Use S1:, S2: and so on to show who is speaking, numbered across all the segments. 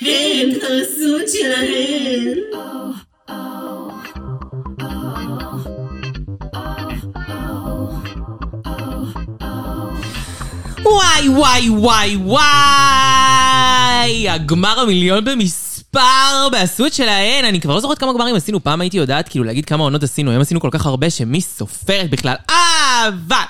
S1: 嘿，投诉起来！
S2: וואי וואי וואי וואי! הגמר המיליון במספר בעשות שלהן! אני כבר לא זוכרת כמה גמרים עשינו, פעם הייתי יודעת כאילו להגיד כמה עונות עשינו, היום עשינו כל כך הרבה שמי סופרת בכלל. אבל!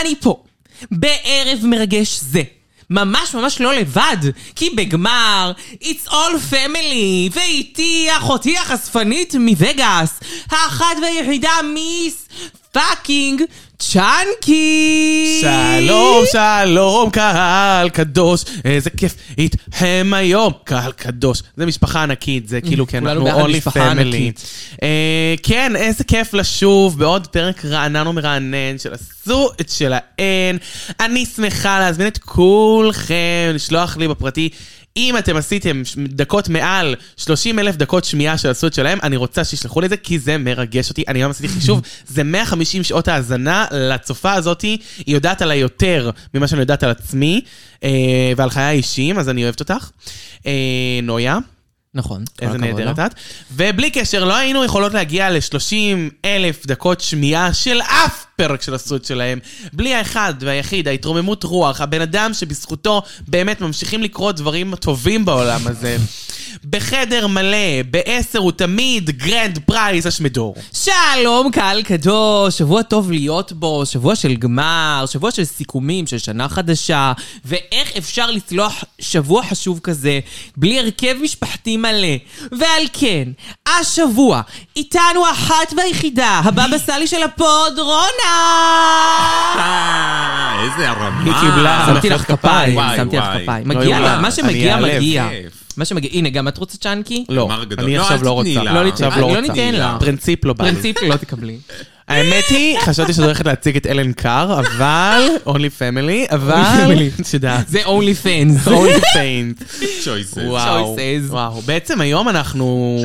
S2: אני פה, בערב מרגש זה. ממש ממש לא לבד, כי בגמר, it's all family, ואיתי אחותי החשפנית מווגאס, האחת והיחידה מיס פאקינג צ'אנקי!
S3: שלום, שלום, קהל קדוש, איזה כיף, איתכם היום, קהל קדוש. זה משפחה ענקית, זה כאילו, כן,
S2: כולנו ביחד
S3: אנחנו אונלי
S2: משפחה
S3: פמילי.
S2: ענקית.
S3: כן, איזה כיף לשוב בעוד פרק רענן ומרענן של עשו את שלהן. אני שמחה להזמין את כולכם לשלוח לי בפרטי. אם אתם עשיתם ש- דקות מעל 30 אלף דקות שמיעה של הסוד שלהם, אני רוצה שישלחו לי את זה, כי זה מרגש אותי. אני גם עשיתי חישוב, זה 150 שעות האזנה לצופה הזאתי. היא יודעת עליי יותר ממה שאני יודעת על עצמי, אה, ועל חיי האישיים, אז אני אוהבת אותך. אה, נויה.
S2: נכון. כל
S3: איזה
S2: הכבוד לו.
S4: לא?
S3: נהדרת אה? את. ובלי קשר, לא היינו יכולות להגיע ל-30 אלף דקות שמיעה של אף פרק של הסוד שלהם. בלי האחד והיחיד, ההתרוממות רוח, הבן אדם שבזכותו באמת ממשיכים לקרות דברים טובים בעולם הזה. בחדר מלא, בעשר הוא תמיד גרנד פרייס אשמדור.
S2: שלום קהל קדוש, שבוע טוב להיות בו, שבוע של גמר, שבוע של סיכומים, של שנה חדשה, ואיך אפשר לצלוח שבוע חשוב כזה בלי הרכב משפחתי מלא. ועל כן, השבוע, איתנו האחת והיחידה, הבבא סאלי של הפוד, רונה!
S4: אה, איזה הרמה.
S3: היא קיבלה.
S2: שמתי לך
S3: מחיאות כפיים.
S2: כפיים,
S4: וואי,
S2: שמתי לך
S4: וואי.
S2: כפיים.
S3: לא
S2: מגיע לה,
S3: יאומן.
S2: מה שמגיע,
S3: אני אעלב.
S2: מגיע.
S4: כיף.
S2: מה שמגיע, הנה, גם את רוצה צ'אנקי?
S3: לא,
S4: גמר גדול.
S3: אני
S4: לא,
S3: עכשיו
S4: אל
S3: לא
S4: תתני
S3: רוצה.
S4: לה.
S3: לא, עכשיו
S2: אני
S3: לא
S2: לא
S3: רוצה.
S2: ניתן לה.
S3: פרינציפ לא בא לי.
S2: פרינציפ לא תקבלי.
S3: האמת היא, חשבתי שאת הולכת להציג את אלן קאר, אבל, אונלי פמילי, אבל, את יודעת,
S2: זה אונלי פאנס.
S3: אונלי פיינט.
S4: Choices.
S3: וואו,
S2: Choices.
S3: וואו. בעצם היום אנחנו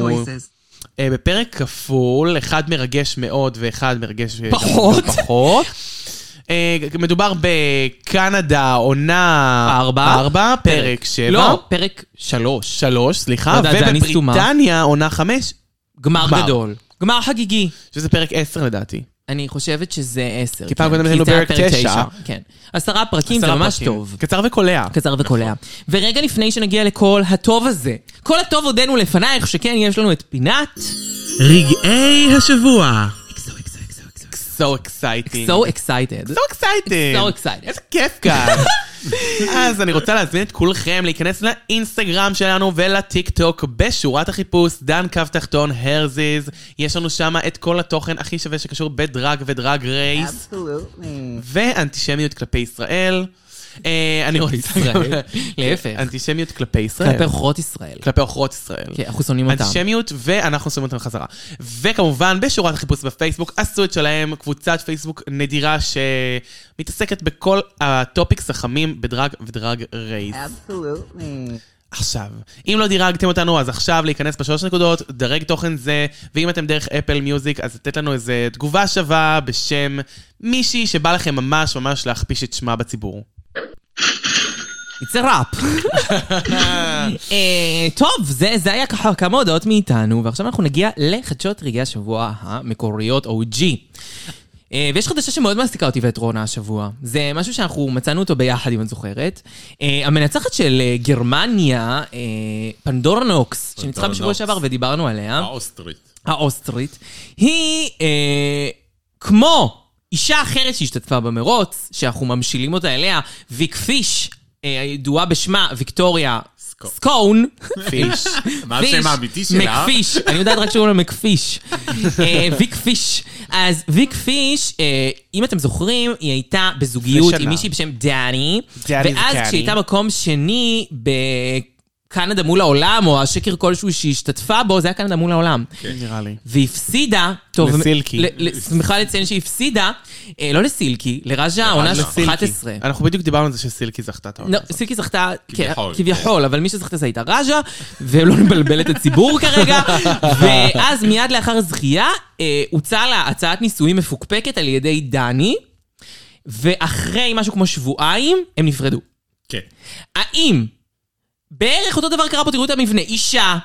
S3: אה, בפרק כפול, אחד מרגש מאוד ואחד מרגש אה,
S2: פחות.
S3: פחות. אה, מדובר בקנדה, עונה
S2: ארבע.
S3: ארבע פרק שבע.
S2: לא, פרק שלוש.
S3: שלוש,
S2: לא
S3: סליחה,
S2: יודעת, זה אני סתומה.
S3: ובבריטניה עונה חמש,
S2: גמר
S3: גמר.
S2: גדול. גמר חגיגי.
S3: שזה פרק עשר לדעתי.
S2: אני חושבת שזה עשר.
S3: כי פעם
S2: כן,
S3: קודם היינו
S2: זה היה
S3: בפרק תשע.
S2: כן. עשרה פרקים זה
S3: עשרה
S2: ממש
S3: פרקים. נכון.
S2: טוב.
S3: קצר וקולע.
S2: קצר וקולע. ורגע לפני שנגיע לכל הטוב הזה, כל הטוב עודנו לפנייך, שכן יש לנו את פינת
S3: רגעי השבוע. So exciting.
S2: So Excited.
S3: so excited.
S2: So excited.
S3: איזה כיף כאן. אז אני רוצה להזמין את כולכם להיכנס לאינסטגרם שלנו ולטיק טוק בשורת החיפוש, דן קו תחתון הרזיז. יש לנו שם את כל התוכן הכי שווה שקשור בדרג ודרג רייס, ואנטישמיות כלפי ישראל. אה, אני רוצה...
S2: ישראל. להפך.
S3: אנטישמיות כלפי ישראל.
S2: כלפי אוכרות ישראל.
S3: כלפי עוכרות ישראל.
S2: כן, אנחנו שונאים אותם.
S3: אנטישמיות, ואנחנו שמים אותם חזרה. וכמובן, בשורת החיפוש בפייסבוק, עשו את שלהם, קבוצת פייסבוק נדירה שמתעסקת בכל הטופיקס החמים בדרג ודרג רייס.
S2: אה.
S3: עכשיו, אם לא דירגתם אותנו, אז עכשיו להיכנס בשלוש נקודות, דרג תוכן זה, ואם אתם דרך אפל מיוזיק, אז לתת לנו איזה תגובה שווה בשם מישהי שבא לכם ממש ממש להכפיש את שמה בציבור.
S2: It's a rap. אה, טוב, זה, זה היה ככה כמה הודעות מאיתנו, ועכשיו אנחנו נגיע לחדשות רגעי השבוע המקוריות, OG. אה, ויש חדשה שמאוד מעסיקה אותי ואת רונה השבוע. זה משהו שאנחנו מצאנו אותו ביחד, אם את זוכרת. אה, המנצחת של אה, גרמניה, אה, פנדורה נוקס, שניצחה בשבוע
S4: נוקס.
S2: שעבר ודיברנו עליה.
S4: האוסטרית.
S2: האוסטרית, היא אה, כמו אישה אחרת שהשתתפה במרוץ, שאנחנו ממשילים אותה אליה, ויק פיש, אה, הידועה בשמה ויקטוריה
S4: סקו-
S2: סקון.
S3: פיש.
S4: מה השם
S2: פיש,
S4: האמיתי שלה?
S2: מקפיש, אני יודעת רק שקוראים לה מקפיש. אה, ויק פיש. אז ויק פיש, אה, אם אתם זוכרים, היא הייתה בזוגיות
S3: שנה.
S2: עם מישהי בשם דני,
S3: דני
S2: ואז
S3: זקני.
S2: כשהיא הייתה מקום שני בקנדה מול העולם, או השקר כלשהו שהיא השתתפה בו, זה היה קנדה מול העולם.
S3: כן, נראה לי.
S2: והפסידה, טוב,
S3: לסילקי.
S2: ל- ל- שמחה לציין שהיא הפסידה, אה, לא לסילקי, לראז'ה
S3: אה,
S2: העונה של
S4: לסילקי.
S2: 11.
S3: אנחנו בדיוק דיברנו על זה שסילקי זכתה את העונה.
S2: לא, סילקי זכתה, כן,
S4: כביכול.
S2: כביכול, אבל מי שזכתה זה הייתה ראז'ה, ולא נבלבל את הציבור כרגע. ואז מיד לאחר הזכייה, אה, הוצעה לה הצעת נישואים מפוקפקת על ידי דני, ואחרי משהו כמו שבועיים, הם נפרדו.
S4: כן.
S2: האם בערך אותו דבר קרה פה, תראו את המבנה. אישה,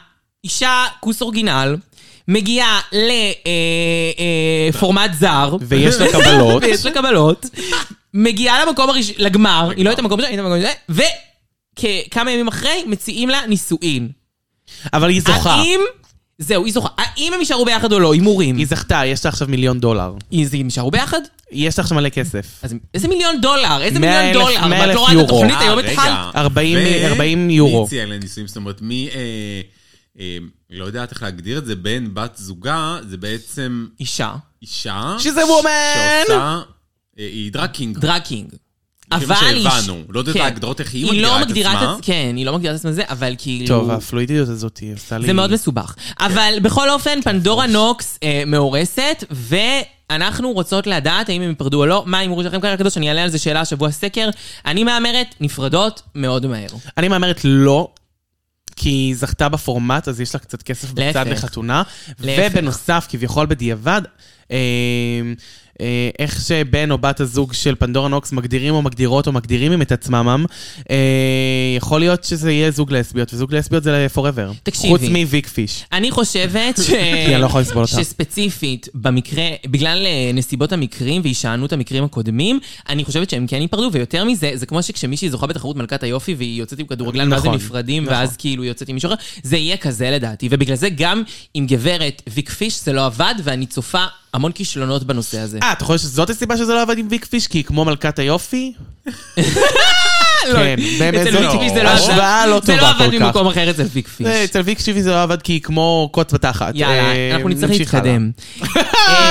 S2: אישה כוס אורגינל, מגיעה לפורמט זר.
S3: ויש לה קבלות.
S2: ויש לה קבלות. מגיעה למקום הראשון, לגמר, היא לא הייתה במקום שם, היא הייתה במקום הזה, וכמה ימים אחרי, מציעים לה נישואין.
S3: אבל היא זוכה.
S2: האם... זהו, היא זוכה. האם הם יישארו ביחד או לא? הימורים.
S3: היא זכתה, יש לה עכשיו מיליון דולר.
S2: היא- הם יישארו ביחד?
S3: יש לך עכשיו מלא כסף.
S2: אז איזה מיליון דולר? איזה
S3: מאה
S2: מיליון
S3: אלף-
S2: דולר? מה,
S3: מאה
S2: את
S3: אלף
S2: לא רואה את
S3: יורו.
S2: התוכנית?
S4: אה,
S2: היום
S4: רגע.
S2: התחלת.
S3: 40
S4: ו-
S3: 40 יורו.
S4: מי הציע לנישואים? זאת אומרת, מי... אה, אה, לא יודעת איך להגדיר את זה, בן, בת זוגה, זה בעצם
S2: אישה,
S4: אישה...
S3: She's a woman!
S4: שעושה... אה, היא דראקינג.
S2: דראקינג.
S4: לפי מה
S2: אבל היא...
S4: שהבנו. לא יודעת
S2: כן.
S4: להגדרות איך היא
S2: לא
S4: מגדירה את
S2: מגדירה
S4: עצמה.
S2: את עצמה. כן, היא לא מגדירה את עצמה זה, אבל כאילו...
S3: טוב, הפלואידיות הזאת היא כן, עושה לי...
S2: זה מאוד מסובך. אבל בכל אופן, פנדורה נוקס אה, מאורסת, ואנחנו רוצות לדעת האם הם ייפרדו או לא. מה ההימור שלכם כאן הקדוש? אני אעלה על זה שאלה השבוע סקר. אני מהמרת, נפרדות מאוד מהר.
S3: אני מהמרת לא, כי היא זכתה בפורמט, אז יש לה קצת כסף בצד
S2: להפך.
S3: לחתונה.
S2: להפך.
S3: ובנוסף, כביכול בדיעבד, אה, אה, איך שבן או בת הזוג של פנדורה נוקס מגדירים או מגדירות או מגדירים את עצמם, אה, יכול להיות שזה יהיה זוג לסביות, וזוג לסביות זה forever.
S2: תקשיבי.
S3: חוץ מוויק פיש.
S2: אני חושבת ש...
S3: אני לא יכול לסבול אותה.
S2: שספציפית, במקרה, בגלל אה, נסיבות המקרים והישענות המקרים הקודמים, אני חושבת שהם כן ייפרדו, ויותר מזה, זה כמו שכשמישהי זוכה בתחרות מלכת היופי והיא יוצאת עם כדורגלן, ואז הם
S3: נכון,
S2: נפרדים,
S3: נכון.
S2: ואז כאילו היא יוצאת עם מישהו אחר, זה יהיה כזה לדעתי. ובגלל זה גם עם גברת ויק פיש זה לא עבד, ואני צופה המון כישלונות בנושא הזה.
S3: אה, אתה חושב שזאת הסיבה שזה לא עבד עם ויק פיש? כי היא כמו מלכת היופי? כן, באמת
S2: לא. אצל ויק פיש זה לא עבד.
S3: השוואה לא
S2: זה לא
S3: טובה
S2: עבד
S3: כל כך.
S2: במקום אחר אצל ויק פיש.
S3: אה, אצל ויק שיבי זה לא עבד כי היא כמו קוץ בתחת. אה,
S2: יאללה, אנחנו נצטרך
S3: נמשיך הלאה.
S2: להתקדם.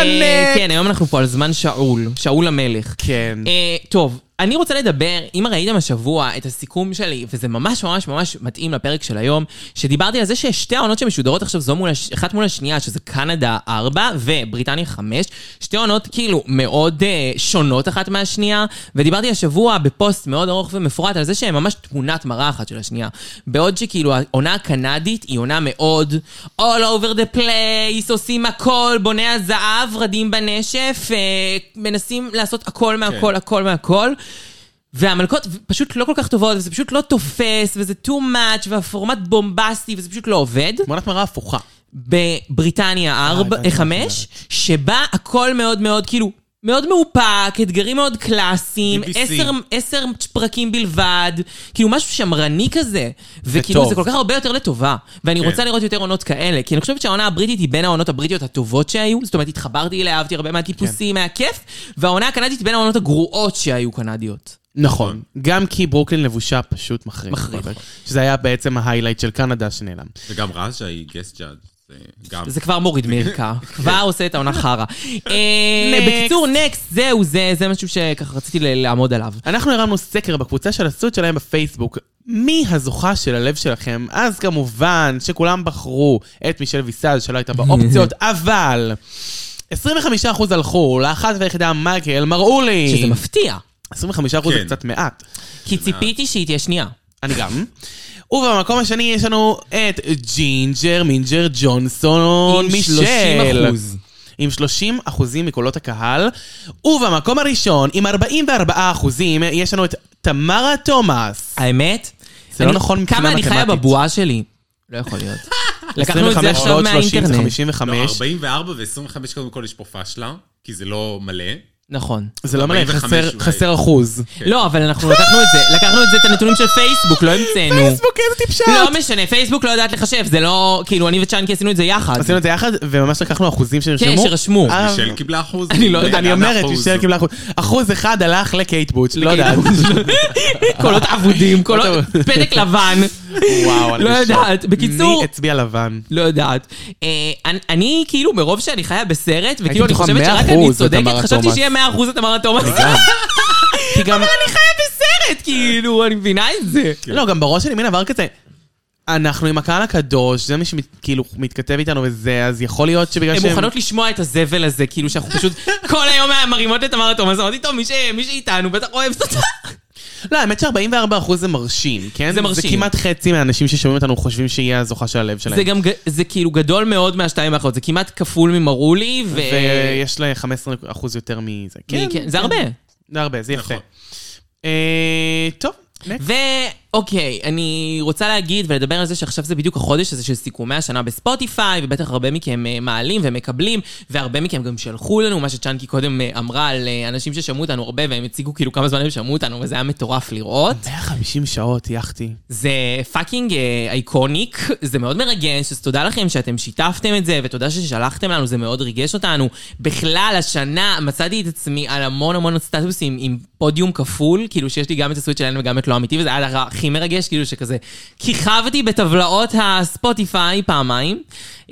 S2: אה, כן, היום אנחנו פה על זמן שאול, שאול המלך.
S3: כן.
S2: אה, טוב, אני רוצה לדבר, אם ראיתם השבוע את הסיכום שלי, וזה ממש ממש ממש מתאים לפרק של היום, שדיברתי על זה ששתי העונות שמשודרות עכשיו זו מול, הש- אחת מול השנייה, שזה קנדה 4 ובריטניה 5, שתי עונות כאילו מאוד אה, שונות אחת מהשנייה, ודיברתי השבוע בפוסט מאוד ארוך ומפורט על זה שהן ממש תמונת מראה אחת של השנייה. בעוד שכאילו העונה הקנדית היא עונה מאוד all over the place, עושים הכל, בוני הזהב, רדים בנשף, אה, מנסים לעשות הכל מהכל,
S4: כן.
S2: הכל מהכל. והמלכות פשוט לא כל כך טובות, וזה פשוט לא תופס, וזה too much, והפורמט בומבסטי, וזה פשוט לא עובד.
S3: תמונת מראה הפוכה.
S2: בבריטניה ארבע-
S3: אה, הבנתי מה את
S2: חמש, שבה הכל מאוד מאוד, כאילו, מאוד מאופק, אתגרים מאוד קלאסיים,
S4: BBC.
S2: עשר- עשר פרקים בלבד, כאילו משהו שמרני כזה. וכאילו
S3: וטוב.
S2: זה כל כך הרבה יותר לטובה. ואני
S4: כן.
S2: רוצה לראות יותר עונות כאלה, כי אני חושבת שהעונה הבריטית היא בין העונות הבריטיות הטובות שהיו, זאת אומרת, התחברתי אליה, אהבתי הרבה מהטיפוסים,
S3: כן.
S2: מהכיף, והעונה הקנדית היא בין העונות הגרועות שהיו קנדיות.
S3: נכון. גם כי ברוקלין לבושה פשוט מחריד.
S2: מחריד.
S3: שזה היה בעצם ההיילייט של קנדה שנעלם.
S4: וגם רז'ה היא גסט ג'אד. זה גם...
S2: זה כבר מוריד מערכה, כבר עושה את העונה חרא. אה,
S3: כן. Next.
S2: בקיצור, נקסט, זהו, זה זה משהו שככה רציתי ל- לעמוד עליו.
S3: אנחנו הרמנו סקר בקבוצה של הסוד שלהם בפייסבוק. מי הזוכה של הלב שלכם? אז כמובן שכולם בחרו את מישל ויסאז' שלא הייתה באופציות, אבל 25% הלכו לאחת והיחידה מייקל, מראו לי.
S2: שזה מפתיע,
S3: 25% זה
S4: כן.
S3: קצת מעט.
S2: כי ציפיתי שהיא תהיה שנייה.
S3: אני גם. ובמקום השני יש לנו את ג'ינג'ר מינג'ר ג'ונסון
S2: עם
S3: מישל.
S2: 30%.
S3: עם 30 אחוזים מקולות הקהל. ובמקום הראשון, עם 44 אחוזים, יש לנו את תמרה תומאס.
S2: האמת,
S3: זה
S2: אני-
S3: לא נכון מבחינה
S2: כמה אני חיה
S3: מתמטית.
S2: בבועה שלי. לא יכול להיות. לקחנו את זה
S3: 25
S2: עכשיו
S3: ועוד 30 זה
S2: מהאינטרנט.
S3: 55.
S4: לא, 44 ו-25 קודם כל יש פה פשלה, כי זה לא מלא.
S2: נכון.
S3: זה לא מלא,
S4: 45
S3: חסר-
S4: אולי.
S3: חסר אחוז.
S2: לא, אבל אנחנו לקחנו את זה, לקחנו את זה, את הנתונים של פייסבוק, לא המצאנו.
S3: פייסבוק, איזה טיפשה.
S2: לא משנה, פייסבוק לא יודעת לחשב, זה לא, כאילו, אני וצ'אנקי עשינו את זה יחד.
S3: עשינו את זה יחד, וממש לקחנו אחוזים שנרשמו.
S2: כן, שרשמו.
S3: אה,
S4: מישל קיבלה אחוז.
S2: אני לא
S4: יודע,
S3: אני
S4: למה
S3: אומרת,
S4: אחוז?
S3: מישל קיבלה אחוז. אחוז אחד הלך לקייט בוטש, לא יודעת.
S2: כאילו, קולות אבודים, קולות
S3: קולות-
S2: פתק לבן.
S3: וואו, אני
S2: לא
S3: בשוק.
S2: יודעת. בקיצור-
S3: מי הצביע לבן?
S2: לא יודעת. אה, אני- אני כאילו מרוב שאני חיה בסרט, וכאילו אני
S3: בטוחה
S2: חושבת שרק
S3: 100%
S2: אני
S3: את
S2: צודקת,
S3: תמרה
S2: חשבתי
S3: תומאס.
S2: שיהיה 100% את אמרת תומאס.
S3: כי גם...
S2: אני חיה בסרט, כאילו, אני מבינה את זה.
S4: כן.
S3: לא, גם בראש שלי מין דבר כזה. אנחנו עם הקהל הקדוש, זה מי שכאילו מתכתב איתנו וזה, אז יכול להיות שבגלל
S2: הן
S3: שהם...
S2: מוכנות לשמוע את הזבל הזה, כאילו שאנחנו פשוט כל היום מרימות את אמרת תומאס, אמרתי, טוב, מי ש- מי שאיתנו בטח אוהבת אותה.
S3: לא, האמת ש-44% זה מרשים, כן?
S2: זה מרשים.
S3: זה כמעט חצי מהאנשים ששומעים אותנו חושבים שהיא הזוכה של הלב שלהם.
S2: זה גם, ג- זה כאילו גדול מאוד מהשתיים האחרות, זה כמעט כפול ממרולי, ו...
S3: ויש לה 15% יותר מזה.
S2: אה, מי-
S3: כן,
S2: כן, זה הרבה.
S3: זה הרבה, זה יפה.
S4: נכון.
S3: אה, טוב, next.
S2: ו... אוקיי, אני רוצה להגיד ולדבר על זה שעכשיו זה בדיוק החודש הזה של סיכומי השנה בספוטיפיי, ובטח הרבה מכם אה, מעלים ומקבלים, והרבה מכם גם שלחו לנו מה שצ'אנקי קודם אה, אמרה על אה, אנשים ששמעו אותנו הרבה, והם הציגו כאילו כמה זמן הם שמעו אותנו, וזה היה מטורף לראות.
S3: 150 שעות יחתי.
S2: זה פאקינג אה, אייקוניק, זה מאוד מרגש, אז תודה לכם שאתם שיתפתם את זה, ותודה ששלחתם לנו, זה מאוד ריגש אותנו. בכלל, השנה מצאתי את עצמי על המון המון סטטוסים עם פודיום כפול, כאילו שיש לי גם את הסוויט שלהם וגם את לא אמיתי, וזה היה הדבר הכי מרגש, כאילו שכזה כיכבתי בטבלאות הספוטיפיי פעמיים.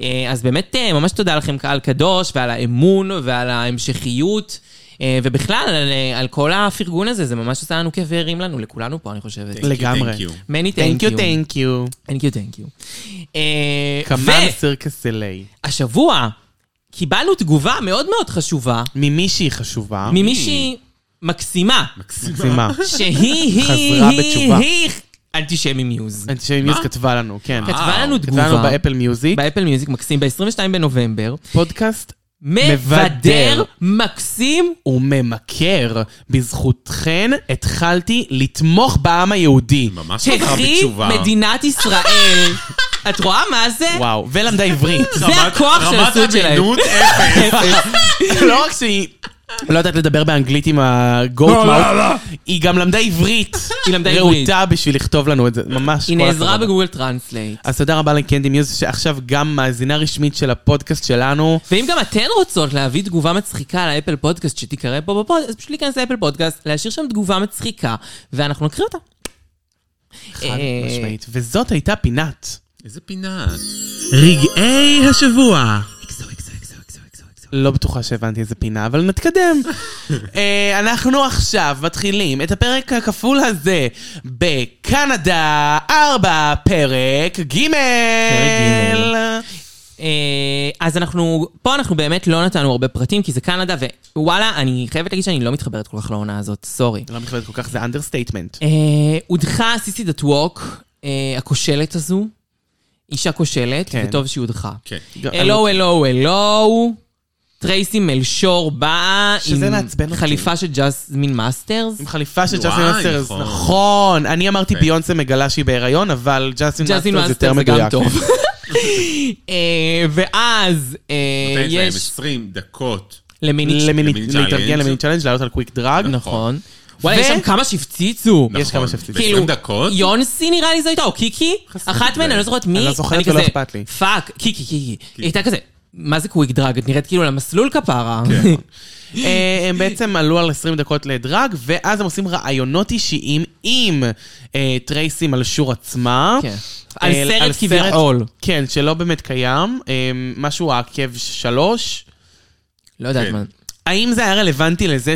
S2: אה, אז באמת, אה, ממש תודה לכם, קהל קדוש, ועל האמון, ועל ההמשכיות. אה, ובכלל, על, אה, על כל הפרגון הזה, זה ממש עשה לנו כיף והרים לנו, לכולנו פה, אני חושבת.
S4: Thank you,
S3: לגמרי.
S4: thank you.
S2: מני
S3: תנק יו, תנק יו.
S2: תנק יו, תנק יו. אה,
S3: כמן סירקס אליי.
S2: והשבוע קיבלנו תגובה מאוד מאוד חשובה
S3: ממישהי חשובה.
S2: ממישהי מקסימה,
S4: מקסימה.
S3: מקסימה.
S2: שהיא, היא,
S3: חזרה
S2: היא,
S3: בתשובה.
S2: היא, אנטישמי מיוז.
S3: אנטישמי מיוז
S4: מה?
S3: כתבה לנו, כן.
S4: כתבה
S2: כתבה לנו
S3: כתבה לנו
S2: תגובה
S3: באפל מיוזיק.
S2: באפל מיוזיק מקסים ב-22 בנובמבר,
S3: פודקאסט
S2: מבדר
S3: מבדר.
S2: מקסים
S3: וממכר. בזכותכן התחלתי לתמוך בעם היהודי.
S4: ממש חזרה
S2: שהכי
S4: בתשובה.
S2: מדינת ישראל. את רואה מה זה?
S3: וואו, ולמדה עברית.
S2: זה
S4: רמת-
S2: הכוח של הסוד שלהם.
S4: רמת אמינות אפס.
S3: לא רק שהיא לא יודעת לדבר באנגלית עם הגוט מאוט, היא גם למדה עברית.
S2: היא למדה עברית.
S3: רהוטה בשביל לכתוב לנו את זה, ממש.
S2: היא
S3: כל
S2: נעזרה
S3: הכבוד.
S2: בגוגל טרנסלייט.
S3: אז תודה רבה לקנדי מיוז, שעכשיו גם מאזינה רשמית של הפודקאסט שלנו.
S2: ואם גם אתן רוצות להביא תגובה מצחיקה לאפל פודקאסט שתיקרא פה בפוד, אז פשוט להיכנס לאפל פודקאסט, להשאיר שם תגובה מצחיקה, ואנחנו נקריא אותה. אה,
S3: חד משמעית. וזאת הייתה פינת.
S4: איזה פינה.
S3: רגעי השבוע. לא בטוחה שהבנתי איזה פינה, אבל נתקדם. אה, אנחנו עכשיו מתחילים את הפרק הכפול הזה בקנדה, ארבע, פרק ג'.
S2: ג'. אה, אז אנחנו, פה אנחנו באמת לא נתנו הרבה פרטים, כי זה קנדה, ווואלה, אני חייבת להגיד שאני לא מתחברת כל כך לעונה הזאת, סורי.
S3: לא מכבד כל כך, זה אנדרסטייטמנט.
S2: אה, הודחה סיסי דטווק, אה, הכושלת הזו, אישה כושלת,
S3: כן.
S2: וטוב שהיא הודחה.
S4: כן.
S2: הלו, הלו, הלו, טרייסי מלשור באה
S3: שזה מעצבן
S2: עם
S3: אותי.
S2: חליפה של ג'אסמין מאסטרס.
S3: עם חליפה של
S4: וואי,
S3: ג'אסין מאסטרס,
S4: נכון.
S3: נכון. אני אמרתי
S4: כן.
S3: ביונסה מגלה שהיא בהיריון, אבל ג'אסין
S2: ג'אסין
S3: מאסטרס
S2: מאסטרס
S3: יותר
S2: זה גם
S3: מדויק.
S2: טוב. אה, ואז אה,
S4: נותנת להם
S2: יש
S4: 20 דקות.
S2: למיני...
S3: למיני-
S4: למיני
S3: להתארגן
S4: challenge.
S3: למיני צ'אלנג', לעלות על קוויק דרג.
S2: נכון.
S4: נכון.
S2: וואלה,
S3: ו-
S2: יש שם כמה שהפציצו.
S4: נכון.
S3: כמה שפציצים.
S4: ב-
S2: כאילו,
S4: 20 דקות.
S2: יונסי נראה נכון. לי זו הייתה, או קיקי? אחת מהן, אני לא זוכרת מי.
S3: אני לא זוכרת
S2: אני
S3: ולא
S2: כזה,
S3: אכפת לי.
S2: פאק, קיקי, קיקי. היא הייתה כזה, מה זה קוויק דרג? את נראית כאילו למסלול כפרה.
S3: אה, הם בעצם עלו על 20 דקות לדרג, ואז הם עושים רעיונות אישיים עם אה, טרייסי מלשור עצמה.
S2: כן. על
S3: אה,
S2: סרט
S3: סרט-
S2: כביכול.
S3: כן, שלא באמת קיים. אה, משהו העקב שלוש.
S2: לא יודעת
S4: כן.
S2: מה.
S3: האם זה היה רלוונטי לזה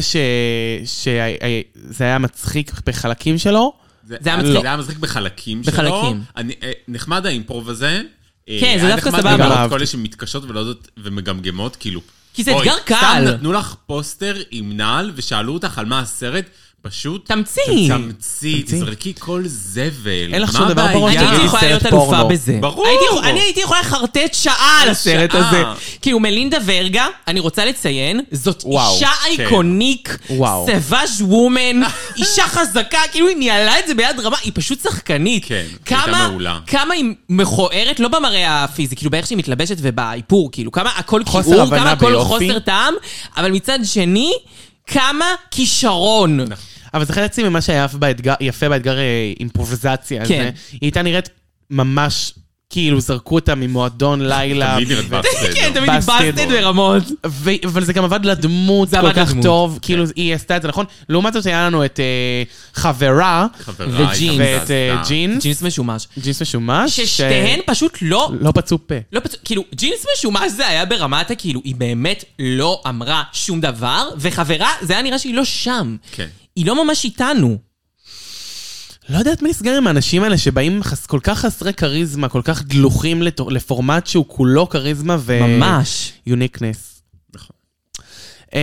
S3: שזה היה מצחיק בחלקים שלו?
S2: זה היה מצחיק.
S4: זה היה מצחיק בחלקים שלו.
S2: בחלקים.
S4: אני- אה, נחמד האימפרוב הזה. אה,
S2: כן, זה
S4: היה
S2: דווקא
S4: נחמד
S2: סבבה.
S4: גם
S3: גם
S4: לראות
S3: אהבתי.
S4: כל אלה שמתקשות ולא יודעות ומגמגמות, כאילו.
S2: כי זה
S4: אוי,
S2: אתגר קל.
S4: סתם נתנו לך פוסטר עם נעל ושאלו אותך על מה הסרט, פשוט...
S2: תמציא.
S4: תמציא, תזרקי כל זבל.
S3: אין לך
S4: מה
S3: שום דבר בראש,
S2: אני
S4: הבעיה?
S2: הייתי
S3: תגידי
S2: יכולה
S3: סרט
S2: להיות אלופה
S3: פורנו.
S2: בזה.
S4: ברור.
S2: הייתי יכול- אני הייתי יכולה לחרטט שעה על הסרט
S4: שעה.
S2: הזה. כאילו מלינדה ורגה, אני רוצה לציין, זאת
S3: וואו,
S2: אישה
S4: כן.
S2: אייקוניק,
S3: וואו.
S2: סוואז' וומן, אישה חזקה, כאילו היא ניהלה את זה ביד רמה, היא פשוט שחקנית.
S4: כן, היא
S2: כמה-
S4: הייתה מעולה.
S2: כמה היא מכוערת, לא במראה הפיזי, כאילו באיך שהיא מתלבשת ובאיפור, כאילו כמה הכל
S3: חוסר
S2: כיעור,
S3: הבנה
S2: כמה הכל
S3: ביופי.
S2: חוסר טעם, אבל מצד שני, כמה כישרון.
S3: נכון. אבל זה חצי ממה שהיה יפה באתגר, יפה באתגר אה, אימפרוביזציה הזה.
S2: כן.
S3: היא הייתה נראית ממש כאילו זרקו אותה ממועדון לילה.
S4: תמיד
S3: ו-
S4: נראה
S2: כן,
S4: בסדר.
S2: תמיד בסטד
S3: בסטד.
S2: ברמות.
S3: ו- אבל זה גם עבד לדמות
S2: זה
S3: כל
S2: עבד
S3: כך
S2: לדמות,
S3: טוב, כאילו היא עשתה את זה נכון. לעומת זאת היה לנו את אה, חברה
S4: חברה,
S2: וג'ינס.
S4: היא
S3: ואת אה,
S4: חזקה.
S3: ג'ינס,
S2: ג'ינס משומש.
S3: ג'ינס משומש,
S2: ששתיהן פשוט לא...
S3: ש- לא פצו פה.
S2: לא פצ... כאילו, ג'ינס משומש זה היה ברמת הכאילו, היא באמת לא אמרה שום דבר, וחברה, זה היה נראה שהיא לא שם.
S4: כן.
S2: היא לא ממש איתנו.
S3: לא יודעת מה נסגר עם האנשים האלה שבאים חס- כל כך חסרי כריזמה, כל כך דלוחים לתו- לפורמט שהוא כולו כריזמה ו...
S2: ממש.
S3: אה, יוניקנס.
S4: נכון.
S3: אה,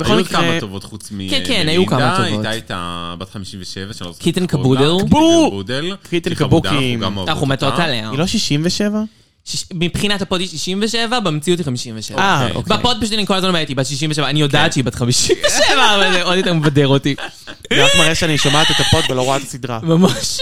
S3: בכל
S4: היו עוד
S3: מקרה...
S4: כמה טובות חוץ מ...
S2: כן, כן, היו כמה
S4: מלינדה,
S2: טובות.
S4: הייתה את הבת 57 שאני לא זוכר.
S2: קיטן
S4: איך קוראים
S2: קבודל.
S4: לה. קיטן
S3: בו!
S4: קבודל.
S3: קיטן
S4: היא חמודה,
S3: קבוקים.
S4: אה, אנחנו גם אוהבות
S3: לא-
S2: אנחנו מתות
S4: אותה.
S2: עליה.
S3: היא לא 67?
S2: שיש- מבחינת הפוד היא 67, במציאות היא 57.
S3: אה,
S4: אוקיי.
S3: אוקיי.
S2: בפוד פשוט אני כל הזמן אומרת, היא בת 67, אני יודעת שהיא בת 57, אבל זה עוד יותר מבדר אותי.
S3: זה רק מראה שאני שומעת את הפוד ולא רואה את הסדרה.
S2: ממש.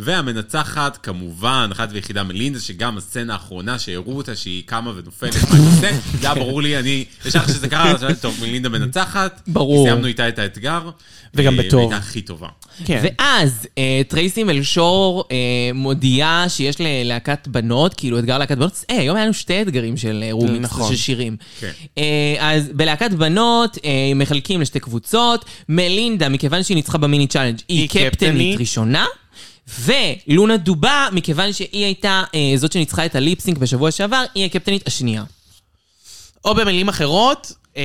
S4: והמנצחת, כמובן, אחת ויחידה מלינדה, שגם הסצנה האחרונה שהראו אותה, שהיא קמה ונופלת, מה היא עושה, זה היה ברור לי, אני, ישר כשזה קרה, אז אמרתי, טוב, מלינדה מנצחת.
S2: ברור.
S4: סיימנו איתה את האתגר.
S3: וגם
S4: אה,
S3: בטוב.
S4: והייתה הכי טובה.
S3: כן.
S2: ואז אה, טרייסי מלשור אה, מודיעה שיש ללהקת בנות, כאילו אתגר להקת בנות, אה, היום היה לנו שתי אתגרים של אה, רומיקס,
S3: נכון.
S2: של שירים.
S4: כן.
S2: אה, אז בלהקת בנות אה, מחלקים לשתי קבוצות, מלינדה, מכיוון שהיא ניצחה במיני צ'אלנג', היא
S3: היא קפטנית.
S2: קפטנית ראשונה. ולונה דובה, מכיוון שהיא הייתה אה, זאת שניצחה את הליפסינק בשבוע שעבר, היא הקפטנית השנייה.
S3: או במילים אחרות, אה,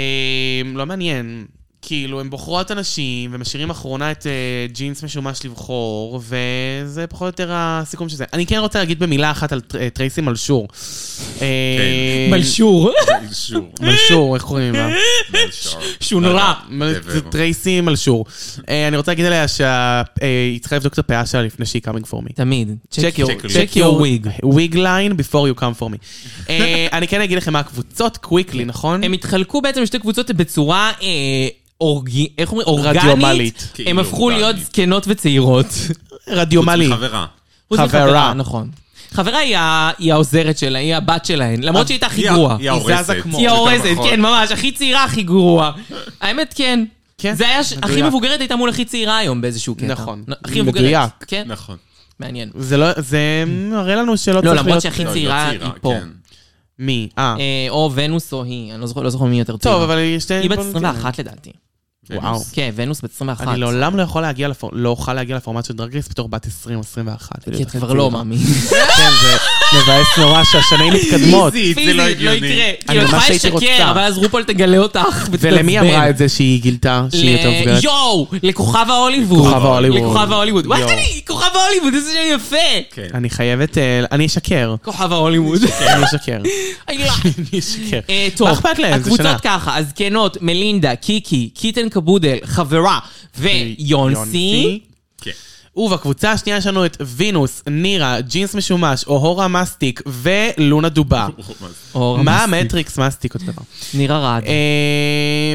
S3: לא מעניין. כאילו, הן בוחרות אנשים ומשאירים אחרונה את אה, ג'ינס משומש לבחור, וזה פחות או יותר הסיכום של זה. אני כן רוצה להגיד במילה אחת על טר- אה, טרייסי מלשור. אה,
S2: כן. מלשור.
S4: שור.
S3: מלשור, איך קוראים לה?
S4: מלשור.
S2: שונרה.
S3: מל-
S4: דבר.
S3: טרייסי מלשור. אה, אני רוצה להגיד עליה אה, שהיא צריכה לבדוק את הפאה שלה לפני שהיא coming for me.
S2: תמיד.
S3: check your,
S2: check your wig.
S3: wig line before you come for me. אה, אני כן אגיד לכם מה הקבוצות, קוויקלי, נכון?
S2: הם התחלקו בעצם לשתי קבוצות בצורה אה, אורגי, איך אומרים? אורגנית.
S3: רדיומלית.
S2: הם
S4: כאילו,
S2: הפכו להיות
S4: אורגנית.
S2: זקנות וצעירות.
S3: רדיומלי.
S4: חברה.
S2: חוץ
S3: חברה.
S2: מחברה, נכון. חברה היא ה- היא העוזרת שלה, היא הבת שלהן, למרות שהיא הייתה הכי
S4: היא ה-
S2: גרועה.
S4: היא
S3: היא
S4: ההורסת.
S3: זזה כמו-
S2: היא
S4: יותר
S2: האורזת,
S4: נכון.
S2: כן, ממש, הכי צעירה, הכי גרועה. האמת, כן.
S3: כן,
S2: זה היה, ש- הכי
S3: מדויק.
S2: מבוגרת הייתה מול הכי צעירה היום באיזשהו קטע.
S3: נכון.
S2: נ- הכי מבוגרת.
S3: מדויק.
S2: כן,
S4: נכון.
S2: מעניין.
S3: זה לא, זה מראה לנו שלא
S2: לא,
S3: צריך
S2: למרות
S3: להיות...
S2: שהכי
S4: לא, היא לא
S2: צעירה היא פה.
S4: כן.
S3: מי? אה.
S2: אה, או ונוס או היא, אני לא זוכר- לא זוכר מי יותר צעירה.
S3: טוב, אבל יש שתי...
S2: היא בת 21 לדעתי.
S3: וואו.
S2: כן, ונוס בת 21.
S3: אני לעולם לא יכול להגיע לפור- לא אוכל להגיע לפורמט של דרג רייס בתור בת 20-21.
S2: כי את כבר לא מאמין.
S3: כן, זה מבאס נורא שהשנים מתקדמות.
S4: פיזית, זה לא
S2: פיזית, לא
S4: הגיוני.
S2: יקרה. כאילו, את
S3: ממש
S2: יכולה
S3: הייתי
S2: לשקר,
S3: רוצה.
S2: אבל אז רופול תגלה אותך ותתעצבן.
S3: ולמי אמרה את זה שהיא גילתה שהיא יותר
S2: ל-
S3: מבוגרת?
S2: יואו, לכוכב ההוליווד.
S3: לכוכב ההוליווד.
S2: לכוכב ההוליווד. וואי,
S3: יואו.
S2: אני- כוכב ההוליווד, איזה שם יפה.
S4: כן.
S3: אני חייבת... אה, אני אשקר.
S2: כוכב ההוליווד.
S3: אני אשקר.
S2: אני לא-
S3: אני אשקר.
S2: אה, טוב,
S3: מה אכפת להם? זה שנה.
S2: הקבוצות ככה, הזקנות, מלינדה, קיקי, קיטן קבודל, חברה ויונסי.
S4: כן.
S3: ובקבוצה השנייה יש לנו את וינוס, נירה, ג'ינס משומש, אוהורה מסטיק ולונה דובה.
S2: אור
S3: מה אה,
S2: המס-
S3: המטריקס מסטיק אותו דבר?
S2: נירה רעד.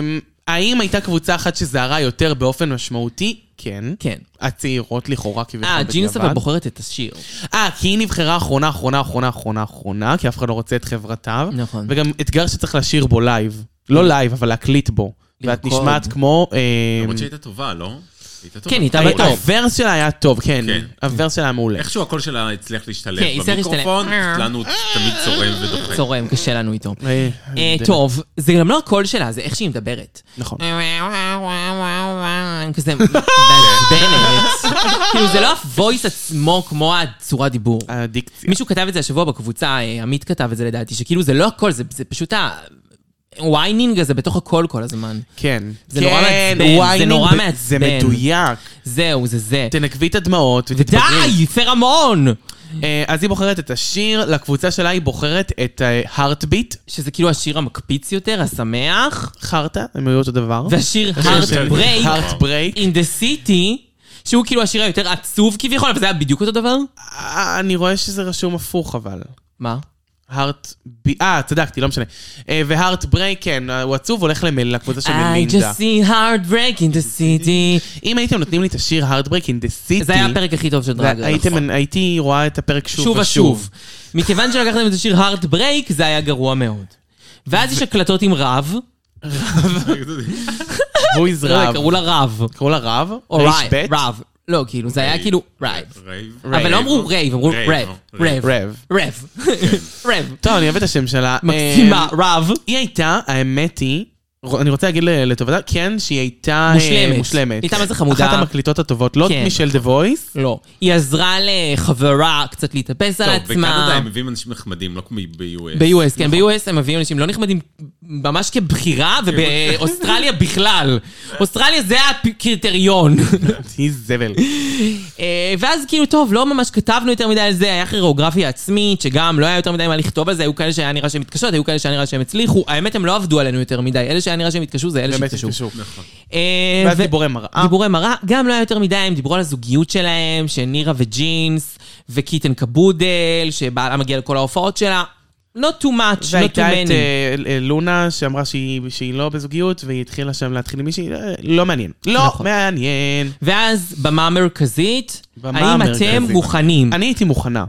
S3: אמ, האם הייתה קבוצה אחת שזהרה יותר באופן משמעותי? כן.
S2: כן.
S3: הצעירות לכאורה כביכול
S2: אה, ג'ינס אבל
S3: בדיעבד.
S2: בוחרת את השיר.
S3: אה, כי היא נבחרה אחרונה, אחרונה, אחרונה, אחרונה, אחרונה, כי אף אחד לא רוצה את חברתיו.
S2: נכון.
S3: וגם אתגר שצריך לשיר בו לייב. לא לייב, אבל להקליט בו. ואת
S2: לרקוד.
S3: נשמעת כמו... אמ,
S4: למרות שהייתה טובה, לא? הייתה טובה.
S2: כן, הייתה
S3: הי-
S2: בטוב.
S3: הוורס שלה היה טוב, כן.
S4: כן.
S3: הוורס שלה היה מעולה.
S4: איכשהו הקול שלה הצליח להשתלב
S2: כן, הצליח
S4: במיקרופון,
S2: להשתלב. אה.
S4: לנו תמיד צורם ודוחה.
S2: צורם, קשה לנו איתו.
S3: אה,
S2: אה,
S3: די.
S2: טוב, זה גם לא הקול שלה, זה איך שהיא מדברת.
S3: נכון.
S2: כזה מעצבנת. כאילו זה לא הוויס עצמו כמו הצורת דיבור.
S3: הדיקציה.
S2: מישהו כתב את זה השבוע בקבוצה, אה, עמית כתב את זה לדעתי, שכאילו זה לא הכל, זה זה פשוט ה... וויינינג הזה בתוך הכל כל הזמן.
S3: כן.
S2: זה נורא
S3: כן,
S2: מעצבן, זה
S3: ויינינג
S2: נורא
S3: ב-
S2: מעצבן.
S3: זה מדויק.
S2: זהו, זה זה.
S3: תנקבי את הדמעות ותתפגרי.
S2: די, פרמון!
S3: אה, אז היא בוחרת את השיר, לקבוצה שלה היא בוחרת את אה, הארטביט,
S2: שזה כאילו השיר המקפיץ יותר, השמח,
S3: חרטה, הם היו אותו דבר.
S2: והשיר
S4: של-
S2: heart break
S3: הארט ברייק.
S2: in the city, שהוא כאילו השיר היותר עצוב כביכול, אבל זה היה בדיוק אותו דבר?
S3: אה, אני רואה שזה רשום הפוך אבל.
S2: מה?
S3: הארט בי... אה, צדקתי, לא משנה. והארט ברייק, כן, הוא עצוב, הולך למל- לקבוצה של
S2: אה, I
S3: מלינדה.
S2: just see heartbreak in the city.
S3: אם הייתם נותנים לי את השיר הארט ברייק in the city,
S2: זה היה הפרק הכי טוב של
S3: זה-
S2: דרגר.
S3: הייתם- הייתי רואה את הפרק שוב
S2: שוב
S3: ושוב.
S2: ושוב. מכיוון שלקחתם את השיר heartbreak, זה היה גרוע מאוד. ואז יש הקלטות עם רב,
S3: הוא יזרב.
S2: לא קראו לה רב.
S3: קראו לה רב?
S2: או
S3: ריש
S2: רייב,
S3: בית?
S2: רב. לא, כאילו, זה היה כאילו רייב.
S4: רייב.
S2: אבל לא אמרו רייב, אמרו רב. רב.
S3: רב.
S2: רב. רב.
S3: טוב, אני אוהב את השם שלה. אה,
S2: מקסימה, רב.
S3: היא הייתה, האמת היא, אני רוצה להגיד ל- לטובתה, כן, שהיא הייתה אה,
S2: מושלמת.
S3: מושלמת.
S2: הייתה מה זה חמודה.
S3: אחת המקליטות הטובות, לא
S2: כן.
S3: מישל דה וויס.
S2: לא. היא עזרה לחברה קצת להתאפס על
S4: טוב, בקנדה
S2: עצמה.
S4: הם מביאים אנשים נחמדים, לא כמו ב-US.
S2: ב-US,
S3: נכון.
S2: כן, ב-US הם מביאים אנשים לא נחמדים ממש כבחירה, ובאוסטרליה בכלל. אוסטרליה זה הקריטריון.
S3: היא זבל.
S2: אה, ואז כאילו, טוב, לא ממש כתבנו יותר מדי על זה, היה כירוגרפיה עצמית, שגם לא היה יותר מדי מה לכתוב על זה, היו כאלה שהיה נראה שהן מתקשות, היו כאלה שהיה נראה שהן הצליחו. האמת, הם לא עבדו עלינו יותר מדי, אלה שהיה נראה שהם התקשו זה אלה
S3: באמת
S2: שהתקשו.
S3: התקשו.
S4: נכון.
S2: אה,
S3: ואז
S2: ו-
S3: דיבורי מראה.
S2: דיבורי מראה, גם לא היה יותר מדי, הם דיברו על הזוגיות שלהם, שנירה וג'ינס, וקיטן קבודל, שבעלה מגיע לכל ההופעות שלה. Not too much, not too
S3: והייתה את
S2: many.
S3: אה, אה, לונה, שאמרה שהיא שהיא לא בזוגיות, והיא התחילה שם להתחיל עם מישהי, אה, לא מעניין. לא
S2: נכון.
S3: מעניין.
S2: ואז במה המרכזית,
S3: במה
S2: האם
S3: המרכזית.
S2: אתם מוכנים?
S3: אני הייתי מוכנה.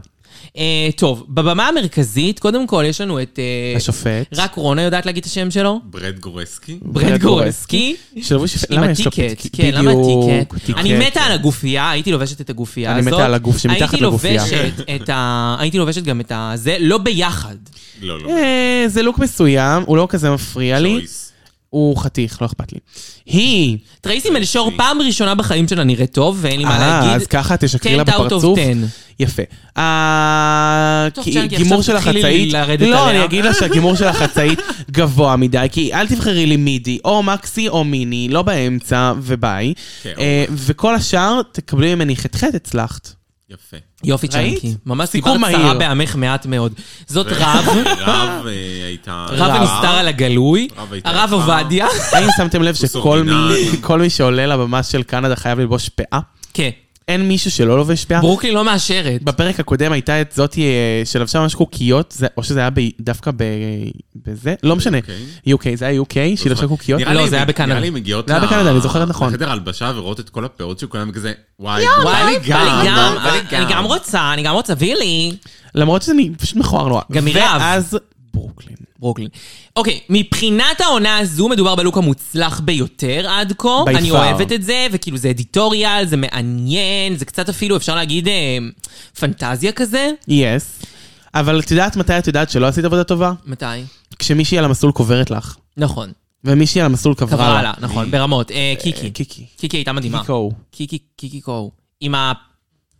S2: אה, טוב, בבמה המרכזית, קודם כל יש לנו את... אה,
S3: השופט.
S2: רק רונה יודעת להגיד את השם שלו?
S4: ברד גורסקי.
S2: ברד גורסקי.
S3: שלבו שופט,
S2: עם
S3: למה יש לו
S2: הטיקט,
S3: פתק-
S2: כן, למה
S3: בדיוק,
S2: הטיקט? אני מתה על הגופייה, הייתי לובשת את הגופייה
S3: אני
S2: הזאת.
S3: מתה על הגוף שמתחת
S2: הייתי
S3: לגופייה.
S2: לובשת את ה... הייתי לובשת גם את ה... זה, לא ביחד.
S4: לא, לא.
S3: אה, זה לוק מסוים, הוא לא כזה מפריע לי.
S4: ג'ויס.
S3: הוא חתיך, לא אכפת לי. היא!
S2: טרייסי מלשור פעם ראשונה בחיים שלה נראית טוב, ואין לי מה
S3: אה, אז
S2: להגיד.
S3: ככה תשקרי
S2: 10
S3: לה
S2: out of
S3: בפרצוף.
S2: 10.
S3: יפה. אה,
S2: טוב,
S3: כי-
S2: צ'אנקי,
S3: גימור
S2: עכשיו
S3: של
S2: תתחילי
S3: החצאית...
S2: לרדת
S3: לא,
S2: עליה.
S3: אני אגיד לה שהגימור של החצאית גבוה מדי, כי אל תבחרי לי מידי, או מקסי או מיני, לא באמצע, וביי.
S4: כן,
S3: אה, וכל השאר, תקבלי ממני חטחט, הצלחת.
S4: יפה.
S2: יופי
S3: ראית?
S2: צ'אנקי. ממש
S3: סיפור
S2: סיפרת שרה
S3: מהיר.
S2: בעמך מעט מאוד. זאת רב,
S4: רב אה, הייתה...
S2: רב הנסתר על הגלוי,
S4: רב הייתה
S2: הרב
S4: יפה.
S2: עובדיה.
S3: האם שמתם לב שכל מי-
S4: סורנן.
S3: כל מי שעולה לבמה של קנדה חייב ללבוש פאה?
S2: כן,
S3: אין מישהו שלא לובש פאה?
S2: ברוקלין לא מאשרת.
S3: בפרק הקודם הייתה את זאתי אה, שלבשה ממש קוקיות, זה- או שזה היה ב- דווקא ב- בזה, לא משנה,
S4: UK?
S3: UK, זה היה UK, שהיא לבשה כאילו, קוקיות.
S4: נראה
S2: לא,
S4: לי-
S2: זה היה בקנדה.
S4: נראה לי מגיעות
S3: זה היה
S4: ל-
S3: בקנדה, אני זוכרת נכון.
S4: לחדר הלבשה ורואות את כל הפאות שכולם כזה, וואי, וואי, לא, לי גם,
S2: אני לא, גם,
S4: בא לי
S2: אני גם רוצה, אני גם רוצה, וילי.
S3: למרות שזה נ- פשוט מכוער נורא.
S2: גם מירב.
S3: ואז ברוקלין.
S2: ברוקלין. אוקיי, מבחינת העונה הזו מדובר בלוק המוצלח ביותר עד כה.
S3: By
S2: אני
S3: far.
S2: אוהבת את זה, וכאילו זה אדיטוריאל, זה מעניין, זה קצת אפילו, אפשר להגיד, אה, פנטזיה כזה.
S3: יס. אבל את יודעת מתי את יודעת שלא עשית עבודה טובה?
S2: מתי?
S3: כשמישהי על המסלול קוברת לך.
S2: נכון.
S3: ומישהי על המסלול
S2: קברה
S3: קברה
S2: לה,
S3: לה. כן,
S2: נכון, ברמות. אה, קיקי.
S3: קיקי.
S2: קיקי הייתה מדהימה.
S3: קיקו.
S2: קיקי, קיקי קו. עם ה...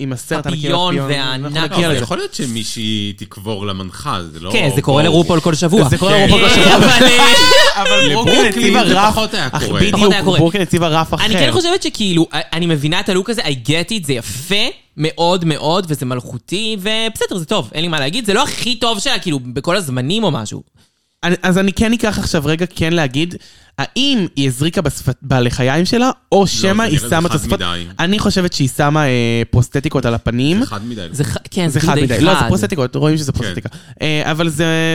S3: עם הסרט הנקי
S2: הפפיון
S3: והפיון.
S2: והענק.
S3: אנחנו
S4: לא,
S3: נגיע
S4: אבל
S3: לזה.
S4: יכול להיות שמישהי תקבור למנחה, זה לא...
S2: כן, זה קורה
S4: בואו.
S2: לרופול כל שבוע.
S3: זה קורה
S2: אה,
S3: לרופול כל שבוע.
S2: אבל, אה,
S3: אבל
S4: לברוקלין
S3: ברוקלין הציבה
S4: זה
S3: רף,
S4: פחות היה
S3: אך
S4: קורה.
S2: פחות
S3: בדיוק,
S2: היה קורה.
S3: ברוקלין הציבה רף אחר.
S2: אני כן חושבת שכאילו, אני מבינה את הלוק הזה, I get it, זה יפה מאוד מאוד, וזה מלכותי, ובסדר, זה טוב, אין לי מה להגיד. זה לא הכי טוב שלה, כאילו, בכל הזמנים או משהו.
S3: אני- אז אני כן אקח עכשיו רגע כן להגיד, האם היא הזריקה בשפת- בלחיים שלה, או שמא
S4: לא, זה
S3: היא
S4: נראה
S3: שמה את
S4: חד
S3: השפת...
S4: מדי.
S3: אני חושבת שהיא שמה אה, פרוסטטיקות על הפנים.
S4: זה חד כן. מדי.
S2: זה ח- כן,
S3: זה
S2: כאילו
S3: חד
S2: די
S3: מדי. לא, זה פרוסטטיקות, רואים שזה פרוסטטיקה. אה, אבל זה...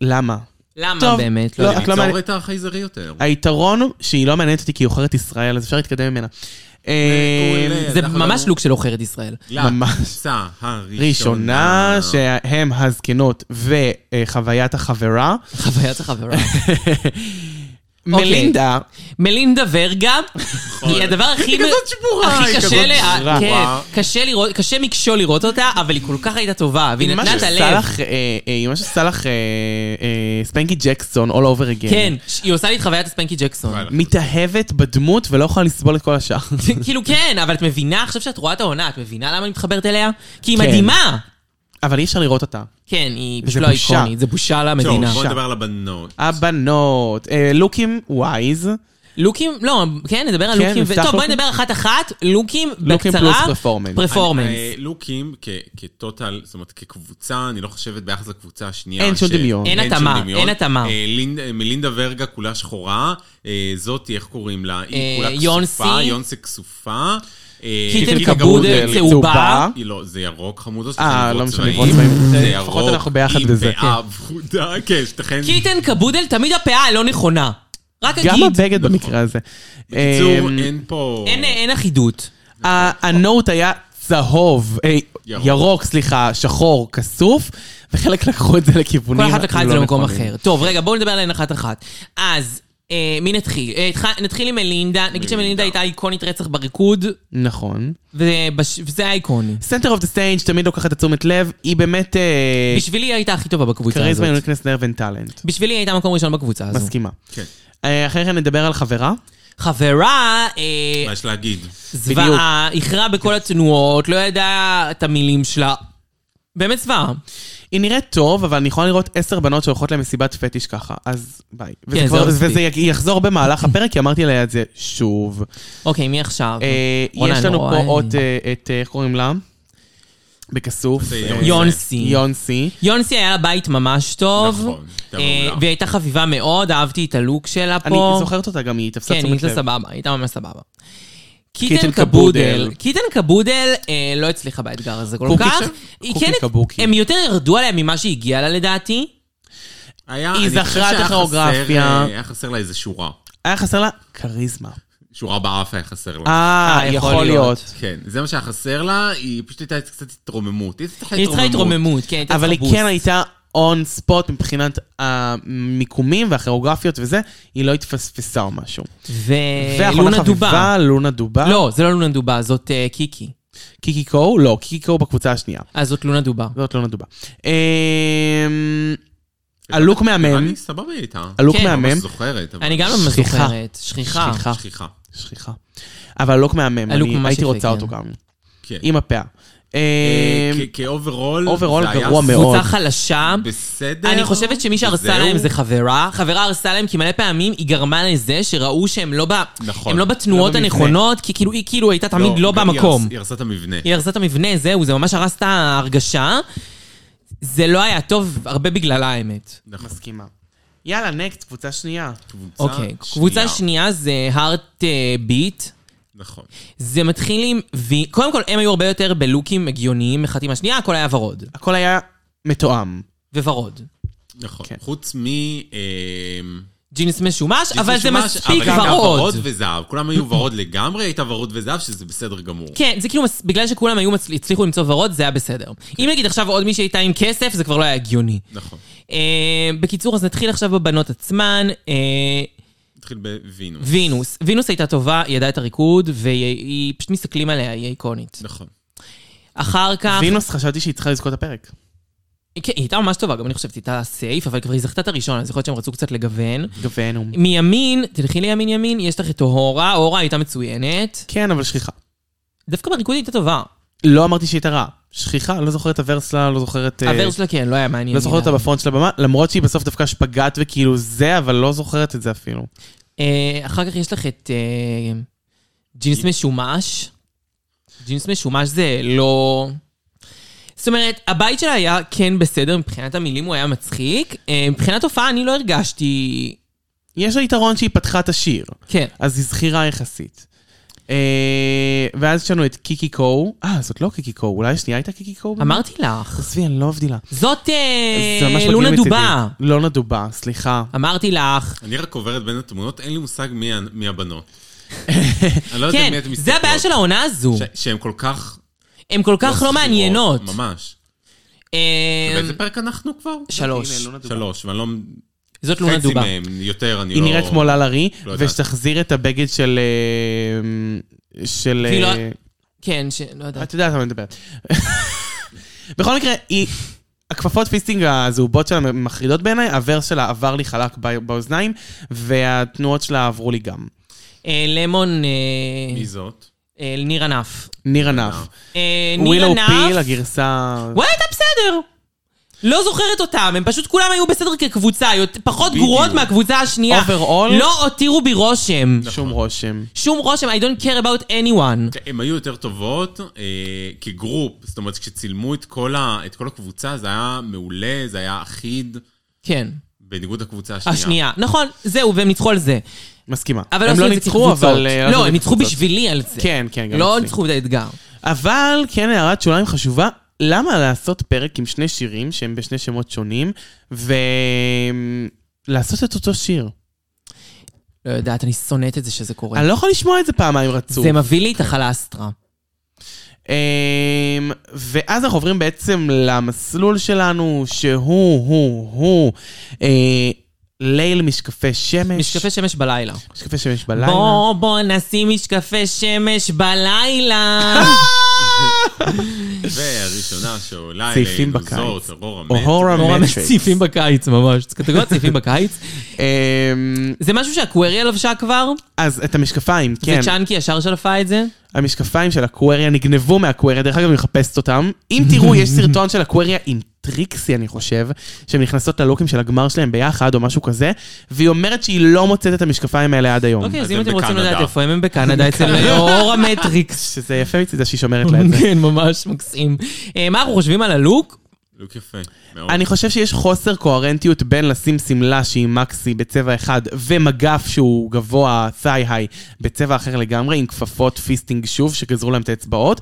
S3: למה?
S2: למה
S3: טוב,
S2: באמת? לא
S3: לא,
S2: יודעת.
S3: את לא מעניינת-
S4: ליצור את החייזרי יותר.
S3: היתרון הוא שהיא לא מעניינת אותי כי היא עוכרת ישראל, אז אפשר להתקדם ממנה. אה,
S4: מעולה.
S2: זה
S4: אנחנו
S2: ממש
S4: לא-
S2: לוק של עוכרת ישראל.
S3: ממש.
S4: לצה הראשונה.
S3: ראשונה, שהם הזקנות וחוויית החברה.
S2: חוויית החברה.
S3: אוקיי. מלינדה,
S2: מלינדה ורגה,
S3: נכון.
S2: היא הדבר הכי...
S4: היא כזאת שבורה,
S2: הכי
S4: היא
S2: קשה
S4: כזאת
S2: לה-
S4: שבורה.
S2: כן, קשה לראות, קשה מקשו לראות אותה, אבל היא כל כך הייתה טובה, והיא
S3: מה
S2: נתנה את הלב.
S3: שסאלח, אה, אה, היא מה שסאלח אה, אה, ספנקי ג'קסון, all over again.
S2: כן, היא עושה לי את חוויית הספנקי ג'קסון.
S4: וואלה.
S3: מתאהבת בדמות ולא יכולה לסבול את כל השאר.
S2: כאילו כן, אבל את מבינה עכשיו שאת רואה את העונה, את מבינה למה אני מתחברת אליה? כי היא
S3: כן.
S2: מדהימה!
S3: אבל אי אפשר לראות אותה.
S2: כן, היא
S3: זה
S2: פשוט לא
S3: בושה.
S2: איקונית, זה בושה
S4: טוב,
S2: למדינה.
S4: בואו נדבר על הבנות.
S3: הבנות, אה, לוקים ווייז.
S2: לוקים, לא, כן, נדבר על
S3: כן,
S2: לוקים. ו-
S3: נפתח
S2: טוב, בואי
S3: לוקים?
S2: נדבר אחת-אחת, לוקים בקצרה.
S3: לוקים פלוס פרפורמנס.
S2: פרפורמנס.
S4: אני, אה, לוקים כ- כטוטל, זאת אומרת כקבוצה, אני לא חושבת ביחס לקבוצה השנייה.
S3: אין שום
S4: ש-
S3: דמיון.
S2: אין
S4: שום
S2: התאמה,
S4: דמיון.
S2: אין התאמה.
S4: אה, לינד- אה, מלינדה ורגה כולה שחורה, אה, זאתי, איך קוראים לה?
S2: אה,
S4: היא כולה
S2: יונסי.
S4: כסופה, יונסי כסופה. אה,
S2: קיטן
S4: קיטן
S2: קבודל
S4: קבודל.
S2: צהובה.
S4: היא לא, זה ירוק חמודו,
S3: אה, לא משנה,
S4: צבעים.
S3: נברות צבעים.
S4: זה
S3: אה,
S4: ירוק,
S3: לפחות אנחנו ביחד בזה,
S4: עם פאה ורודה, כן, שתכן...
S2: קיטן קבודל, תמיד הפאה הלא נכונה. רק
S3: גם
S2: אגיד,
S3: הבגד במקרה הזה.
S4: בקיצור,
S3: אה,
S4: אין פה...
S2: אין- אין אחידות.
S3: ה- הנוט היה צהוב, אה,
S4: ירוק.
S3: ירוק, סליחה, שחור, כסוף, וחלק לקחו את זה
S2: כל
S3: לכיוונים
S2: אחת לקחה את זה
S3: לא
S2: למקום
S3: נכונים.
S2: אחר. טוב, רגע, בואו נדבר עליהן אחת-אחת. אז, אה, מי נתחיל? אה, התח- נתחיל עם מלינדה. נגיד שמלינדה הייתה איקונית רצח בריקוד,
S3: נכון.
S2: ובש- וזה היה איקוני.
S3: סנטר אוף דה סטיינג' תמיד לוקחת את תשומת לב, היא באמת אה,
S2: בשבילי היא הייתה הכי טובה בקבוצה הזאת.
S3: כריזמה יוניקנס נר וטאלנט.
S2: בשבילי היא הייתה מקום ראשון בקבוצה הזו.
S3: מסכימה.
S4: כן,
S3: אה, אחרי כן נדבר על חברה.
S2: חברה, אה,
S4: מה יש להגיד?
S2: זוועה, איחרה
S3: כן.
S2: בכל התנועות, לא ידעה את המילים שלה. באמת זוועה.
S3: היא נראית טוב, אבל אני יכולה לראות עשר בנות שהולכות למסיבת פטיש ככה, אז ביי. וזה,
S2: כן,
S3: כבר,
S2: זה מספיק.
S3: וזה יג- יחזור במהלך הפרק, כי אמרתי לה את זה שוב.
S2: אוקיי, מי עכשיו?
S3: אה,
S2: רונה,
S3: יש לנו
S2: אני לא
S3: פה
S2: רואה.
S3: אה, עוד אה, את, אה, איך קוראים לה? בכסוף.
S4: זה
S3: אה,
S2: יונסי.
S4: יונסי.
S3: יונסי.
S2: יונסי היה לה בית ממש טוב.
S4: נכון, הייתה
S2: אה,
S4: מעולה.
S2: והיא הייתה חביבה מאוד, אהבתי את הלוק שלה
S3: אני
S2: פה.
S3: זוכרת אותה גם, היא תפסה
S2: כן, היא
S3: תשומת
S2: הייתה
S3: לב.
S2: סבבה, הייתה ממש סבבה.
S3: קיטן
S2: קיטן
S3: קבודל.
S2: קבודל, קיטן קבודל אה, לא הצליחה באתגר הזה כל
S3: קוקי
S2: כך.
S3: ש-
S2: היא
S3: קוקי
S2: כן-
S3: קבוקי.
S2: הם יותר ירדו עליה ממה שהגיעה לה לדעתי.
S4: היה-
S3: היא
S4: אני חושב
S3: זכרה את
S4: שהיה חסר,
S3: הכוריאוגרפיה.
S4: אה, היה חסר לה איזה שורה.
S3: היה חסר לה כריזמה.
S4: שורה באף היה חסר לה.
S3: אה,
S2: אה, יכול
S3: יכול להיות.
S4: כן, זה מה שהיה חסר לה, היא פשוט הייתה קצת התרוממות. היא צריכה
S2: היא צריכה
S4: התרוממות.
S2: התרוממות, כן, הייתה
S3: אבל
S2: צריכה
S3: היא
S2: בוסט.
S3: כן הייתה און ספוט מבחינת המיקומים והכירוגרפיות וזה, היא לא התפספסה או משהו.
S2: ולונה דובה.
S3: לונה דובה.
S2: אה, לא, זה לא לונה דובה, זאת אה, קיקי.
S3: קיקי קו? לא, קיקי קו בקבוצה השנייה.
S2: אה, זאת לונה דובה.
S3: זאת לונה דובה. אמ, הלוק מהמם.
S4: אני סבבה איתה.
S3: הלוק
S2: כן,
S4: אני
S3: מהמם.
S4: ממש זוכרת. אבל- אה,
S2: אני גם לא ממש
S3: שכיחה.
S2: זוכרת. שכיחה.
S3: שכיחה.
S4: שכיחה.
S3: שכיחה. אבל הלוק מהמם.
S2: הלוק
S3: אני
S2: ממש
S3: הייתי
S2: יפה,
S3: רוצה
S2: כן.
S3: אותו גם.
S4: כן.
S3: עם הפאה.
S4: אה,
S3: אמ,
S4: כ- כאוברול,
S3: אוברול
S4: זה היה
S3: גרוע מאוד.
S2: קבוצה חלשה.
S4: בסדר.
S2: אני חושבת שמי שהרסה
S4: זהו.
S2: להם זה חברה. חברה הרסה להם כי מלא פעמים היא גרמה לזה שראו שהם לא, ב...
S4: נכון.
S2: הם לא בתנועות
S3: לא במבנה.
S2: הנכונות, כי כאילו היא כאילו הייתה
S4: לא,
S2: תמיד לא,
S4: גם היא
S2: במקום.
S4: הרס- היא הרסה את המבנה.
S2: היא הרסה את המבנה, זהו, זה ממש הרס את ההרגשה. זה לא היה טוב, הרבה בגללה האמת.
S4: נכון.
S3: מסכימה. יאללה, נקסט, קבוצה שנייה.
S4: קבוצה
S2: אוקיי, קבוצה שנייה זה הארט ביט.
S4: נכון.
S2: זה מתחיל עם... ו... קודם כל, הם היו הרבה יותר בלוקים הגיוניים אחת עם השנייה, הכל היה ורוד.
S3: הכל היה מתואם.
S2: וורוד.
S4: נכון.
S3: כן.
S4: חוץ מ... אמ,
S2: ג'ינס משומש, אבל זה
S4: משומש,
S2: מספיק
S4: אבל הייתה
S2: ורוד.
S4: וזהב. כולם היו ורוד לגמרי, הייתה ורוד וזהב, שזה בסדר גמור.
S2: כן, זה כאילו, מס- בגלל שכולם היו מצ... הצליחו למצוא ורוד, זה היה בסדר. אם נגיד עכשיו עוד מישהי הייתה עם כסף, זה כבר לא היה הגיוני.
S4: נכון.
S2: אה, בקיצור, אז נתחיל עכשיו בבנות עצמן. אה,
S4: נתחיל בווינוס.
S2: וינוס. וינוס הייתה טובה, היא ידעה את הריקוד, והיא היא- פשוט מסתכלים עליה, היא איקונית.
S4: נכון.
S2: אחר כך...
S3: וינוס, חשבתי שהיא צריכה לזכות את הפרק.
S2: כן, היא הייתה ממש טובה, גם אני חושבת, היא הייתה סייף, אבל כבר היא זכתה את הראשון, אז יכול להיות שהם רצו קצת לגוון.
S3: גוון.
S2: מימין, תלכי לימין ימין, יש לך את אוהורה, אוהורה הייתה מצוינת.
S3: כן, אבל שכיחה.
S2: דווקא בריקוד היא הייתה טובה.
S3: לא אמרתי שהיא הייתה רעה. שכיחה, לא זוכר את הוורס שלה, לא זוכר את... אה,
S2: הוורס שלה כן, לא היה מעניין.
S3: לא זוכר
S2: מדי.
S3: אותה בפרונט של הבמה, למרות שהיא בסוף דווקא שפגאט וכאילו זה, אבל לא זוכרת את זה אפילו.
S2: אה, אחר כך יש לך את אה, ג'ינס משומש. ג'ינס משומש זה לא... זאת אומרת, הבית שלה היה כן בסדר, מבחינת המילים הוא היה מצחיק. אה, מבחינת הופעה אני לא הרגשתי...
S3: יש לה יתרון שהיא פתחה את השיר,
S2: כן.
S3: אז היא זכירה יחסית. אה, ואז יש לנו את קיקי קו, אה, זאת לא קיקי קו, אולי השנייה הייתה קיקי קו?
S2: אמרתי לך.
S3: עזבי, אני לא מבדילה.
S2: זאת אה,
S3: זה ממש מגעיל
S2: לונה
S3: מצידי.
S2: דובה.
S3: לונה דובה, סליחה.
S2: אמרתי לך.
S4: אני רק עוברת בין התמונות, אין לי מושג מי ה- מי הבנות. אני לא יודע
S2: כן,
S4: מי אתם מסתכלות.
S2: זה הבעיה של העונה הזו.
S4: שהן כל כך...
S2: הן כל כך לא
S4: סבירות,
S2: מעניינות.
S4: ממש.
S2: אה,
S4: באיזה פרק אנחנו כבר?
S3: הנה,
S2: שלוש.
S3: לונה דובה.
S4: שלוש, ואני לא...
S2: זאת לונה
S4: חצי
S2: דובה.
S4: מהם, יותר, אני לא...
S3: היא נראית כמו ללארי,
S4: לא יודעת.
S3: ושתחזיר את הבגד של... אה, של...
S2: והיא לא-
S3: אה,
S2: כן, ש- לא יודעת.
S3: את יודעת על מה אני מדברת. בכל מקרה, היא... הכפפות פיסטינג הזהובות שלה מחרידות בעיניי, הוורס שלה עבר לי חלק בא- באוזניים, והתנועות שלה עברו לי גם.
S2: אה, למון, אה,
S4: מי זאת?
S2: אה, ניר ענף.
S3: ניר ענף.
S2: אה, ניר
S3: ווילו פיל,
S2: ענף,
S3: הגרסה...
S2: וואלה, הייתה בסדר. לא זוכרת אותם, הם פשוט כולם היו בסדר כקבוצה, יותר- פחות
S4: בדיוק.
S2: גרועות מהקבוצה השנייה.
S3: Overall? נכון.
S2: לא הותירו בי רושם.
S3: שום רושם.
S2: שום רושם, I don't care about
S3: כן.
S2: anyone.
S4: הן היו יותר טובות אה, כגרופ, זאת אומרת, כשצילמו את כל, ה, את כל הקבוצה, זה היה מעולה, זה היה אחיד,
S2: כן.
S4: בניגוד לקבוצה השנייה.
S2: השנייה. נכון, זהו, והם ניצחו על זה.
S3: מסכימה.
S2: אבל
S3: הם
S2: עשו
S3: לא
S2: את זה
S3: ניצחו,
S2: כקבוצות.
S3: אבל... אה, עשו את
S2: לא,
S3: זה
S2: הם ניצחו
S3: כקבוצות.
S2: בשבילי על זה.
S3: כן, כן, גם
S2: לא
S3: אצלי.
S2: ניצחו את האתגר.
S3: אבל כן הערת שוליים חשובה, למה לעשות פרק עם שני שירים שהם בשני שמות שונים, ולעשות את אותו שיר?
S2: לא יודעת, אני שונאת את זה שזה קורה.
S3: אני לא יכול לשמוע את זה פעמיים רצוף.
S2: זה מביא
S3: כן.
S2: לי את החלסטרה.
S3: אמ, ואז אנחנו עוברים בעצם למסלול שלנו, שהוא, הוא, הוא, אה, ליל משקפי שמש.
S2: משקפי שמש בלילה.
S3: משקפי שמש בלילה.
S2: בוא, בוא נשים משקפי שמש בלילה.
S4: והראשונה שעולה
S3: צעיפים
S4: אלינו
S3: בקיץ.
S4: זאת, אורורה
S3: אורורה
S4: מטריקס.
S2: נורא
S3: מטריקס.
S2: מציפים בקיץ ממש. זה קטגוריית צעיפים בקיץ.
S3: אמ,
S2: זה משהו שהקוויריה לבשה כבר?
S3: אז את המשקפיים, כן. Mm,
S2: וצ'אנקי ישר שלפה את זה?
S3: המשקפיים של הקווריה נגנבו מהקווריה, דרך אגב, אני מחפשת אותם. אם תראו, יש סרטון של הקווריה עם טריקסי, אני חושב, שהן נכנסות ללוקים של הגמר שלהן ביחד או משהו כזה, והיא אומרת שהיא לא מוצאת את המשקפיים האלה עד היום.
S2: אוקיי, אז
S4: אז
S2: אם
S4: הם
S2: אתם רוצים
S4: בקנדה.
S2: לדעת איפה הם, הם בקנדה, אצל אור המטריקס.
S3: שזה יפה מצידה שהיא שומרת לה את זה.
S2: כן, ממש מקסים. אה, מה אנחנו חושבים על הלוק?
S4: לוק יפה. מאוד.
S2: אוקיי.
S3: אני חושב שיש חוסר קוהרנטיות בין לשים שמלה שהיא מקסי בצבע אחד ומגף שהוא גבוה, סי-היי, בצבע אחר לגמרי, עם כפפות פיסטינג שוב שגזרו להם את האצבעות,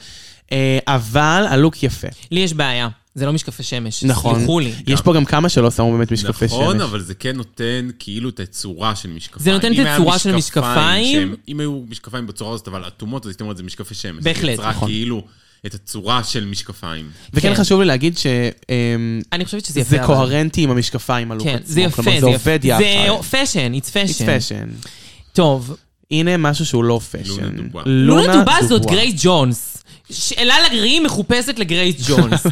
S3: אה, אבל הלוק יפה.
S2: לי יש בעיה, זה לא משקפי שמש.
S3: נכון.
S2: סלחו לי.
S3: יש פה גם כמה שלא שמו באמת משקפי שמש.
S4: נכון, אבל זה כן נותן כאילו את הצורה של משקפיים.
S2: זה נותן את
S4: אם היה
S2: הצורה של משקפיים.
S4: שהם- אם היו משקפיים בצורה הזאת, אבל אטומות, אז הייתי אומר, זה משקפי שמש.
S2: בהחלט,
S4: זה יצרה
S2: נכון.
S4: כאילו את הצורה של משקפיים.
S3: וכן
S2: כן.
S3: חשוב לי להגיד ש... אמ,
S2: אני חושבת שזה יפה.
S3: זה
S2: אבל.
S3: קוהרנטי עם המשקפיים, הלוק
S2: כן,
S3: עצמו.
S2: זה יפה, זה
S3: כלומר,
S2: יפה.
S3: זה עובד יחד.
S2: זה פאשן, it's
S3: It's
S2: fashion.
S3: fashion.
S2: טוב,
S3: הנה משהו שהוא לא פאשן.
S4: לונה דובה.
S2: לונה דובה לא זאת גרייס ג'ונס. שאלה לגרי מחופשת לגרייס ג'ונס.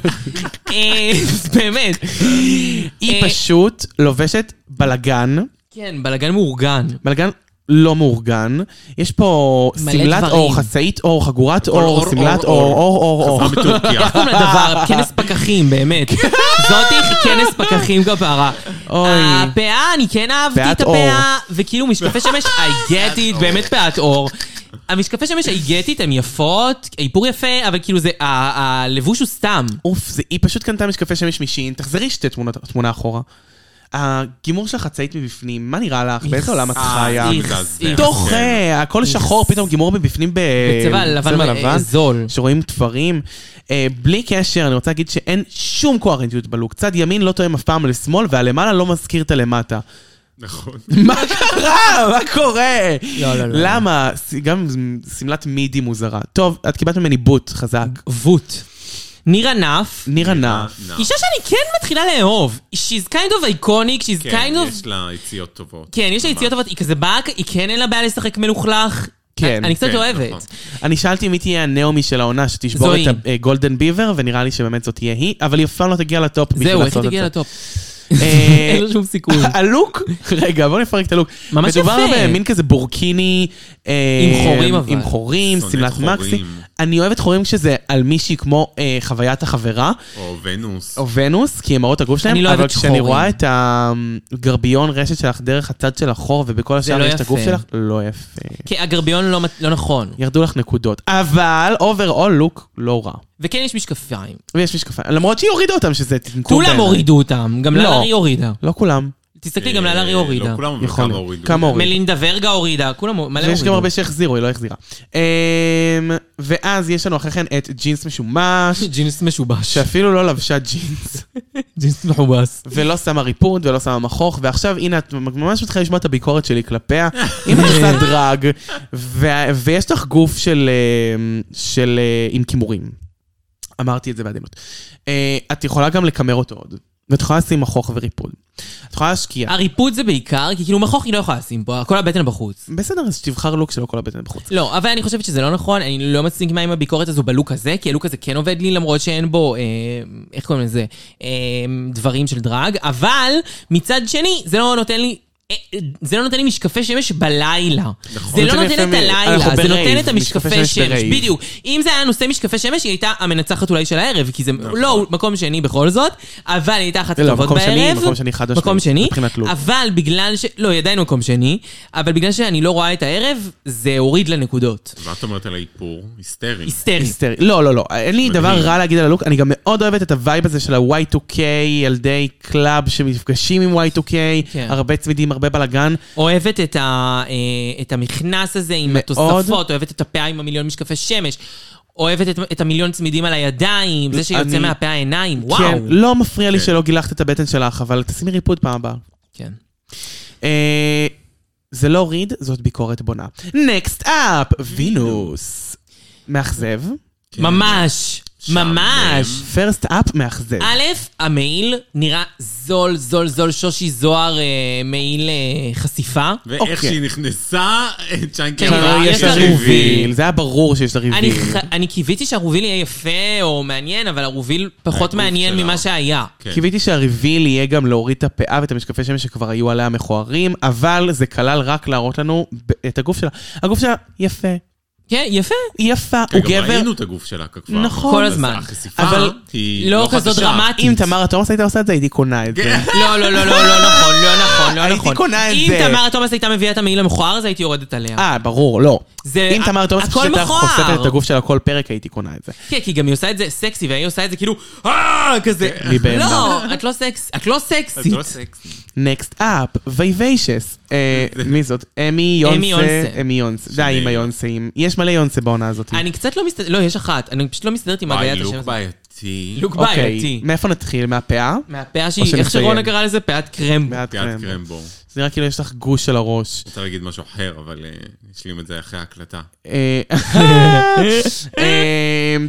S2: אה, באמת.
S3: היא
S2: אה,
S3: פשוט לובשת בלגן,
S2: כן, בלאגן מאורגן.
S3: בלגן לא מאורגן. יש פה
S2: מלא
S3: שמלת
S2: דברים.
S3: אור, חצאית אור, חגורת
S4: הכל
S3: אור, שמלת אור, אור, אור, אור.
S4: חזרה מטורקיה.
S2: קוראים לדבר, כנס פקחים, באמת. זאתי כנס פקחים כפרה.
S3: אוי.
S2: הפאה, אני כן אהבתי את
S3: פאת אור.
S2: הפאה, וכאילו משקפי שמש, I get it, באמת פאת אור. המשקפי שמש, I get it, הן יפות, איפור יפה, אבל כאילו זה, ה- הלבוש הוא סתם.
S3: אוף, זה- היא פשוט קנתה משקפי שמש משין, תחזרי שתי תמונות- תמונה אחורה. הגימור של החצאית מבפנים, מה נראה לך? באיזה עולם את
S4: אה,
S3: חיה?
S4: זה
S2: איך-
S4: מזעזע.
S2: איך-
S3: תוך
S4: כן.
S3: אה, הכל שחור, פתאום גימור מבפנים ב-
S2: בצבע לבן מ- אה, זול.
S3: שרואים תפרים. אה, בלי קשר, אני רוצה להגיד שאין שום קוהרנטיות בלוק. צד ימין לא תואם אף פעם לשמאל, והלמעלה לא מזכיר את הלמטה.
S4: נכון.
S3: מה קרה? אה, מה קורה?
S2: לא, לא, לא.
S3: למה? ס- גם שמלת מידי מוזרה. טוב, את קיבלת ממני בוט חזק.
S2: ווט. ניר ענף.
S3: נירה נע.
S4: נא.
S2: אישה שאני כן מתחילה לאהוב. She's kind of iconic, she's
S4: כן,
S2: kind of
S4: יש לה יציאות טובות.
S2: כן, יש לה
S4: ממש.
S2: יציאות טובות, היא כזה באה, היא כן אין לה בעיה לשחק מלוכלך.
S3: כן,
S2: אני- אני קצת
S4: כן,
S2: אוהבת.
S4: נכון.
S3: אני שאלתי מי תהיה הנעמי של העונה שתשבור
S2: זוהי.
S3: את הגולדן ביבר, ונראה לי שבאמת זאת תהיה היא, אבל היא אף פעם לא תגיע לטופ בשביל
S2: זהו, איך
S3: לעשות
S2: היא
S3: את
S2: תגיע
S3: זה.
S2: לטופ?
S3: אה,
S2: אין לה שום סיכוי.
S3: הלוק, רגע, בוא נפרק את הלוק.
S2: ממש
S3: מדובר
S2: יפה.
S3: במין כזה בורקיני. אה,
S2: עם חורים אבל.
S3: עם חורים,
S4: שונאת
S3: שמלת מקסי.
S4: חורים.
S3: אני אוהבת חורים כשזה על מישהי כמו אה, חוויית החברה,
S4: או ונוס.
S3: או ונוס, כי הם מראות הגוף שלהם,
S2: אני לא
S3: אבל
S2: אוהבת
S3: כשאני
S2: שחורים.
S3: רואה את הגרביון רשת שלך דרך הצד של החור, ובכל השאר
S2: לא
S3: יש את הגוף
S2: יפה.
S3: שלך, לא יפה.
S2: כי הגרביון לא מת- לא נכון.
S3: ירדו לך נקודות. אבל אוברול לוק לא רע.
S2: וכן יש משקפיים.
S3: ויש משקפיים, למרות שהיא הורידה אותם, שזה טמטום.
S2: כולם
S3: בעיניי.
S2: הורידו אותם, גם
S3: לא.
S2: ללארי הורידה.
S3: לא כולם.
S2: תסתכלי, גם ללארי הורידה.
S4: לא כולם, אבל
S3: יכול
S4: כמה
S3: להיות.
S4: הורידו.
S3: כמה הורידו.
S2: מלינדה ורגה הורידה, כולם, מלא הורידו.
S3: ויש גם הרבה שהחזירו, היא לא החזירה. אמ, ואז יש לנו אחרי כן את ג'ינס משומש,
S2: ג'ינס משובש.
S3: שאפילו לא לבשה ג'ינס,
S2: ג'ינס מחובס.
S3: ולא שמה ריפוד ולא שמה מכוך, ועכשיו הנה, את ממש מתחילה לשמוע את הביקורת שלי כלפיה. אם את עושה דרג, ו- ויש לך גוף של, אמ, של, אה, עם כימורים. אמרתי את זה בעדינות. אה, את יכולה גם לקמר אותו עוד, ואת יכולה לשים מכוך וריפוד. את יכולה להשקיע.
S2: הריפוד זה בעיקר, כי כאילו מכוך היא לא יכולה לשים פה, כל הבטן בחוץ.
S3: בסדר, אז שתבחר לוק שלא כל הבטן בחוץ.
S2: לא, אבל אני חושבת שזה לא נכון, אני לא מסכימה עם הביקורת הזו בלוק הזה, כי הלוק הזה כן עובד לי, למרות שאין בו, אה, איך קוראים לזה, אה, דברים של דרג, אבל מצד שני, זה לא נותן לי... אה, אה, זה לא נותן לי משקפי שמש בלילה. זה לא
S3: נכון. נותן
S2: נותן
S3: יפה
S2: את
S3: מ- אנחנו
S2: הלילה, זה
S3: ברייב,
S2: נותן את המשקפי
S3: משקפי
S2: שמש.
S3: שמש ברייב.
S2: בדיוק. אם זה היה נושא משקפי שמש, היא הייתה המנצחת אולי של הערב, כי זה לא מקום שני בכל זאת, אבל היא הייתה אחת
S3: נכון. לא,
S2: הטובות
S3: מקום שני,
S2: בערב.
S3: מקום שני חד או
S2: מקום
S3: שני,
S2: שני,
S3: מבחינת לוק.
S2: אבל בגלל ש... לא, היא עדיין מקום שני, אבל בגלל שאני לא רואה את הערב, זה הוריד לה נקודות.
S4: מה את אומרת על האיפור? היסטרי.
S2: היסטרי.
S3: היסטרי. לא, לא, לא. אין לי דבר רע להגיד על הלוק. אני גם מאוד אוהבת את הווייב הזה של ה-Y2K, ילדי קלאב שנפגשים עם Y2K,
S2: כן.
S3: הרבה צמידים, הרבה בלאגן.
S2: אוהבת את, ה... אה, את המכנס הזה עם התוספות, אוהבת את הפאה עם המיליון משקפי שמש, אוהבת את, את המיליון צמידים על הידיים, זה שיוצא
S3: אני-
S2: מהפאה העיניים, וואו.
S3: כן, לא מפריע לי
S4: כן.
S3: שלא גילחת את הבטן שלך, אבל תשימי ריפוד פעם הבאה.
S2: כן.
S3: אה, זה לא ריד, זאת ביקורת בונה. נקסט אפ, וינוס. מאכזב.
S4: כן.
S2: ממש,
S4: שם
S2: ממש.
S3: פרסט אפ מאכזב.
S2: א', המעיל נראה זול, זול, זול, שושי זוהר אה, מעיל אה, חשיפה.
S4: ואיך
S3: אוקיי.
S4: שהיא נכנסה, צ'אנקי
S2: כן,
S4: אמרה,
S2: אבל
S3: יש
S2: יש
S3: לה
S2: לה
S3: ריביל.
S2: ריביל.
S3: זה היה ברור שיש לה
S2: אני,
S3: ריביל.
S2: ח... אני קיוויתי שהרוביל יהיה יפה או מעניין, אבל הרוביל פחות
S4: הגוף
S2: מעניין
S4: שלה.
S2: ממה שהיה.
S4: כן.
S3: קיוויתי שהריביל יהיה גם להוריד את הפאה ואת המשקפי שמש שכבר היו עליה מכוערים, אבל זה כלל רק להראות לנו ב- את הגוף שלה. הגוף שלה יפה,
S2: כן, יפה.
S3: היא יפה,
S4: כן,
S3: הוא
S4: גם
S3: גבר.
S4: ראינו את הגוף שלה כבר.
S3: נכון.
S2: כל
S4: אז
S2: הזמן.
S4: החשיפה
S2: אבל
S4: היא
S2: לא
S4: לא
S2: כזאת
S4: חדשה.
S2: דרמטית.
S3: אם תמרה תומאס הייתה עושה את זה, הייתי קונה את זה.
S4: כן.
S2: לא, לא, לא, לא, לא נכון, לא נכון, לא
S3: הייתי
S2: נכון.
S3: קונה את
S2: אם
S3: זה.
S2: תמרה תומאס הייתה מביאה את המעיל המכוער הזה, הייתי יורדת עליה.
S3: אה, ברור, לא.
S2: זה-
S3: אם תמר תומאס
S2: הכל
S3: פשוט הייתה
S2: מכוער.
S3: חושפת את הגוף שלה כל פרק, הייתי קונה את זה.
S2: כן, כי גם היא עושה את זה סקסי, והיא עושה את זה כאילו, "אה", כזה.
S3: לי בהמה.
S2: לא, את לא סקס- את לא
S4: אז זה
S2: סקסית.
S4: כן, לא סקסי.
S3: נקסט אפ, וייביישס. אה, מי זאת? אמי
S2: אמי
S3: יונסה.
S2: יונסה.
S3: אמי יונסה. די עם היונסאים. יש מלא יונסה בעונה הזאת.
S2: אני קצת לא מסתדרת, לא, יש אחת, אני פשוט לא מסתדרת עם הוויית
S4: וואי,
S2: השם
S4: לוק
S2: הזה.
S4: בעייתי.
S2: לוק
S3: אוקיי,
S2: בעייתי.
S3: מאיפה נתחיל? מהפאה?
S2: מהפאה שהיא, איך
S3: שנסיים.
S2: שרונה קרא לזה? פאת קרם.
S3: מעט
S4: פיית קרמבו.
S3: זה נראה כאילו יש לך גוש על הראש.
S4: רוצה להגיד משהו אחר, אבל אה, נשלים את זה אחרי ההקלטה.
S3: אה,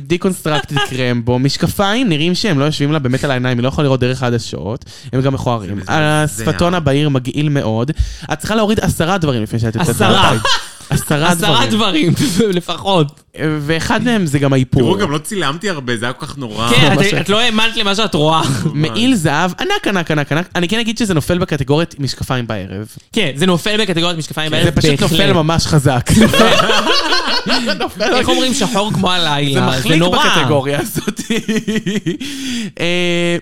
S3: דיקונסטרקטד קרמבו, משקפיים נראים שהם לא יושבים לה באמת על העיניים, היא לא יכולה לראות דרך העדשות, הם גם מכוערים.
S4: זה מזעזע.
S3: השפתון הבהיר מגעיל מאוד. את צריכה להוריד עשרה דברים לפני שאת יוצאת
S2: עשרה.
S3: מהבית. עשרה
S2: עשרה
S3: דברים.
S2: דברים, לפחות.
S3: ואחד מהם זה גם האיפור.
S4: תראו, גם לא צילמתי הרבה, זה היה כל כך נורא.
S2: כן,
S3: ממש
S2: את-
S3: לא.
S2: את לא האמנת למה שאת רואה.
S3: מעיל זהב, ענק, ענק, ענק, ענק. אני כן אגיד שזה נופל בקטגוריית משקפיים בערב.
S2: כן, זה נופל בקטגוריית משקפיים בערב,
S3: זה פשוט
S2: בהחלט.
S3: נופל ממש חזק.
S2: איך אומרים שחור כמו
S3: זה
S2: הלילה? זה
S3: מחליק
S2: נורא.
S3: בקטגוריה הזאת. אה,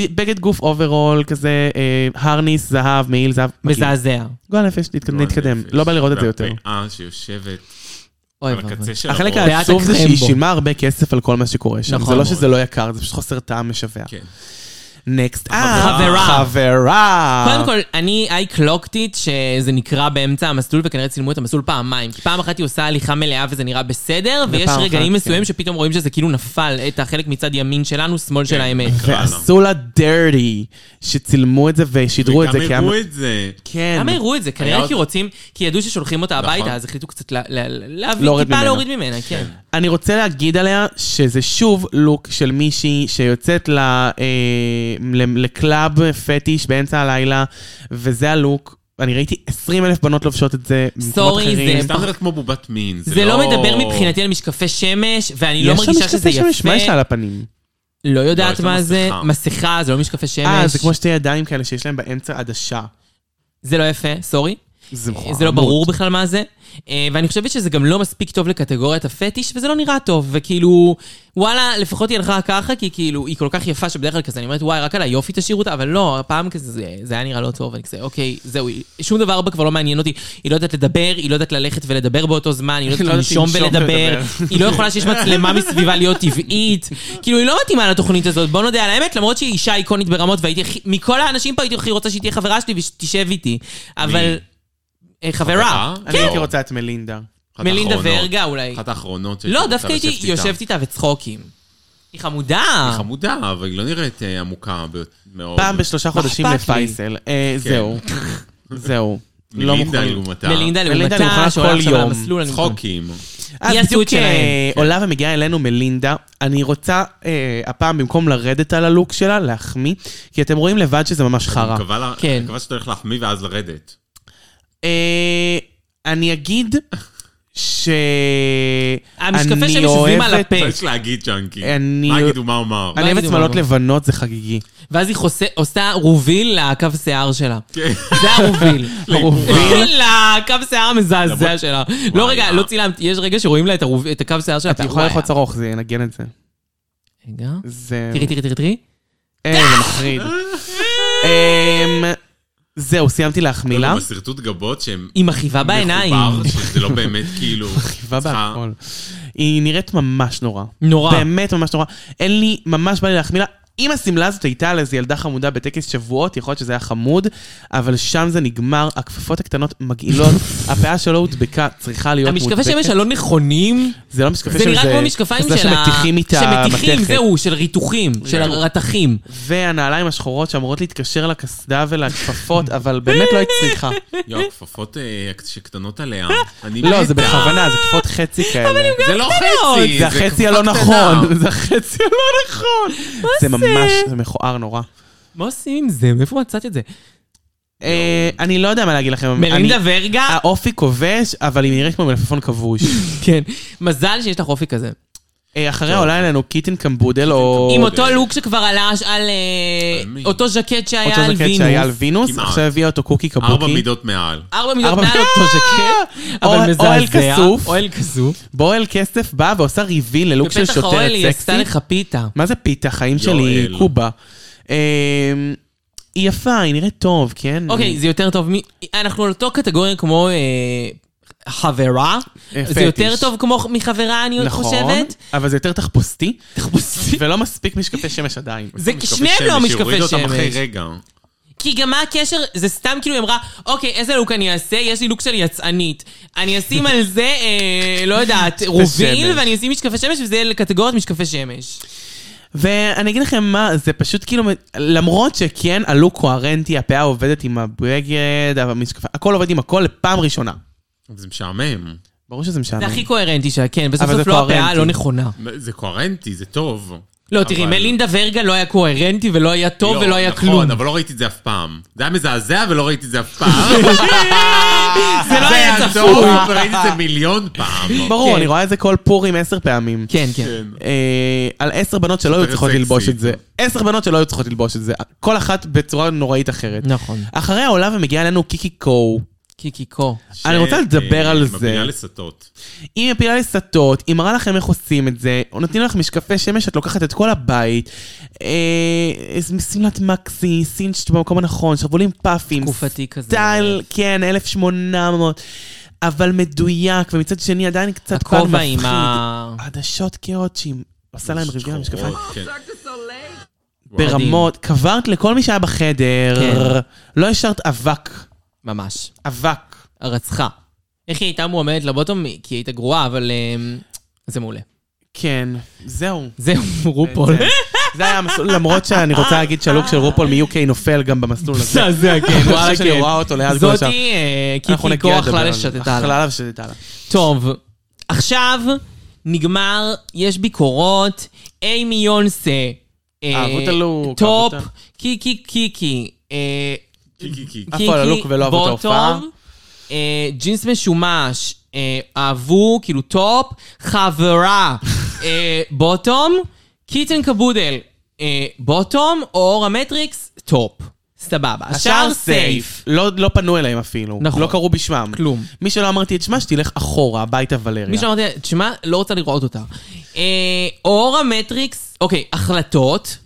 S3: ב- בגד גוף אוברול כזה, אה, הרניס, זהב, מעיל, זהב.
S2: מזעזע.
S3: גועל נפש, נתק-
S4: גועל
S3: נתקדם.
S4: נפש.
S3: לא בא לראות את זה יותר.
S4: והפאה אה, שיושבת
S2: אוי
S4: על
S2: ואבוי.
S4: הקצה של
S3: החלק
S4: הראש.
S2: היה-
S3: העצוב זה
S2: בעיית
S3: שהיא
S2: הקרמבו.
S3: שילמה הרבה כסף על כל מה שקורה שם.
S2: נכון
S3: זה לא
S2: מאוד.
S3: שזה לא יקר, זה פשוט חוסר טעם משווע. אה,
S4: כן.
S3: נקסט.
S2: חברה.
S3: חברה.
S2: קודם כל, אני איי קלוקטית, שזה נקרא באמצע המסלול, וכנראה צילמו את המסלול פעמיים. כי פעם אחת היא עושה הליכה מלאה וזה נראה בסדר, ויש
S3: אחת,
S2: רגעים
S3: כן.
S2: מסוימים שפתאום רואים שזה כאילו נפל, את החלק מצד ימין שלנו, שמאל
S3: כן.
S2: של האמת.
S4: קרה לה.
S3: ועשו לה דרטי, שצילמו את זה ושידרו את זה.
S4: וגם
S3: כי היה-
S4: הראו את זה.
S3: כן.
S2: למה הראו את זה?
S4: היה
S2: כנראה
S4: עוד-
S2: כי רוצים, כי ידעו ששולחים אותה
S4: נכון.
S2: הביתה, אז החליטו קצת לה- לה- להביא
S3: להוריד
S2: טיפה
S3: ממנה.
S2: להוריד ממנה, כן.
S3: אני רוצה להגיד עליה שזה שוב לוק של מישהי שיוצאת ל, אה, ל- לקלאב פטיש באמצע הלילה, וזה הלוק. אני ראיתי 20 אלף בנות לובשות את זה במקומות
S2: Sorry,
S3: אחרים.
S2: זה-
S4: סתם נראית כמו בובת מין.
S2: זה לא מדבר מבחינתי על משקפי שמש, ואני לא מרגישה שזה
S3: יש לה משקפי שמש, מה יש לה על
S2: יפה.
S3: הפנים?
S2: לא
S4: לא,
S2: יודעת
S4: יש לה
S2: מה זה.
S4: מסכה.
S2: מסכה, זה לא משקפי
S3: אה,
S2: שמש.
S3: זה כמו שתי ידיים כאלה שיש להם באמצע עדשה.
S2: זה לא יפה, סורי.
S3: זה מכוער.
S2: זה לא ברור בכלל מה זה. אה, ואני חושבת שזה גם לא מספיק טוב לקטגוריית הפטיש, וזה לא נראה טוב. וכאילו, וואלה, לפחות היא הלכה ככה, כי כאילו, היא כל כך יפה שבדרך כלל כזה, אני אומרת, וואי, רק על היופי תשאירו אותה, אבל לא, הפעם כזה, זה- זה היה נראה לא טוב. אני כזה, אוקיי, זהו, היא- שום דבר בה כבר לא מעניין אותי. היא לא יודעת לדבר, היא לא יודעת ללכת ולדבר באותו זמן, היא לא
S3: לא
S2: יודעת
S3: יודעת
S2: לנשום
S3: לנשום
S2: ולדבר,
S3: ולדבר.
S2: היא לא יכולה שיש מצלמה מסביבה להיות טבעית. כאילו, היא לא מתאימה לתוכנית הזאת, בוא נודה על האמת, למרות שהיא אישה איקונית ברמות, והייתי הכי, מכל האנשים פה הייתי הכי רוצה שהיא תהיה חברה שלי ושתשב איתי. אבל... אה, חברה.
S4: חברה?
S3: אני
S4: כן.
S3: הייתי רוצה את מלינדה.
S4: אחת
S2: מלינדה
S4: האחרונות.
S2: ורגה אולי.
S4: אחת האחרונות.
S2: לא,
S4: שרוצה
S2: דווקא הייתי
S4: לשבת איתה.
S2: יושבת איתה וצחוקים. היא חמודה.
S4: חמודה, אבל היא לא נראית אה, עמוקה ב- מאוד.
S3: פעם בשלושה
S2: מה
S3: חודשים
S2: לא אכפת לי? כן.
S3: לפייסל. אה, זהו. זהו. לא
S4: מלינדה
S3: מוכנים.
S4: לעומתה.
S2: מלינדה
S3: מלינדה, אני
S2: לעומתה,
S3: מוכנה
S2: שעולה
S3: כל
S2: עכשיו על
S3: יום.
S2: המסלול. אני-
S4: צחוקים.
S3: אז
S2: היא
S3: בדיוק
S2: הסיוט שלהם. כן.
S3: אה, עולה ומגיעה אלינו מלינדה. אני רוצה אה, הפעם, במקום לרדת על הלוק שלה, להחמיא, כי אתם רואים לבד שזה ממש
S4: אני
S3: חרא.
S4: מקווה לה-
S2: כן.
S4: אני מקווה שאתה הולך להחמיא ואז לרדת.
S3: אה, אני אגיד ש...
S2: המשקפי
S3: אני
S2: שהם יושבים על
S3: אוהבת-
S2: הפה.
S4: מה יש להגיד, ג'אנקי?
S3: כן. אני-
S4: מה יגידו, מה אומר?
S3: אני אוהבת
S2: מה
S3: שמלות
S2: זה,
S3: לבנות, זה חגיגי.
S2: ואז היא חוסה- עושה רוביל לקו שיער שלה.
S4: כן.
S2: זה הרוביל.
S4: לא
S3: הרוביל.
S2: רוביל לקו שיער המזעזע
S4: למרות-
S2: שלה. לא,
S4: וואי,
S2: רגע,
S4: אה.
S2: לא צילמתי. יש רגע שרואים לה את הרוב- את הקו שיער שלה.
S3: את יכולה לחוץ ארוך, זה ינגן את זה.
S2: רגע.
S3: זה...
S2: תראי, תראי, תראי, תראי.
S3: אה, זה מחריד. אמ, זהו, סיימתי להחמיא לה.
S4: גם לא, בשרטוט גבות שהם
S2: היא מכאיבה בעיניים.
S4: מחובר, שזה לא באמת כאילו...
S3: חשיבה
S4: צריכה-
S3: בהכל. היא נראית ממש נורא.
S2: נורא.
S3: באמת ממש נורא. אין לי, ממש בא לי להחמיא לה. אם השמלה הזאת הייתה על איזו ילדה חמודה בטקס שבועות, יכול להיות שזה היה חמוד, אבל שם זה נגמר, הכפפות הקטנות מגעילות, הפאה שלא הודבקה צריכה להיות מודבקת.
S2: המשקפי שמש הלא נכונים.
S3: זה לא משקפי שמש,
S2: זה נראה כמו משקפיים
S3: זה
S2: של ה...
S3: שמטיחים איתה
S2: שמטיחים,
S3: מתכת.
S2: זהו, של ריתוחים, של הרתכים.
S3: והנעליים השחורות שאמורות להתקשר לקסדה ולכפפות, אבל באמת לא הצליחה.
S4: יואו, כפפות אה, שקטנות עליה. אני
S3: לא, זה
S4: מתה.
S3: בכוונה, זה כפפות חצי כאלה.
S4: זה לא חצי,
S3: זה החצי הלא
S4: כפפה
S3: נכון,
S4: קטנה.
S3: זה החצי הלא נכון. זה ממש, זה מכוער נורא.
S2: מה עושים עם זה? מאיפה מצאת את זה?
S3: אה, אני לא יודע מה להגיד לכם.
S2: מלינדה
S3: אני-
S2: ורגה?
S3: האופי כובש, אבל היא נראית כמו מלפפון כבוש.
S2: כן. מזל שיש לך אופי כזה.
S3: אה, אחריה עולה אלינו קיטין קמבודל, או...
S2: עם
S4: או
S2: אותו
S4: ב-
S2: לוק שכבר עלה ש- על אה,
S4: על מי?
S2: אותו ז'קט שהיה
S3: אותו
S2: על
S3: ז'קט שהיה על
S2: וינוס.
S3: וינוס,
S4: כמעט.
S3: עכשיו הביאה אותו קוקי קבוקי.
S4: ארבע מידות מעל.
S2: ארבע מידות
S3: ארבע-
S2: מעל אותו ז'קט,
S3: אוהל-
S2: אה, אבל מזעזע.
S3: אוהל כסוף.
S2: אוהל כסוף.
S3: בואל כסף באה ועושה ריביל ללוק של
S2: בפתח האוהל
S3: שוטרת
S2: היא עשתה
S3: סקסית.
S2: לך פיתה.
S3: מה זה פיתה? חיים שלי,
S4: יואל.
S3: קובה. אמ, היא יפה, היא נראית טוב, כן?
S2: אוקיי, זה יותר טוב מ... אנחנו על אותו קטגוריה כמו אה, חברה.
S3: אה,
S2: זה
S3: פטיש.
S2: יותר טוב כמו מחברה, אני עוד
S3: נכון,
S2: חושבת.
S3: אבל זה יותר תחפושתי,
S2: תחפושי.
S3: ולא מספיק משקפי שמש עדיין.
S2: זה
S4: משקפי
S2: שניהם לא
S4: שמש,
S2: משקפי
S4: יורידו אותם אחרי
S2: שמש.
S4: רגע.
S2: כי גם מה הקשר, זה סתם כאילו היא אמרה, אוקיי, איזה לוק אני אעשה? יש לי לוק של יצאנית. אני אשים על זה, אה, לא יודעת,
S3: שמש.
S2: רוביל, ואני אשים משקפי שמש, וזה יהיה לקטגוריית משקפי שמש.
S3: ואני אגיד לכם מה, זה פשוט כאילו, למרות שכן, הלוק קוהרנטי, הפאה עובדת עם הבגד, המשקפה, הכל עובד עם הכל פעם ראשונה.
S4: אבל זה משעמם.
S3: ברור שזה משעמם.
S2: זה הכי קוהרנטי שלה, כן, בסוף
S3: אבל זה
S2: סוף לא הפאה
S3: קוהרנטי.
S2: לא נכונה.
S4: זה קוהרנטי, זה טוב.
S2: לא, תראי,
S4: אבל-
S2: מלינדה ורגה לא היה קוהרנטי ולא היה טוב
S4: לא,
S2: ולא היה
S4: נכון,
S2: כלום.
S4: אבל לא ראיתי את זה אף פעם. זה היה מזעזע ולא ראיתי את זה אף פעם.
S2: זה לא היה
S4: טוב,
S2: צפוי.
S4: ראיתי את זה מיליון פעם.
S3: ברור,
S2: כן.
S3: אני רואה את זה כל פורים עשר פעמים.
S2: כן, כן.
S4: כן.
S3: אה, על עשר בנות שלא היו
S4: יותר
S3: צריכות
S4: סקסי.
S3: ללבוש את זה. עשר בנות שלא היו צריכות ללבוש את זה. כל אחת בצורה נוראית אחרת.
S2: נכון.
S3: אחריה עולה ומגיעה אלינו קיקי קו.
S2: קיקי קו.
S3: אני רוצה לדבר
S4: אה,
S3: על זה.
S4: מפילה לסטות.
S3: היא מפילה לסטות, היא מראה לכם איך עושים את זה, נותנים לך משקפי שמש, את לוקחת את כל הבית. אה, איזה שמלת מקסי, סינצ'ט במקום הנכון, שרוולים פאפים.
S2: תקופתי כזה.
S3: סטייל, כן, 1800. אבל מדויק, ומצד שני עדיין קצת פן
S2: הכובע עם
S3: מפחיד.
S2: ה-
S3: עדשות קהות שהיא עושה להם ריבים על המשקפיים.
S4: שחורות, כן.
S3: ברמות, קברת לכל מי שהיה בחדר,
S2: כן.
S3: לא השארת אבק,
S2: ממש.
S3: אבק.
S2: הרצחה. איך היא הייתה מועמדת לבוטום? כי היא הייתה גרועה, אבל... אמ, זה מעולה.
S3: כן, זהו.
S2: זהו, רופול.
S3: כן. זה היה המסלול, למרות שאני רוצה להגיד שהלוק של רופול מ-UK נופל גם במסלול הזה.
S2: מזעזע, כן,
S3: וואלה שאני רואה אותו ליד כל השאר.
S2: זאתי, אה,
S3: אנחנו
S2: קיקי
S3: נגיע
S2: קו
S3: לדבר
S2: אכלה
S3: על זה.
S2: לשתתה עליו.
S3: אכלה עליו שתתה עליו.
S2: טוב, עכשיו נגמר, יש ביקורות, איי מיונסה. אה,
S3: אהבו את הלוק,
S2: טופ,
S3: אהבו את
S2: קיקי קיקי. אה,
S4: קי, קי, קי.
S3: עפו על הלוק לא ולא אהבו את
S2: בוטום,
S3: ההופעה.
S2: אה, ג'ינס משומש, אה, אהבו, כאילו טופ, חברה, אה, בוטום, קיטן קבודל, אה, בוטום, אור המטריקס, טופ. סבבה. השאר סייף.
S3: לא לא פנו אליהם אפילו.
S2: נכון.
S3: לא קראו בשמם.
S2: כלום.
S3: מי שלא אמרתי את שמה, שתלך אחורה, הביתה ולריה.
S2: מי שאמרתי, תשמע, לא רוצה לראות אותה. אה, אור המטריקס, אוקיי, החלטות.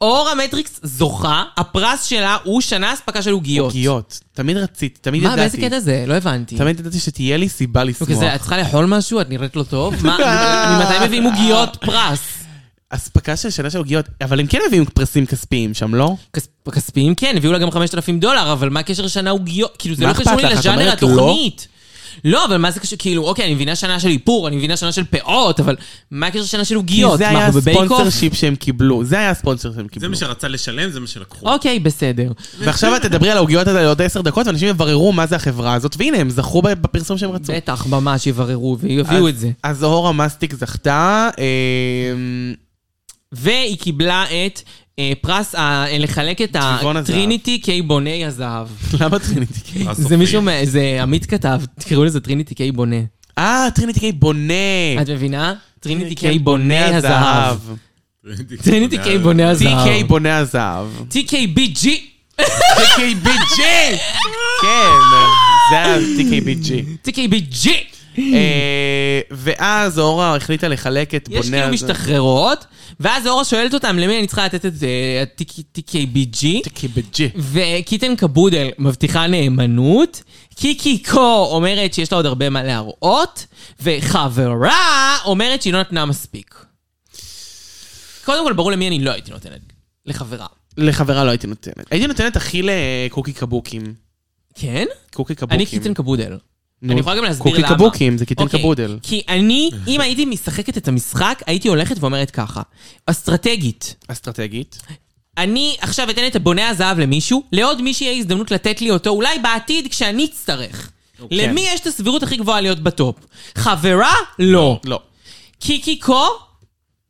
S2: אור המטריקס זוכה, הפרס שלה הוא שנה אספקה של עוגיות.
S3: עוגיות. תמיד רציתי, תמיד
S2: מה,
S3: ידעתי.
S2: באיזה קטע זה? לא הבנתי.
S3: תמיד ידעתי שתהיה לי סיבה
S2: נו,
S3: לשמוח.
S2: כזה, את צריכה לאכול משהו? את נראית לא טוב? מה, ממתי מביאים עוגיות פרס?
S3: אספקה של שנה של עוגיות, אבל הם כן מביאים פרסים כספיים שם, לא?
S2: כס- כספיים כן, הביאו לה גם 5,000 דולר, אבל מה הקשר שנה עוגיות? כאילו, זה
S3: מה
S2: לא
S3: אכפת
S2: קשור לי
S3: לך? את
S2: לז'אנר
S3: אומרת לא?
S2: התוכנית. לא, אבל מה זה קשור? כאילו, אוקיי, אני מבינה שנה של איפור, אני מבינה שנה של פאות, אבל מה הקשר שנה של
S3: כי
S2: עוגיות?
S3: זה
S2: מה,
S3: היה
S2: אנחנו בבייק אוף?
S3: הספונסר שיפ שהם קיבלו, זה היה הספונסר שהם
S4: זה
S3: קיבלו.
S4: מי שרצה לשלם, זה מה שלקחו.
S2: אוקיי, בסדר.
S3: ועכשיו את תדברי על העוגיות האלה עוד עשר דקות, ואנשים יבררו מה זה החברה הזאת, והנה, הם זכו בפרסום שהם רצו.
S2: בטח, ממש יבררו ויביאו
S3: אז-
S2: את זה.
S3: אז הורה מסטיק זכתה, אמ,
S2: והיא קיבלה את אה, פרס ה- לחלק את
S3: טבעון הזהב.
S2: הטריניטי קיי בוני הזהב.
S3: למה טריניטי קיי?
S4: פרס
S2: זה
S4: סופי.
S2: מישהו, מה- זה עמית כתב, תקראו לזה טריניטי קיי בונה.
S3: אה, טריניטי קיי בונה.
S2: את מבינה? טריניטי קיי בוני הזהב. טריניטי
S4: טריניטי
S2: קיי בוני הזהב.
S3: TK בונה הזהב.
S2: TKBG.
S3: TKBG! כן, זה ה-TKBG.
S2: TKBG.
S3: אה, ואז אורה החליטה לחלק את בוני...
S2: יש כאילו
S3: הזה-
S2: משתחררות, ואז אורה שואלת אותם למי אני צריכה לתת את אה, ה- TKBG.
S3: TKBG.
S2: וקיטן קבודל מבטיחה נאמנות, קיקי קו אומרת שיש לה עוד הרבה מה להראות, וחברה אומרת שהיא לא נתנה מספיק. קודם כל, ברור למי אני לא הייתי נותנת. לחברה.
S3: לחברה לא הייתי נותנת. הייתי נותנת הכי לקוקי קבוקים.
S2: כן?
S3: קוקי קבוקים.
S2: אני קיטן קבודל.
S3: נו,
S2: אני יכולה גם להסביר
S3: קוקי
S2: למה.
S3: קבוקים, זה קיטן
S2: אוקיי,
S3: קבודל.
S2: כי אני, אם הייתי משחקת את המשחק, הייתי הולכת ואומרת ככה, אסטרטגית,
S3: אסטרטגית.
S2: אני עכשיו אתן את הבונה הזהב למישהו, לעוד מי שיהיה הזדמנות לתת לי אותו, אולי בעתיד כשאני אצטרך. למי יש את הסבירות הכי גבוהה להיות בטופ? חברה? לא.
S3: לא.
S2: קיקי קו?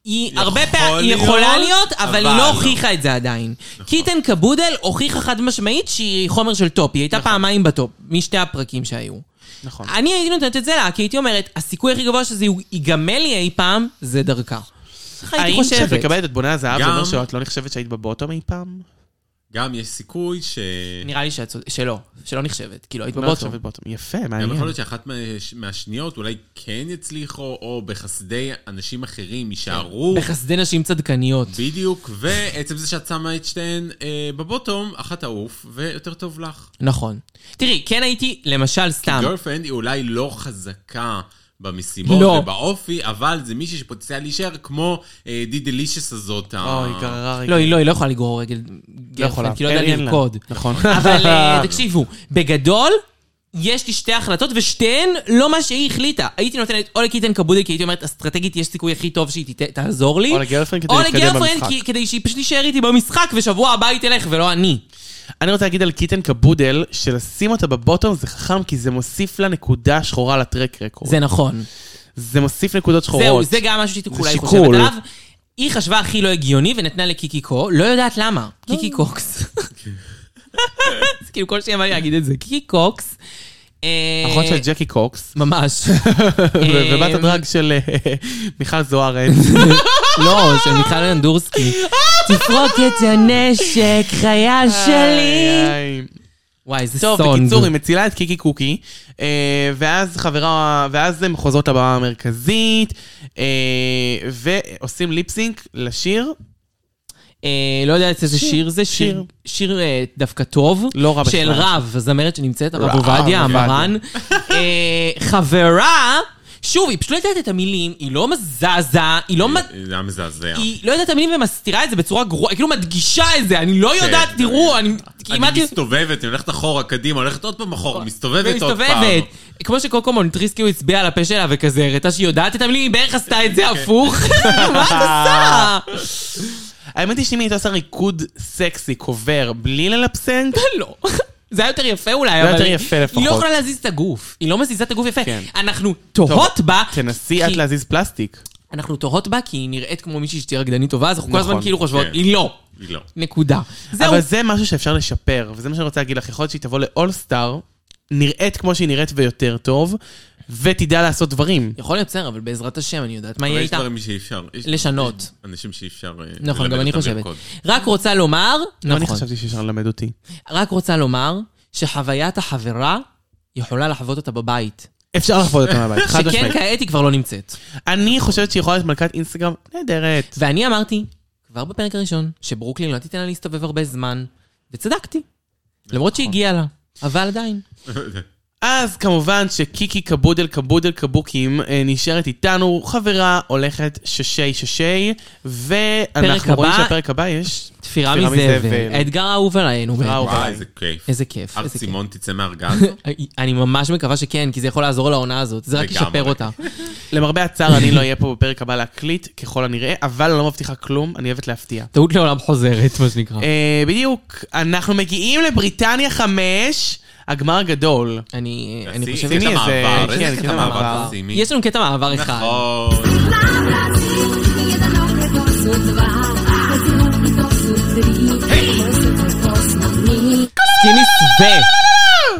S2: היא
S4: יכול
S2: הרבה פעמים, היא
S4: להיות,
S2: יכולה להיות, אבל היא
S4: אבל
S2: לא
S4: לא.
S2: הוכיחה את זה עדיין. קיטן קבודל הוכיחה חד משמעית שהיא חומר של טופ, היא הייתה פעמיים בטופ, משתי הפרקים שהיו.
S3: נכון.
S2: אני הייתי נותנת את זה לה, כי הייתי אומרת, הסיכוי הכי גבוה שזה ייגמל לי אי פעם, זה דרכה. ככה הייתי
S3: האם כשאת
S2: חושבת.
S3: מקבלת את בוני הזהב, זה
S4: גם-
S3: אומר שאת לא נחשבת שהיית בבוטום אי פעם?
S4: גם יש סיכוי ש...
S2: נראה לי שאת צודקת, שלא, שלא נחשבת, כי לא היית
S3: לא
S2: בבוטום.
S3: נחשבת בוטום. יפה,
S4: גם
S3: מעניין.
S4: יכול להיות שאחת מה- מהשניות אולי כן יצליחו, או בחסדי אנשים אחרים יישארו.
S2: בחסדי נשים צדקניות.
S4: בדיוק, ועצם זה שאת שמה את שתיהן אה, בבוטום, אחת תעוף, ויותר טוב לך.
S2: נכון. תראי, כן הייתי, למשל, סתם.
S4: גרלפרנד היא אולי לא חזקה במסיבות
S2: לא.
S4: ובאופי, אבל זה מישהי שפוטנציאל להישאר כמו אה, די דלישס הזאת. ה- אה,
S3: אוי, גררה רגע.
S2: לא, היא לא, היא לא יכולה לגרור רגל
S3: לא יכולה.
S2: גרפלד, כי לא יודעת
S3: אין לה.
S2: לרקוד.
S3: נכון.
S2: אבל אה, תקשיבו, בגדול, יש לי שתי החלטות, ושתיהן לא מה שהיא החליטה. הייתי נותנת או לקיטן קבודל, כי הייתי אומרת, אסטרטגית יש סיכוי הכי טוב שהיא תיתן- תעזור לי.
S3: או לגרלפרנד כדי
S2: או
S3: להתקדם
S2: לגרלפרנד
S3: במשחק.
S2: כי- כדי שהיא פשוט תישאר איתי במשחק, ושבוע הבא היא תלך, ולא אני.
S3: אני רוצה להגיד על קיטן קבודל, שלשים אותה בבוטום זה חכם, כי זה מוסיף לה נקודה שחורה לטרק רקורד.
S2: זה נכון.
S3: זה מוסיף נקודות שחורות.
S2: זהו, זה גם משהו שהיא
S3: זה
S2: אולי
S3: שיקול.
S2: חושבת עליו. היא חשבה הכי לא הגיוני ונתנה לקיקי קו, לא יודעת למה. קיקי קוקס. זה כאילו כל שניה בא לי להגיד את זה. קיקי קוקס. אה,
S3: אחות נכון של ג'קי קוקס,
S2: ממש.
S3: ו-
S2: אה,
S3: ובת הדרג של אה, מיכל זוארץ.
S2: לא, של מיכל אנדורסקי. תפרוק את הנשק, חייל שלי.
S3: איי, איי.
S2: וואי, זה סונג.
S3: טוב, בקיצור, היא מצילה את קיקי קוקי, אה, ואז חברה, ואז הם חוזרות לבמה המרכזית, אה, ועושים ליפסינק לשיר,
S2: אה, לא יודעת איזה שיר זה, שיר, שיר אה, דווקא טוב.
S3: לא רע
S2: של
S3: בכלל.
S2: רב, הזמרת שנמצאת, הרב
S3: רב
S2: עובדיה,
S3: עובדיה.
S2: המרן. אה, חברה, שוב, היא פשוט לא יודעת את המילים, היא לא מזזה, היא לא... מ-
S4: זה היה מזעזע.
S2: היא לא יודעת את המילים ומסתירה את זה בצורה גרועה, היא כאילו מדגישה את זה, אני לא יודעת,
S4: כן.
S2: תראו, אני כמעט... נכון.
S4: אני מסתובבת, אני הולכת אחורה, קדימה, הולכת עוד פעם אחורה, מסתובבת עוד פעם.
S2: ומסתובבת. כמו שקוקו מונטריסקי הוא הצביע על הפה שלה וכזה, הראתה שהיא יודעת את המילים, היא בערך עשתה את
S3: כן.
S2: זה הפוך. מה את עושה?
S3: האמת היא שאם היא הייתה עושה ריקוד סקסי קובר בלי ללפסנק,
S2: לא. זה היה יותר יפה אולי,
S3: היה
S2: אבל...
S3: יותר יפה
S2: היא לא
S3: לפחות.
S2: יכולה להזיז את הגוף. היא לא מזיזה את הגוף יפה.
S3: כן.
S2: אנחנו תוהות בה...
S3: תנסי
S2: כי-
S3: את להזיז פלסטיק.
S2: אנחנו תוהות בה כי היא נראית כמו מישהי שתהיה רקדנית טובה, אז אנחנו כל הזמן
S3: נכון,
S2: כאילו חושבות,
S4: כן.
S2: היא לא.
S4: היא לא.
S2: נקודה. זהו.
S3: אבל זה משהו שאפשר לשפר, וזה מה שאני רוצה להגיד לך, יכול להיות שהיא תבוא לאולסטאר, נראית כמו שהיא נראית ויותר טוב, ותדע לעשות דברים.
S2: יכול להיות בסדר, אבל בעזרת השם, אני יודעת מה יהיה
S4: אבל יש
S2: איתה.
S4: דברים שאי אפשר. יש-
S2: לשנות.
S4: יש אנשים שאי אפשר... אה,
S2: נכון, גם
S4: ללמד
S2: אני
S4: אותם
S2: חושבת.
S4: לרקוד.
S2: רק רוצה לומר...
S3: נכון. אני
S2: נכון.
S3: חשבתי שאפשר ללמד אותי.
S2: רק רוצה לומר שחוויית החברה יכולה לחוות אותה בבית.
S3: אפשר לחוות אותה מהבית, חד
S2: שכן
S3: משמעית.
S2: כעת היא כבר לא נמצאת.
S3: אני חושבת שהיא יכולה להיות מלכת אינסטגרם נהדרת.
S2: ואני אמרתי, כבר בפרק הראשון, שברוקלין לא תיתן לה להסתובב הרבה זמן, וצדקתי. למרות
S4: נכון.
S2: שהגיע לה, אבל עדיין. אוקיי.
S3: אז כמובן שקיקי קבודל קבודל קבוקים אה, נשארת איתנו, חברה הולכת ששי ששי,
S2: פרק
S3: ואנחנו רואים
S2: הבא-
S3: שהפרק הבא יש...
S2: תפירה
S3: תפירה
S2: מזבל,
S3: מזבל.
S2: האתגר האהוב עלינו. באמת.
S3: האהוב.
S4: וואי, איזה כיף.
S2: איזה כיף,
S4: הר
S2: איזה כיף. אוקיי,
S4: סימון תצא מהארגז.
S2: אני ממש מקווה שכן, כי זה יכול לעזור לעונה הזאת, זה רק
S4: לגמרי.
S2: ישפר אותה.
S3: למרבה הצער אני לא אהיה פה בפרק הבא להקליט, ככל הנראה, אבל אני לא מבטיחה כלום, אני אוהבת להפתיע.
S2: טעות לעולם חוזרת, מה שנקרא.
S3: אה, בדיוק, אנחנו מגיעים לבריטניה 5, הגמר הגדול.
S2: אני אה, אני
S4: תעשי-
S2: חושבת...
S4: תעשי את
S3: שימי איזה-
S4: המעבר,
S3: כן,
S4: איזה
S3: כן,
S4: קטע מעבר
S3: המעבר.
S4: תשימי.
S2: יש לנו קטע מעבר אחד.
S4: נכון.
S2: סקיני סווה.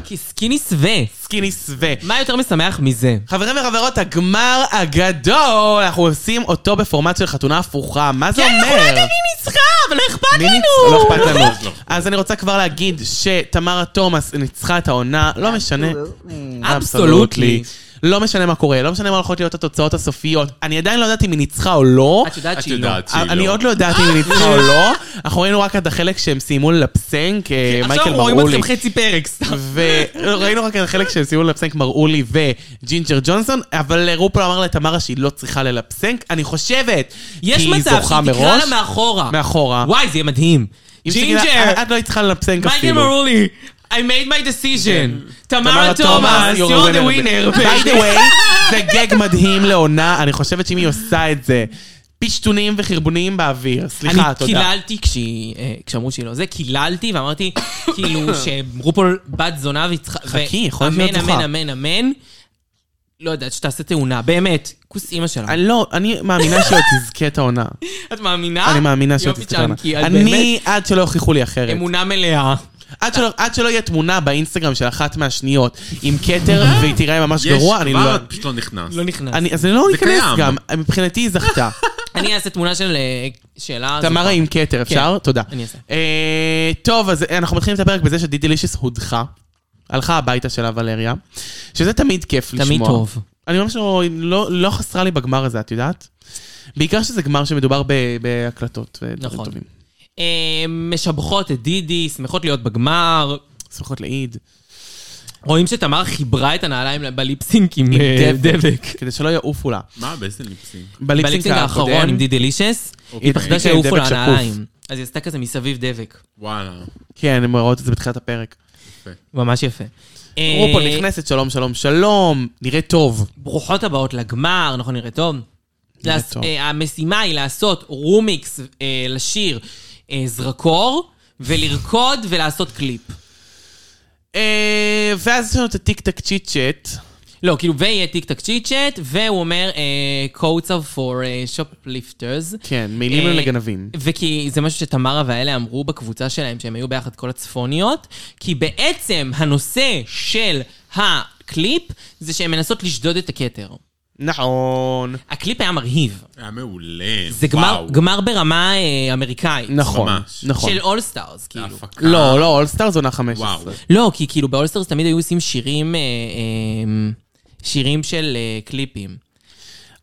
S2: כי סקיני סווה.
S3: סקיני סווה.
S2: מה יותר משמח מזה?
S3: חברים וחברות, הגמר הגדול, אנחנו עושים אותו בפורמט של חתונה הפוכה, מה
S2: כן,
S3: זה אומר?
S2: ניצחה, אבל לא אכפת
S3: מי ניצ- לא אכפת
S4: לא.
S3: לנו. אז אני רוצה כבר להגיד שתמרה תומאס ניצחה את העונה, לא משנה.
S2: אבסולוטלי.
S3: לא משנה מה קורה, לא משנה מה הולכות להיות התוצאות הסופיות. אני עדיין לא יודעת אם היא ניצחה או לא.
S2: את יודעת
S4: את
S2: שהיא לא.
S4: יודעת. שהיא
S3: אני
S4: לא.
S3: עוד לא יודעת אם היא ניצחה או לא. אנחנו ראינו רק את החלק שהם סיימו ללפסנק, אה, מייקל
S2: עכשיו רואים
S3: מראו לי.
S2: אתכם חצי פרק, סתם.
S3: וראינו רק את החלק שהם סיימו ללפסנק מראו לי וג'ינג'ר ג'ונסון, אבל רופול אמר לתמרה שהיא לא צריכה ללפסנק, אני חושבת, כי
S2: יש
S3: היא
S2: מצב
S3: זוכה
S2: שהיא תקרא
S3: מראש,
S2: לה מאחורה.
S3: מאחורה.
S2: וואי, זה יהיה מדהים.
S3: אם
S2: ג'ינג'ר,
S3: תגיד לה, את לא צריכה ללפסנק
S2: מייקל
S3: אפילו. כן.
S2: מרולי, I made my decision. תמרה
S3: תמרה
S2: תומאס, you're the winner.
S3: by the
S2: baby.
S3: way, זה גג מדהים לעונה, אני חושבת שאם היא עושה את זה, פשטונים וחרבונים באוויר. סליחה,
S2: אני
S3: תודה.
S2: קיללתי כשהיא, אה, כשאמרו שהיא לא זה, קיללתי ואמרתי, כאילו, שרופול בת זונה והיא צריכה...
S3: חכי, יכול להיות שהיא
S2: אמן,
S3: לא
S2: אמן,
S3: זוכה.
S2: אמן, אמן. לא יודעת, שתעשה תאונה, באמת. כוס אימא שלה.
S3: אני לא, אני מאמינה שהיא עוד תזכה את העונה.
S2: את מאמינה?
S3: אני מאמינה שהיא עוד
S2: אה? יופי,
S3: תזכה את העונה.
S2: צ'אנקי, את
S3: אני, עד שלא יוכיחו לי אחרת.
S2: באמת אמונה מלאה.
S3: עד שלא- עד שלא יהיה תמונה באינסטגרם של אחת מהשניות עם כתר
S2: אה?
S3: והיא תיראה ממש
S4: יש,
S3: גרוע, אני לא...
S4: כבר את פשוט לא נכנס.
S2: לא נכנס.
S3: אני- אז אני לא אכנס
S4: קיים.
S3: גם, מבחינתי היא זכתה.
S2: אני אעשה תמונה של אה, שאלה...
S3: תמרה עם כתר, אפשר? תודה.
S2: כן, אני אעשה.
S3: אה, טוב, אז אנחנו מתחילים את הפרק בזה שדידילישיס הודחה. הלכה הביתה שלה ולריה, שזה תמיד כיף לשמוע.
S2: תמיד טוב.
S3: אני ממש לא, לא, לא חסרה לי בגמר הזה, את יודעת? בעיקר שזה גמר שמדובר ב, בהקלטות ודברים
S2: נכון.
S3: טובים.
S2: אה, משבחות את דידי, שמחות להיות בגמר.
S3: שמחות לעיד.
S2: רואים שתמר חיברה את הנעליים בליפסינק עם אה, דבק.
S3: כדי שלא יעופו לה.
S4: מה, באיזה ליפסינג?
S2: בליפסינק האחרון עם דידי לישס,
S4: אוקיי.
S2: היא פחדה
S3: כן,
S2: שיעופו
S3: דבק
S2: לה
S3: שקוף.
S2: הנעליים. אז היא עשתה כזה מסביב דבק.
S4: וואלה.
S3: כן, הן רואות את זה בתחילת הפרק.
S2: ממש יפה. אה,
S3: רופול נכנסת, שלום, שלום, שלום, נראה טוב.
S2: ברוכות הבאות לגמר, נכון, נראה טוב.
S3: נראה
S2: לעס-
S3: טוב.
S2: אה, המשימה היא לעשות רומיקס אה, לשיר אה, זרקור, ולרקוד ולעשות קליפ.
S3: אה, ואז יש לנו את הטיק טק צ'יט צ'ט.
S2: לא, כאילו, ויהיה טיק טק צ'יט צ'אט, והוא אומר, אה, codes are for אה, shoplifters.
S3: כן, מילים
S2: אה,
S3: הם לגנבים.
S2: וכי זה משהו שתמרה והאלה אמרו בקבוצה שלהם, שהם היו ביחד כל הצפוניות, כי בעצם הנושא של הקליפ זה שהן מנסות לשדוד את הכתר.
S3: נכון.
S2: הקליפ היה מרהיב.
S4: היה מעולה.
S2: זה גמר,
S4: וואו.
S2: גמר ברמה אה, אמריקאית.
S3: נכון,
S4: ממש.
S3: נכון.
S2: של אולסטארס, כאילו.
S4: הפקה.
S3: לא, לא, אולסטארס עונה 15.
S4: וואו.
S2: לא, כי כאילו באולסטארס תמיד היו עושים שירים, אה, אה, שירים של אה, קליפים.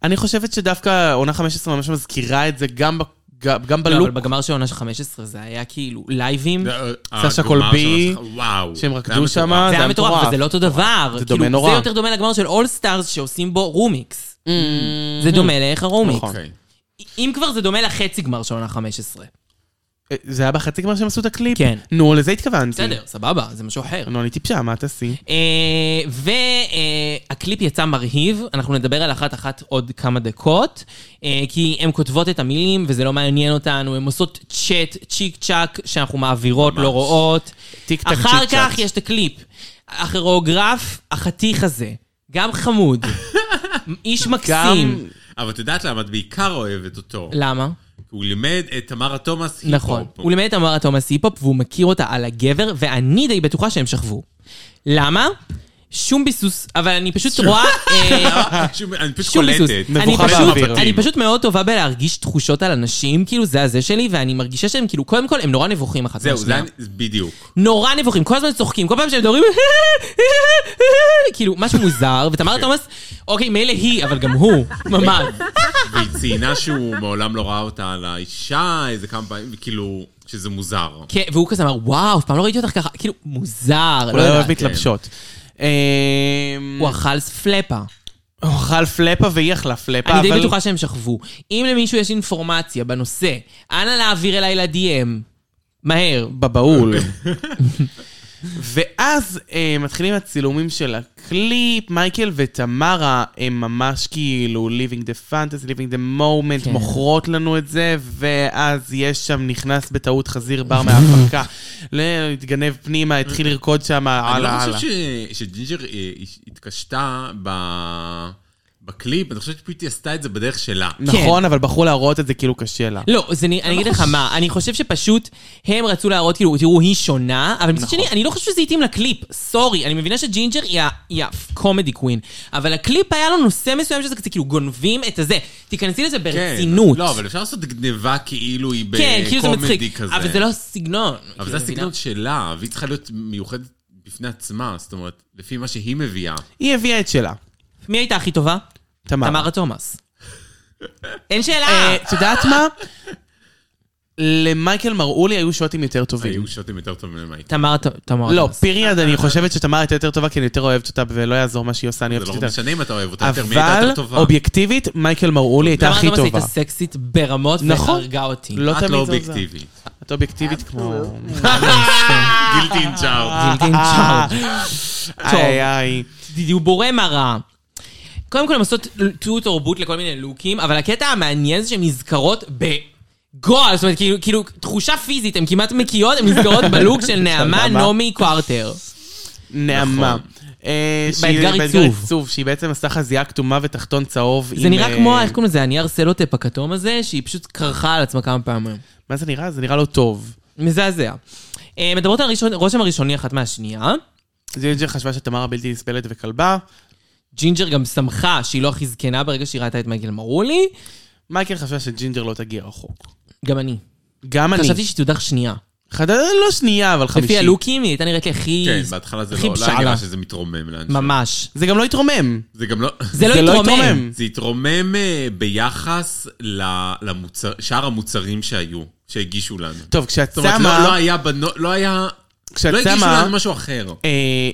S3: אני חושבת שדווקא עונה 15 ממש מזכירה את זה גם ב- גם- גם
S2: לא, אבל
S3: בלופ
S2: בגמר של עונה של 15 זה היה כאילו לייבים.
S4: זה, אה,
S3: סשה
S4: הגמר
S3: קולבי,
S4: של- וואו.
S3: שהם
S4: זה היה
S3: רקדו
S4: מטורף.
S3: שמה.
S2: זה
S3: זה
S2: היה
S3: היה
S2: מטורף,
S3: מטורף.
S2: אבל זה לא אותו דבר.
S3: זה דומה
S2: כאילו,
S3: נורא.
S2: זה יותר דומה לגמר של אולסטארס שעושים בו רומיקס.
S3: אה,
S2: זה דומה לערך הרומיקס.
S3: נכון.
S4: אוקיי.
S2: אם כבר זה דומה לחצי גמר של עונה 15.
S3: אה, זה היה בחצי גמר שהם עשו את הקליפ?
S2: כן.
S3: נו, לזה התכוונתי.
S2: בסדר, סבבה, זה משהו אחר. אה,
S3: נו, אני טיפשה, מה תעשי?
S2: והקליפ אה, יצא מרהיב, אנחנו נדבר על אחת-אחת עוד כמה דקות, אה, כי הן כותבות את המילים וזה לא מעניין אותנו, הן עושות צ'אט, צ'יק צ'אק, שאנחנו מעבירות, לא
S4: ממש.
S2: רואות.
S3: טיק טק
S2: אחר
S3: צ'יק צ'אק.
S2: כך יש את הקליפ. הכרוגרף, החתיך הזה, גם חמוד, איש מקסים.
S3: גם-
S4: אבל את יודעת למה? את בעיקר אוהבת אותו.
S2: למה?
S4: הוא לימד את תמרה תומאס היפ-הופ.
S2: נכון. הוא לימד את אמרה תומאס היפ-הופ והוא מכיר אותה על הגבר, ואני די בטוחה שהם שכבו. למה? שום ביסוס, אבל אני פשוט רואה... אה,
S4: שום- אני פשוט
S2: שום ביסוס.
S4: קולטת.
S2: אני
S3: מבוכה
S2: פשוט-
S3: באוויר.
S2: אני פשוט מאוד טובה בלהרגיש תחושות על אנשים, כאילו זה הזה שלי, ואני מרגישה שהם כאילו, קודם כל הם נורא נבוכים אחת
S4: זהו, זה
S2: מהשנייה.
S4: היה- בדיוק.
S2: נורא נבוכים, כל הזמן צוחקים, כל פעם שהם מדברים, כאילו, משהו מוזר,
S3: כן.
S2: ותמר תומאס, אוקיי, מילא היא, אבל גם הוא, ממש.
S4: והיא ציינה שהוא מעולם לא ראה אותה על האישה איזה כמה פעמים, וכאילו, שזה מוזר.
S2: כן, והוא כזה אמר, וואו, אף פעם לא ראיתי אותך ככה, כאילו, מוזר, לא
S3: אולי אוהב
S2: יודעת.
S3: מתלבשות. אמ,
S2: הוא אכל פלאפה.
S3: הוא אכל פלאפה והיא אכלה פלאפה, אה, אבל...
S2: אני די בטוחה שהם שכבו. אם למישהו יש אינפורמציה בנושא, אנא להעביר אליי ל-DM. מהר.
S3: בבהול. ואז אה, מתחילים הצילומים של הקליפ, מייקל ותמרה הם ממש כאילו living the fantasy, living the moment,
S2: כן.
S3: מוכרות לנו את זה, ואז יש שם, נכנס בטעות חזיר בר מההפקה, ל- התגנב פנימה, התחיל לרקוד שם,
S4: אני לא
S3: הלאה הלאה.
S4: חושב ש- שג'ינג'ר אה, התקשתה ב- בקליפ, אני חושבת שפשוט היא עשתה את זה בדרך שלה.
S3: נכון, אבל בחרו להראות את זה כאילו קשה לה.
S2: כן. לא, זה, אני, אני אגיד לך מה, אני חושב שפשוט הם רצו להראות כאילו, תראו, היא שונה, אבל מצד שני, אני לא חושב שזה התאים לקליפ, סורי, אני מבינה שג'ינג'ר היא ה- היא הקומדי קווין, אבל הקליפ היה לו נושא מסוים שזה כזה, כאילו גונבים את הזה, תיכנסי לזה
S4: כן.
S2: ברצינות.
S4: לא, אבל אפשר לעשות גניבה כאילו היא
S2: כן, כאילו זה
S4: בקומדי
S2: מצחיק,
S4: כזה.
S2: אבל זה לא סגנון. כאילו,
S4: אבל זה
S2: מבינה?
S4: הסגנון שלה, והיא צריכה להיות מיוחדת בפני עצמה, זאת אומרת, לפי מה שהיא מביאה.
S2: כן.
S3: היא הביאה את שלה.
S2: מי הייתה הכי טובה?
S3: תמרה.
S2: תמרה תומאס. אין שאלה.
S3: אה, את יודעת מה? למייקל מראולי היו שוטים יותר טובים.
S4: היו שוטים יותר טובים למייקל.
S2: תמרה ת- תמרה
S3: לא,
S2: תומאס.
S3: פיריאד, אני חושבת שתמר הייתה יותר טובה, כי אני יותר אוהבת אותה, ולא יעזור מה שהיא עושה, אני
S4: זה
S3: אוהבת
S4: לא
S3: אותה.
S4: משנה אם אתה אוהב אותה יותר, מי הייתה
S3: אבל
S4: יותר טובה.
S3: אובייקטיבית, מייקל מראולי הייתה
S2: תמרה
S3: הכי
S2: תומאס
S3: טובה.
S2: הייתה סקסית ברמות,
S3: נכון.
S2: והרגה אותי.
S3: לא
S4: את לא
S3: תמיד זה עוזר.
S4: אובייקטיבית.
S3: את אובייקטיבית כמו...
S2: אה,
S4: גילטי עם צ'ארד.
S2: גילדין צ'ארד. טוב.
S3: איי איי.
S2: דיבורי מראה. קודם כל הן עושות טו תרבות לכל מיני לוקים, אבל הקטע המעניין זה שהן נזכרות בגועל, זאת אומרת, כאילו, כאילו, תחושה פיזית, הן כמעט מקיאות, הן נזכרות בלוק של נעמה
S3: נעמה.
S2: נעמי קוארטר.
S3: נעמה.
S4: נכון.
S3: אה,
S2: באתגר
S3: שהיא-
S2: עיצוב.
S3: שהיא בעצם עשתה חזייה כתומה ותחתון צהוב.
S2: זה
S3: עם,
S2: נראה
S3: אה,
S2: כמו, איך קוראים לזה, הנייר סלוטפ הכתום הזה, שהיא פשוט קרחה על עצמה כמה פעמים.
S3: מה זה נראה? זה נראה לא טוב.
S2: מזעזע. אה, מדברות על ראשון- רושם הראשוני אחת מהשנייה.
S3: ג'ינג'ר חשבה שתמרה בלתי נסבלת וכלבה.
S2: ג'ינג'ר גם שמחה שהיא לא הכי זקנה ברגע שהיא ראתה את מייקל מרולי.
S3: מייקל חשבה שג'ינג'ר לא תגיע רחוק.
S2: גם אני.
S3: גם אני.
S2: חשבתי שהיא תודח שנייה.
S3: חד... לא שנייה, אבל חמישית.
S2: לפי הלוקים היא הייתה נראית לי הכי...
S4: כן, בהתחלה זה
S2: הכי
S4: לא, לא היה
S2: בשאלה.
S4: נראה שזה מתרומם לאנשים.
S2: ממש.
S3: זה גם לא התרומם.
S4: זה גם לא...
S2: זה לא
S3: זה לא
S2: התרומם.
S3: התרומם.
S4: זה התרומם אה, ביחס ל- למוצר, שאר המוצרים שהיו, שהגישו לנו.
S3: טוב, כשאת
S4: זאת אומרת, לא, לא
S3: שמה...
S4: היה בנות, לא היה...
S3: כשאת
S4: לא הגישו
S3: שמה...
S4: לנו משהו אחר.
S3: אה,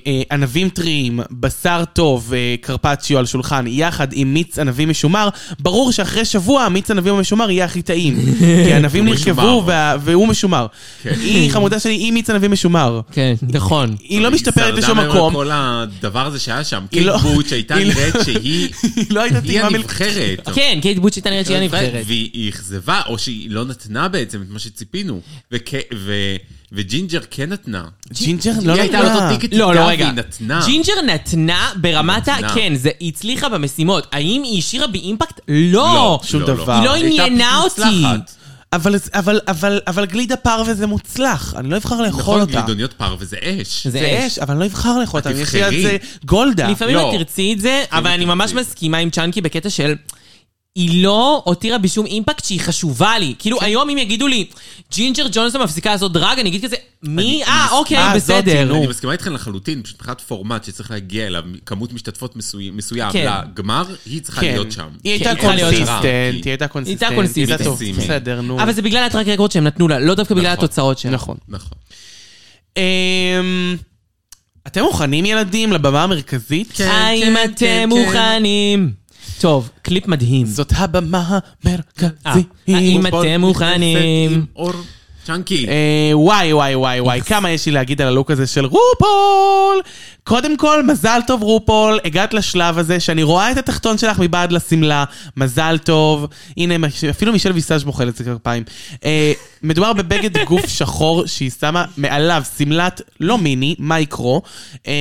S3: אה, ענבים טריים, בשר טוב, אה, קרפצ'יו על שולחן, יחד עם מיץ ענבים משומר, ברור שאחרי שבוע מיץ ענבים המשומר יהיה הכי טעים. כי הענבים
S4: הוא
S3: נרכבו
S4: משומר.
S3: וה- והוא משומר.
S4: כן.
S3: היא חמודה שלי, היא מיץ ענבים משומר.
S2: כן, נכון.
S3: היא לא משתפרת
S4: שרדה
S3: בשום
S4: מהם על
S3: מקום,
S4: כל הדבר הזה שהיה שם,
S3: היא
S4: קייט
S3: לא-
S4: בוטש הייתה
S3: היא לא-
S4: נראית שהיא
S3: היא לא הייתה
S4: היא
S3: טעימה מלכתחילה.
S4: הנבחרת.
S2: כן, קייט בוטש הייתה נראית שהיא הנבחרת.
S4: והיא אכזבה, או שהיא לא נתנה בעצם את מה שציפינו. וכ- ו- וג'ינג'ר כן נתנה.
S3: ג'ינג'ר לא
S4: היא הייתה על
S3: נתנה.
S4: אותו טיקט
S2: לא,
S4: איתה,
S2: לא, רגע.
S4: והיא נתנה.
S2: ג'ינג'ר נתנה ברמת ה...
S4: נתנה.
S2: כן, זה היא הצליחה במשימות. האם היא השאירה בי אימפקט? לא.
S4: לא,
S3: שום
S4: לא,
S3: דבר.
S2: היא לא
S4: הייתה
S2: עניינה
S4: פשוט
S2: אותי.
S4: מוצלחת.
S3: אבל, אבל, אבל, אבל גלידה פרווה זה מוצלח, אני לא אבחר לאכול
S4: נכון,
S3: אותה.
S4: גלידוניות פר וזה אש.
S2: זה
S3: זה אש, אבל אני לא אבחר לאכול אותה, יש לי על
S4: תבחרי.
S3: זה גולדה.
S2: לפעמים
S4: לא.
S2: את תרצי את זה, אבל אני ממש
S4: תרצי.
S2: מסכימה עם צ'אנקי בקטע של... היא לא הותירה בי שום אימפקט שהיא חשובה לי.
S4: כן.
S2: כאילו, היום אם יגידו לי, ג'ינג'ר ג'ונסון מפסיקה לעשות דרג, אני אגיד כזה, מי? אה, אוקיי,
S3: אה, זאתי,
S2: בסדר.
S3: נו.
S4: אני מסכימה איתכם לחלוטין, פשוט מבחינת פורמט שצריך להגיע אליו, כמות משתתפות מסוי- מסוים
S2: כן.
S4: לגמר, היא צריכה
S3: כן.
S4: להיות שם.
S3: היא הייתה
S2: צריכה להיות שם.
S3: קונסיסטנט, היא הייתה קונסיסטנט.
S2: קונסיסטנט.
S3: טוב, בסדר, נו.
S2: אבל זה בגלל הטרק רקורד שהם נתנו לה, לא דווקא בגלל
S4: נכון.
S2: התוצאות שלה.
S3: נכון.
S4: נכון.
S3: אמ, אתם מוכנים, ילדים, לבמה המרכזית?
S4: כן,
S2: האם
S4: כן,
S2: אתם
S4: כן,
S2: מוכנים? טוב, קליפ מדהים.
S3: זאת הבמה
S2: אה,
S3: המרכזית.
S2: האם אתם
S4: בוא, נכנסת
S2: מוכנים?
S4: עם אור צ'אנקי.
S3: אה, וואי, וואי, וואי, וואי, כמה יש לי להגיד על הלוק הזה של רופול! קודם כל, מזל טוב, רופול, הגעת לשלב הזה שאני רואה את התחתון שלך מבעד לשמלה, מזל טוב. הנה, מש- אפילו מישל ויסאז' מוחל את זה כרפיים. אה, מדובר בבגד גוף שחור שהיא שמה מעליו שמלת, לא מיני, מייקרו, אה,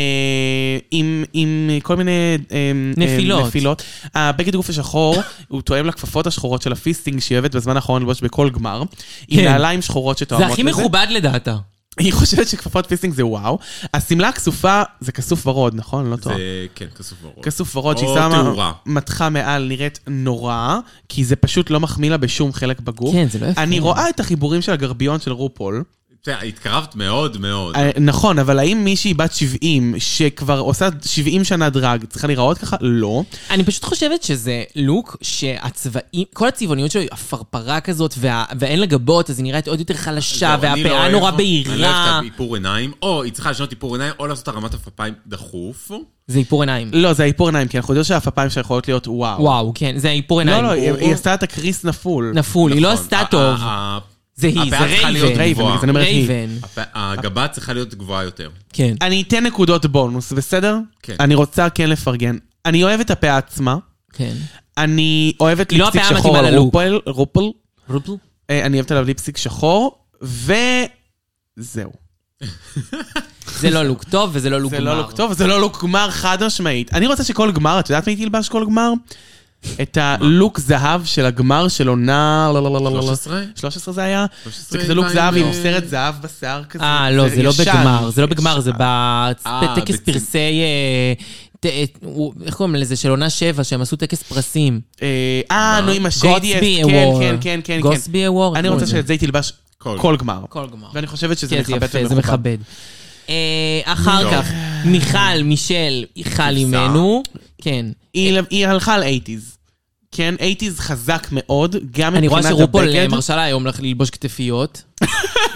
S3: עם, עם כל מיני... אה, אה,
S2: נפילות.
S3: נפילות. הבגד גוף השחור, הוא תואם לכפפות השחורות של הפיסטינג שהיא אוהבת בזמן האחרון ללבוש בכל גמר. עם
S2: כן.
S3: נעליים שחורות
S2: זה
S3: שתואמות
S2: הכי
S3: לזה.
S2: מכובד לדעתה.
S3: היא חושבת שכפפות פיסטינג זה וואו. השמלה הכסופה זה כסוף ורוד, נכון? לא טועה.
S4: זה, כן, כסוף ורוד.
S3: כסוף ורוד שהיא
S4: או
S3: שמה
S4: תאורה.
S3: מתחה מעל נראית נורא, כי זה פשוט לא מחמיא לה בשום חלק בגוף.
S2: כן, זה לא יפה.
S3: אני רואה את החיבורים של הגרביון של רופול.
S4: בסדר, התקרבת מאוד מאוד.
S3: אה, נכון, אבל האם מישהי בת 70, שכבר עושה 70 שנה דרג, צריכה להיראות ככה? לא.
S2: אני פשוט חושבת שזה לוק שהצבעים, כל הצבעוניות שלו היא אפרפרה כזאת, וה- ואין לה גבות, אז היא נראית עוד יותר חלשה,
S4: זהו, אני לא
S2: והפאה
S4: אוהב-
S2: נורא
S4: אני לא אוהב
S2: בהירה.
S4: את האיפור עיניים, או היא צריכה לשנות איפור עיניים, או לעשות הרמת עפפיים דחוף.
S2: זה איפור עיניים.
S3: לא, זה האיפור עיניים, כי אנחנו יודעים שהעפפיים שלה יכולות להיות וואו.
S2: וואו, כן, זה איפור
S3: לא,
S2: עיניים.
S3: לא, היא
S4: הוא-
S3: היא עשתה את הקריס נפול.
S2: נפול, היא לא
S4: נכון.
S2: עשתה
S4: ה-
S2: טוב.
S4: ה- ה-
S2: זה היא, זה
S4: הפאה צריכה להיות
S2: רייבן.
S3: רייבן,
S4: גבוהה.
S3: בגלל זה אני אומרת היא.
S2: רייבן,
S4: הפ- הגבה צריכה להיות גבוהה יותר.
S2: כן.
S3: אני אתן נקודות בונוס, בסדר?
S4: כן.
S3: אני רוצה כן לפרגן. אני אוהב את הפאה עצמה,
S2: כן.
S3: אני אוהבת
S2: היא לא
S3: ליפסטיק
S2: הפאה
S3: שחור
S2: המתאימה
S3: על
S2: ללוק.
S3: רופל, רופל,
S2: רופל?
S3: אה, אני אוהבת עליו ליפסטיק שחור, וזהו.
S2: זה לא לוק טוב וזה לא לוק
S3: זה לא
S2: גמר.
S3: לוק טוב, זה לא לוק גמר חד משמעית. אני רוצה שכל גמר, את יודעת מי תלבש כל גמר? את הלוק זהב של הגמר של עונה... לא, לא, לא, לא, לא, לא.
S4: 13?
S3: 13 זה היה?
S4: 13
S3: זה כזה לוק
S4: עם
S3: זהב עם
S4: ה-
S3: סרט זהב בשיער כזה.
S2: אה, לא, זה לא
S3: ישן.
S2: בגמר, זה לא בגמר, זה
S3: ישן.
S4: אה,
S2: בטקס
S4: בצ-
S2: פרסי... אה, ת- אה, הוא- איך קוראים לזה? של עונה שבע, שהם עשו טקס פרסים.
S3: אה, אה, נו, עם השיידי-אס,
S2: גוטסבי
S3: כן,
S2: אוורד.
S3: כן, כן, כן.
S2: גוטסבי אוורד.
S3: אני רוצה שאת זה היא תלבש
S4: כל.
S3: כל גמר.
S2: כל לא, גמר.
S3: ואני חושבת שזה
S2: כן, זה
S3: מכבד
S2: יפה, זה מכבד. אה, אחר
S4: לא.
S2: כך, מיכל, מישל, חל אימנו. כן.
S3: היא היא הלכה על 80's. כן, 80's חזק מאוד, גם
S2: אני רואה
S3: מבחינת
S2: שרופול אה,
S3: הבגד.
S2: מרשה לה היום לח- ללבוש כתפיות. כי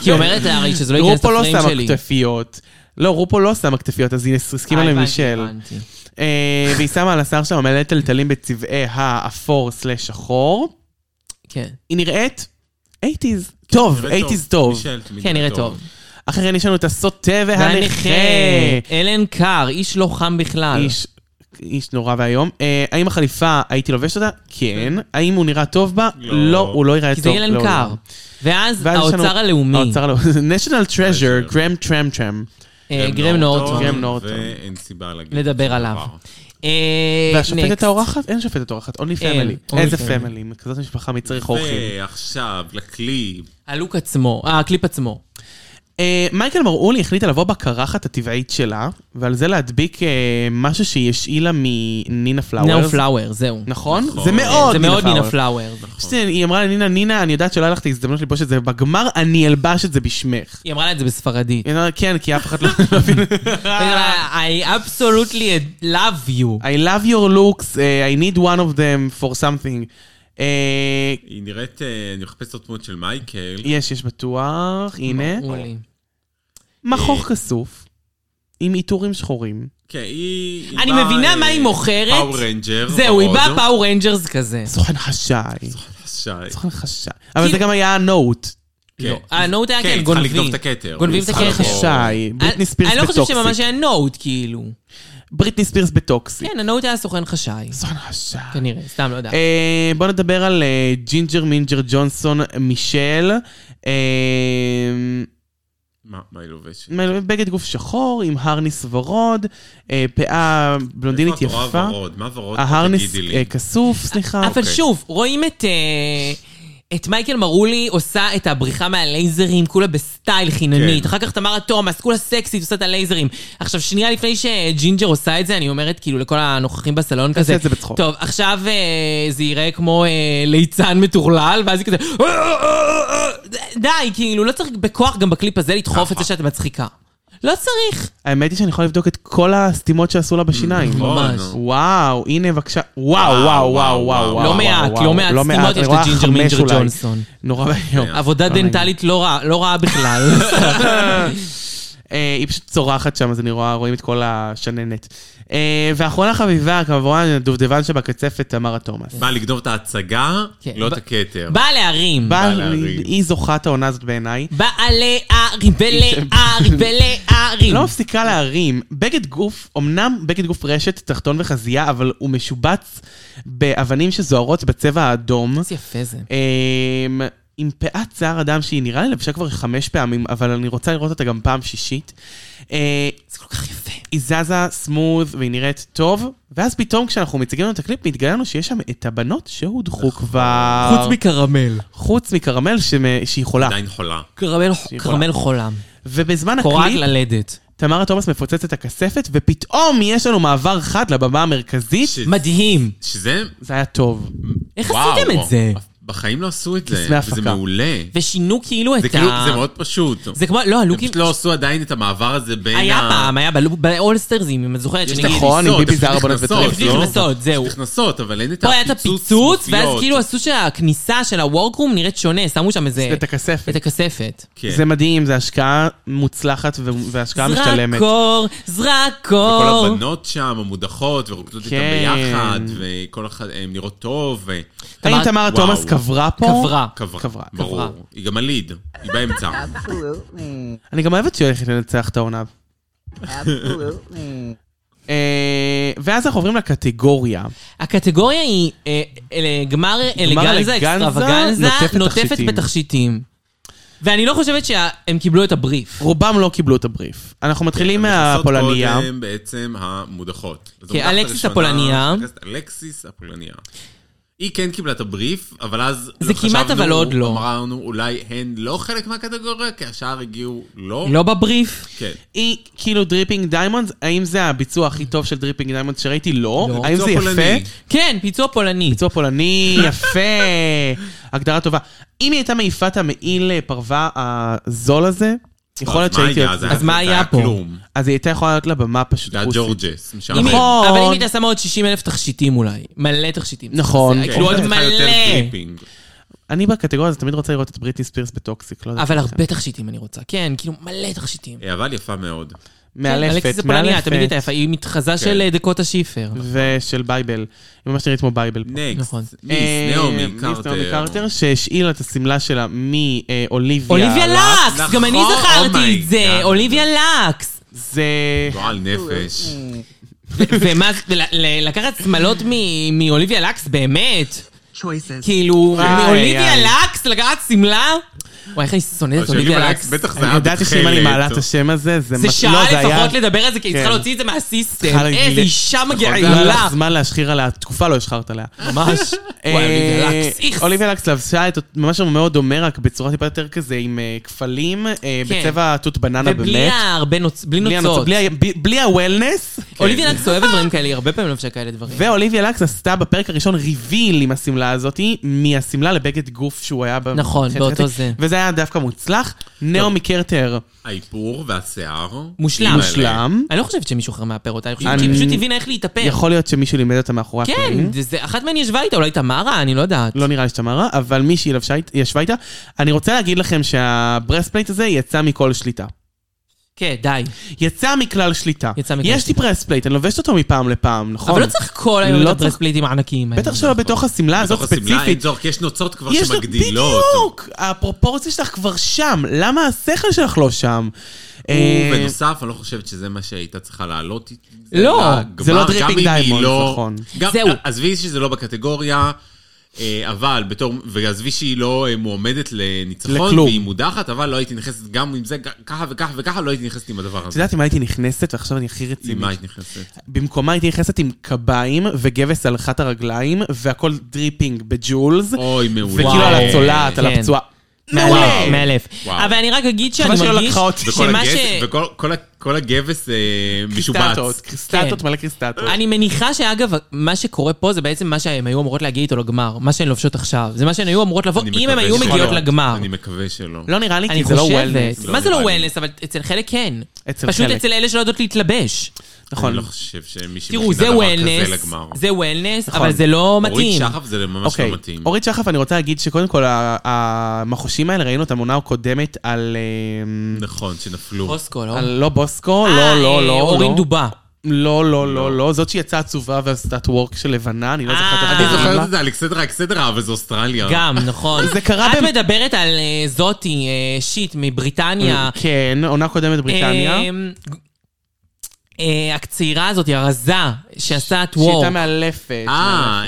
S2: היא אומרת לה הרי שזה לא ייכנס
S3: רופול לא
S2: לפריים
S3: שמה
S2: שלי.
S3: כתפיות. לא, רופול לא שמה כתפיות, אז היא הסכימה
S2: אה, הבנתי,
S3: למישל.
S2: הבנתי.
S3: אה, והיא שמה על השיער שם מלא טלטלים בצבעי האפור סלש שחור.
S2: כן.
S3: היא נראית 80's. טוב, 80's טוב.
S4: מישל, תמיד
S2: כן, נראה טוב.
S3: אחרי כן יש לנו את הסוטה
S2: והנכה,
S3: והנכה.
S2: אלן קאר, איש לא חם בכלל.
S3: איש, איש נורא ואיום. אה, האם החליפה, הייתי לובש אותה? כן. האם הוא נראה טוב בה?
S4: לא.
S3: לא, הוא לא יראה
S2: כי
S3: טוב.
S2: זה אילן
S3: לא, לא.
S2: קאר. ואז
S3: ואז יש לנו-
S2: האוצר הלאומי.
S3: לא, האוצר הלאומי. national treasure,
S4: Treasure.
S3: גרם טרם טרם.
S2: אה, אה, גרם נורטון.
S3: כן, לא, גרם נורטון.
S4: ואין סיבה להגיד.
S2: נדבר עליו.
S4: דבר.
S2: אה,
S3: והשופטת
S2: next.
S3: האורחת? אין שופטת האורחת, אונלי
S2: אין,
S3: פמילי.
S2: only
S3: איזה
S2: family.
S3: פמילי, כזאת משפחה מצריך אורחים.
S4: ועכשיו, לקליפ.
S2: הלוק עצמו, אה, הקליפ עצמו.
S3: אה, מייקל מרעולי החליטה לבוא בקרחת הטבעית שלה, ועל זה להדביק אה, משהו שהיא השאילה מנינה
S2: נאו
S3: פלאוורס.
S2: פלאואר, זהו.
S3: נכון?
S4: נכון.
S3: זה מאוד
S2: זה מאוד נינה
S3: פלאוורס.
S2: פלאואר.
S3: שתיים, היא אמרה לנינה, נינה, אני יודעת שלא היה לך את ההזדמנות ללבוש את זה בגמר, אני אלבש את זה בשמך.
S2: היא אמרה לה את זה בספרדית.
S3: היא אמרה, כן, כי אף אחד לא מבין.
S2: היא אמרה לה, I absolutely love you.
S3: I love your looks, uh, I need one of them for something. אה,
S4: היא נראית, אה, אני מחפש את התמונות של מייקל.
S3: יש, יש בטוח, הנה.
S2: מעולה.
S3: מכוך כסוף, עם עיטורים שחורים.
S4: כן, היא... אה,
S2: אני מבינה מה היא מוכרת.
S4: פאו רנג'ר.
S2: זהו, היא באה
S4: בהודו.
S2: פאו רנג'רס כזה.
S3: סוכן חשאי.
S4: שי.
S3: סוכן חשאי. אבל
S2: כאילו-
S3: זה גם היה הנוט.
S4: כן.
S2: לא, הנוט היה
S4: כן,
S2: כן,
S4: היא צריכה
S2: גונבים.
S4: לגנוב את הכתר.
S2: גונבים
S4: היא
S2: את
S4: צריכה
S2: הכתר.
S4: לבוא-
S3: חשאי, בריטני ספירס
S2: אני לא חושבת שממש
S3: בטוקסיק.
S2: היה נוט, כאילו.
S3: בריטני ספירס בטוקסיק.
S2: כן, הנוט היה סוכן חשאי.
S3: סוכן חשאי.
S2: כנראה, סתם לא יודע.
S3: אה, בואו נדבר על אה, ג'ינג'ר מינג'ר ג'ונסון מישל. אה,
S4: מה, מה היא לובשת?
S3: בגד גוף שחור עם הרניס ורוד, אה, פאה בלונדינית
S4: איפה את רואה
S3: יפה.
S4: ורוד? מה ורוד?
S3: ההרנס
S4: תגידי לי.
S3: אה, כסוף, סליחה.
S2: אבל שוב, רואים את... אה, את מייקל מרולי עושה את הבריחה מהלייזרים, כולה בסטייל חיננית.
S4: כן.
S2: אחר כך תמרה תומאס, כולה סקסית, עושה את הלייזרים. עכשיו, שנייה לפני שג'ינג'ר עושה את זה, אני אומרת כאילו לכל הנוכחים בסלון כזה.
S3: את זה בצחוק.
S2: טוב, עכשיו אה, זה ייראה כמו אה, ליצן מטורלל, ואז היא כזה... "אה, אה, אה, אה." די, כאילו, לא צריך בכוח גם בקליפ הזה לדחוף
S3: נכון.
S2: את זה שאת מצחיקה. לא צריך.
S3: האמת היא שאני יכול לבדוק את כל הסתימות שעשו לה בשיניים.
S4: נכון,
S2: ממש.
S4: נו.
S3: וואו, הנה בבקשה. וואו, וואו, וואו, וואו.
S2: לא
S3: וואו,
S2: מעט,
S3: וואו,
S2: לא מעט סתימות יש
S3: אני רואה
S2: לג'ינג'ר
S3: חמש
S2: מינג'ר
S3: אולי.
S2: ג'ונסון.
S3: נורא ואיום.
S4: כן.
S2: עבודה דנטלית לא רעה, לא רעה בכלל. כן.
S3: אה, היא פשוט צורחת שם, אז אני רואה, רואים את כל השננת. אה, ואחרונה חביבה, כמובן, הדובדבן שבקצפת, תמרה תומאס.
S4: באה לגנוב את ההצגה,
S2: כן.
S4: לא
S2: ב-
S4: את הכתר.
S2: באה להרים.
S3: באה-
S4: להרים.
S3: היא זוכת העונה הזאת בעיניי.
S2: בעלי ארי ולארי ולארי.
S3: לא מפסיקה להרים. בגד גוף, אמנם בגד גוף רשת, תחתון וחזייה, אבל הוא משובץ באבנים שזוהרות בצבע האדום.
S2: איזה יפה זה.
S3: אמ, עם פאת שיער אדם שהיא נראה לי לבשה כבר חמש פעמים, אבל אני רוצה לראות אותה גם פעם שישית. אה,
S2: זה כל כך יפה.
S3: היא זזה סמוथ והיא נראית טוב, ואז פתאום כשאנחנו מציגים לנו את הקליפ, מתגלה לנו שיש שם את הבנות שהודחו
S4: נכון. אה.
S3: כבר.
S2: מקרמל.
S3: חוץ מכרמל שמ- שהיא חולה.
S4: עדיין חולה.
S3: יכולה.
S2: קרמל חולם.
S3: ובזמן
S2: קורעת
S3: הקליפ,
S2: ללדת.
S3: תמרה תומאס מפוצצת את הכספת, ופתאום יש לנו מעבר חד לבמה המרכזית.
S4: ש-
S2: מדהים.
S4: שזה...
S3: זה היה טוב.
S2: איך
S4: וואו,
S2: עשיתם את זה?
S4: בחיים לא עשו את זה.
S3: קסמי הפקה.
S4: זה מעולה.
S2: ושינו כאילו את
S4: זה
S2: ה...
S4: כאילו, זה מאוד פשוט.
S2: זה כמו... לא,
S4: הם
S2: הלוקים...
S4: פשוט לא עשו עדיין את המעבר הזה בין ה...
S2: היה פעם, היה ב- באולסטרזים, אם את זוכרת,
S4: יש
S2: שנגיד...
S3: נכון. עם
S4: הכניסות,
S3: ביבי
S4: יש
S3: זהר בנות
S4: הכנסות,
S3: וטרף.
S2: יש
S4: לא?
S2: הכנסות, זהו.
S4: יש הכנסות, אבל אין את
S2: פה היה את הפיצוץ, ואז
S4: כנופיות.
S2: כאילו עשו שהכניסה של הוורקרום נראית שונה, שמו שם
S4: אה,
S2: איזה...
S3: את הכספת.
S2: את הכספת.
S4: כן.
S3: זה מדהים, זו השקעה מוצלחת ו- והשקעה משתלמת.
S2: זרקור,
S4: וכל
S2: זרקור.
S4: הבנות שם, המודחות, ורוקדות איתן
S3: כן.
S4: ביחד, וכל אחת, הן נראות טוב, ו...
S2: תמר-
S3: האם תמרה
S4: וואו.
S3: תומאס קברה פה?
S2: קברה.
S4: קברה.
S3: קברה,
S4: ברור.
S2: קברה.
S4: היא גם הליד, היא באמצע.
S5: Absolutely.
S3: אני גם אוהבת שהיא הולכת לנצח את העונה.
S5: Absolutely.
S3: אה, ואז אנחנו עוברים לקטגוריה.
S2: הקטגוריה היא אה, אלה, גמר אלגנזה,
S3: אלגנזה,
S2: אקסטרווגנזה,
S3: נוטפת
S2: נוטפת
S3: תכשיטים.
S2: בתכשיטים. ואני לא חושבת שהם קיבלו את הבריף.
S3: רובם לא קיבלו את הבריף. אנחנו מתחילים
S4: כן,
S3: מהפולניה.
S4: נכנסות קודם בעצם המודחות. אז
S2: כן,
S4: המודחת
S2: אלכסיס
S4: הראשונה,
S2: הפולניה.
S4: נכנסת אלכסיס הפולניה. היא כן קיבלה את הבריף, אבל אז...
S2: זה כמעט, אבל עוד לא.
S4: אמרנו, אולי הן לא חלק מהקטגוריה, כי השאר הגיעו לא.
S2: לא בבריף.
S4: כן.
S3: היא כאילו דריפינג דיימונדס, האם זה הביצוע הכי טוב של דריפינג דיימונדס שראיתי? לא.
S2: לא.
S3: האם זה
S4: ביצוע פולני.
S3: יפה?
S2: כן, פיצוע פולני.
S3: ביצוע פולני, יפה. הגדרה טובה. אם היא הייתה מעיפה את המעיל אה, פרווה הזול הזה, יכול להיות
S4: אז מה
S3: שהייתי...
S4: היה? זה
S3: אז-
S2: אז מה
S4: זה
S2: היה פה?
S4: כלום.
S3: אז היא הייתה יכולה להיות לה במה פשוט
S4: זה היה
S3: כוסית.
S4: ג'ורג'ס. משם. כן.
S2: אם היא-
S3: נכון.
S2: אבל אם היית שמה עוד 60 אלף תכשיטים אולי. מלא תכשיטים.
S3: נכון.
S2: זה- כאילו
S4: כן,
S2: עוד
S4: צריכה יותר
S2: מלא.
S4: קליפינג.
S3: אני בקטגוריה הזאת תמיד רוצה לראות את בריטני ספירס בטוקסיק, לא יודעת.
S2: אבל הרבה תכשיטים אני רוצה. כן, כאילו מלא תכשיטים.
S4: אה, אבל יפה מאוד.
S2: כן, אלכסיס
S3: מאלפת,
S2: הפולניה, תמיד הייתה
S3: מאלפת.
S2: יפה. היא מתחזה של אה, דקוטה שיפר.
S3: ושל בייבל. היא ממש נראית כמו בייבל. פה. אה,
S4: נקסט.
S2: נכון.
S4: מיס, נעמי
S3: נעמי
S4: קרטר.
S3: קרטר, שהשאילה את השמלה שלה מאוליביה.
S2: אוליביה לקס! גם אני
S4: נכון,
S2: זכרתי את
S4: אומייגאד.
S2: זה. אוליביה לקס.
S3: זה...
S4: גועל נפש.
S3: אה,
S2: ומה, ול- ל- לקחת שמלות מ- מאוליביה לקס, באמת?
S5: Choices.
S2: כאילו,
S3: איי,
S2: מאוליביה
S3: איי.
S2: לקס לקחת שמלה? וואי, איך אני שונאת אותו
S4: אבל שיגיד
S2: בגלל
S4: בלק,
S2: האקס.
S4: בטח זה
S3: אני
S4: היה
S3: ידעתי שאם אני
S4: בתכלת,
S3: מעלה את
S4: או-
S3: השם הזה, זה...
S2: זה
S3: מה-
S2: שעה
S3: לא, זה היה-
S2: לפחות לדבר על זה, כי היא צריכה
S3: כן.
S2: להוציא את זה
S3: צריכה
S2: מהסיסטם.
S3: להגיד-
S2: איזה אישה
S3: לא היה
S2: מגעילה.
S3: לך זמן להשחיר עליה, תקופה לא השחרת עליה.
S2: ממש. וואי, אוליביה
S3: אה,
S2: לקס, איכס.
S3: אוליביה לקס לבשה את אות- ממש מאוד דומה, רק בצורה טיפה יותר כזה, עם אה, כפלים, אה,
S2: כן.
S3: בצבע תות בננה
S2: ובלי
S3: באמת.
S2: הרבה נוצ- בלי
S3: בלי הנוצות,
S2: נוצות.
S3: בלי כן. ה- ב- בלי ה-wellness.
S2: כן. אוליביה לקס אוהבת דברים כאלה, היא הרבה פעמים לבשה כאלה דברים.
S3: ואוליביה לקס עשתה בפרק הראשון ריביל עם השמלה הזאתי, מהשמלה לבגד גוף שהוא היה ב...
S2: נכון,
S3: חצי-
S2: באותו
S3: חצי.
S2: זה.
S3: וזה היה דווקא מוצלח. נאומי קרטר
S4: האיפור והשיער.
S2: מושלם.
S4: אימא'לה.
S3: מושלם.
S2: אני לא חושבת שמישהו חרמה פירות, אני חושבת
S3: אני-
S2: שהיא פשוט הבינה איך להתאפר.
S3: יכול להיות שמישהו לימד אותה מאחורי הקלעים.
S2: כן, זה- זה- אחת מהן ישבה איתה, אולי תמרה, אני לא יודעת.
S3: לא נראה לי שתמרה, אבל מישהי לבשה אית- ישבה איתה. אני רוצה להגיד לכם שהברספלייט הזה יצא מכל שליטה.
S2: כן, די.
S3: יצא מכלל שליטה.
S2: יצא מכלל
S3: יש לי ברספלייט, אני לובשת אותו מפעם לפעם, נכון?
S2: אבל לא צריך נכון. כל היום
S3: לא
S2: את
S3: צריך-
S2: הברספליטים הענקיים האלה.
S3: בטח שלא בתוך השמלה הזאת
S4: בתוך השמלה אין
S3: לא ספציפית.
S4: צורך, כי יש נוצות כבר
S3: יש לך,
S4: שמגדילות.
S3: בדיוק! הפרופורציה שלך כבר שם, למה השכל שלך לא שם? אה,
S4: ובנוסף, אני לא חושבת שזה מה שהייתה צריכה לעלות.
S2: לא,
S4: לגמר,
S3: זה לא
S4: גם
S3: dripping
S4: אם היא
S3: diamonds,
S4: לא-
S3: נכון.
S4: גם-
S2: זהו.
S4: עזבי שזה לא בקטגוריה, אה, אבל בתור, ועזבי שהיא לא אה, מועמדת לניצחון,
S3: לכלום.
S4: והיא מודחת, אבל לא הייתי נכנסת גם עם זה, ג- ככה וככה וככה, לא הייתי נכנסת עם הדבר
S3: את
S4: הזה.
S3: יודעת אם הייתי נכנסת, ועכשיו אני הכי
S4: עם מה
S3: רצינית.
S4: היית נכנסת?
S3: במקומה הייתי נכנסת עם קביים וגבס על אחת הרגליים, והכל דריפינג בג'ולס,
S4: אוי, מעולה.
S3: וכאילו כאילו על הצולעת, על
S2: כן.
S3: הפצועה.
S2: מאלף,
S3: מעולה.
S2: מאלף.
S4: וואו.
S2: אבל אני רק אגיד שאני
S3: חבל שלא
S2: מרגיש
S3: לקחה אותי.
S4: וכל
S2: שמה ש...
S4: הגבס- וכל כל ה- כל הגבס אה, משובץ.
S3: קריסטטות, קריסטטות,
S2: כן.
S3: מלא קריסטטות.
S2: אני מניחה שאגב, מה שקורה פה זה בעצם מה שהן היו אמורות להגיע איתו לגמר. מה שהן לובשות עכשיו. זה מה שהן היו אמורות לבוא,
S4: אני
S2: אם
S4: מקווה
S2: הן היו
S4: שלא.
S2: מגיעות לגמר.
S4: אני מקווה שלא.
S3: לא נראה לי,
S2: אני
S3: כי זה לא
S2: חושבת.
S3: וולנס.
S2: מה זה לא
S4: נראה לי.
S2: וולנס? אבל אצל חלק כן.
S3: אצל
S2: פשוט
S3: חלק.
S2: אצל אלה שלא יודעות להתלבש.
S3: נכון.
S4: אני לא חושב שמישהי
S2: תראו,
S4: מכינה
S2: זה
S4: דבר כזה
S2: וולנס,
S4: לגמר.
S2: זה וולנס,
S3: נכון.
S2: אבל זה לא
S4: אורית
S2: מתאים.
S4: שחף זה ממש
S3: אוקיי.
S4: לא מתאים.
S3: אורית שחף, אני רוצה להגיד שקודם כל, ה- המחושים האלה, ראינו את המונה הקודמת על... אה,
S4: נכון, שנפלו.
S2: אוסקו, לא?
S3: על לא בוסקו,
S2: אה,
S3: לא,
S2: אה,
S3: לא, לא.
S2: אורין
S3: לא.
S2: דובה.
S3: לא, לא, לא, לא. זאת שיצאה עצובה ועשתה טוורק של לבנה, אני לא זוכרת
S2: אה.
S3: איך
S4: אני
S2: אה,
S3: קוראים
S4: זוכרת
S3: לה.
S4: את זה, אלכסדרה אקסדרה, אבל זה אוסטרליה.
S2: גם, נכון.
S3: זה קרה
S2: את
S3: במ-
S2: מדברת על אה, זאתי, אה, שיט, מבריטניה.
S3: כן, עונה קודמת בריטניה.
S2: אה, אה, הצעירה הזאת, הרזה, שעשה את
S3: שהיא
S2: וור.
S3: הייתה מאלפת.
S4: אה, אה,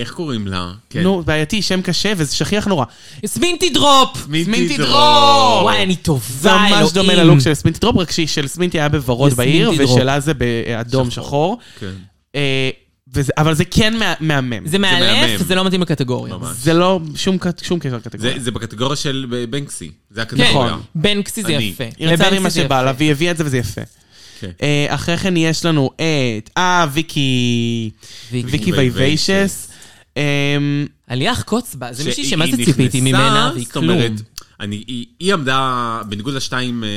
S4: איך קוראים לה? כן.
S3: נו, בעייתי, שם קשה וזה שכיח נורא.
S2: סמינטי דרופ!
S4: מינטי
S3: דרור.
S4: דרור.
S2: וואי, אני
S3: זה
S2: טובה, אלוהים.
S3: ממש דומה ללוק של סמינטי דרופ, רק שהיא של סמינטי היה בוורוד
S2: לסמינטי
S3: בעיר,
S2: דרופ.
S3: ושלה זה באדום שחור.
S4: כן.
S3: אה, וזה- אבל זה כן מה- מהמם.
S2: זה מאלף,
S4: מהמם.
S2: זה לא מתאים לקטגוריה.
S4: ממש.
S3: זה לא שום ק- שום קשר
S4: זה-
S3: לקטגוריה.
S4: זה בקטגוריה של ב- בנקסי. זה הקטגוריה.
S2: כן,
S3: נכון.
S2: בנקסי זה
S4: אני.
S2: יפה.
S3: היא רצה
S2: לבנקסי
S3: לי מה
S2: זה
S3: שבא
S2: יפה.
S3: לה, והיא הביאה את זה וזה יפה.
S4: כן.
S3: אה, אחרי כן יש לנו את... אה, ויקי...
S2: ויקי.
S3: ויקי
S4: וייביישס.
S3: וייביישס. אמ,
S2: עליח קוצבה, זה מישהי
S4: שהיא
S2: שמה זה
S4: נכנסה,
S2: ציפיתי ממנה, והיא
S4: זאת
S2: כלום.
S4: אומרת, אני, היא, היא עמדה, בניגוד לשתיים אה,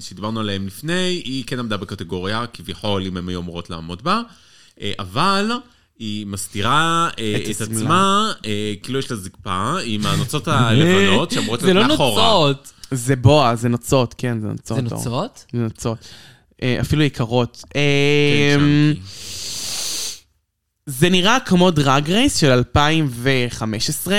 S4: שדיברנו עליהם לפני, היא כן עמדה בקטגוריה, כביכול, אם הן היו אמורות לעמוד בה, אה, אבל היא מסתירה אה,
S3: את
S4: את,
S3: השמלה.
S4: עצמה, אה, כאילו יש לה זקפה, עם הנוצות הלבנות, שאמורות
S2: זה
S4: להיות
S2: לא
S4: מאחורה.
S2: נוצות.
S3: זה בוע, זה נוצות, כן, זה נוצות.
S2: זה
S3: אור.
S2: נוצות?
S3: זה נוצות. אה, אפילו יקרות.
S4: כן,
S3: אמ,
S4: שם.
S3: זה נראה כמו דרג רייס של 2015,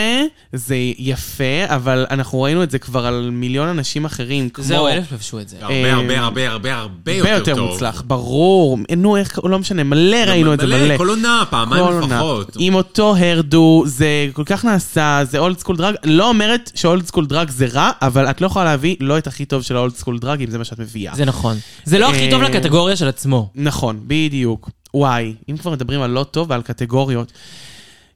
S3: זה יפה, אבל אנחנו ראינו את זה כבר על מיליון אנשים אחרים, כמו...
S2: זהו, אלף לבשו את זה.
S4: הרבה, הרבה, הרבה, הרבה, הרבה
S3: הרבה
S4: יותר
S3: יותר
S4: טוב.
S3: מוצלח, ברור. נו, איך, לא משנה, מלא ראינו את זה, מלא.
S4: כל עונה, פעמיים
S3: כל עונה.
S4: לפחות.
S3: עם אותו הרדו, זה כל כך נעשה, זה אולד סקול דרג. לא אומרת שאולד סקול דרג זה רע, אבל את לא יכולה להביא לא את הכי טוב של האולד סקול דרג, אם זה מה שאת מביאה.
S2: זה נכון. זה לא הכי טוב
S3: אה,
S2: לקטגוריה של עצמו.
S3: נכון, בדיוק. וואי, אם כבר מדברים על לא טוב ועל קטגוריות,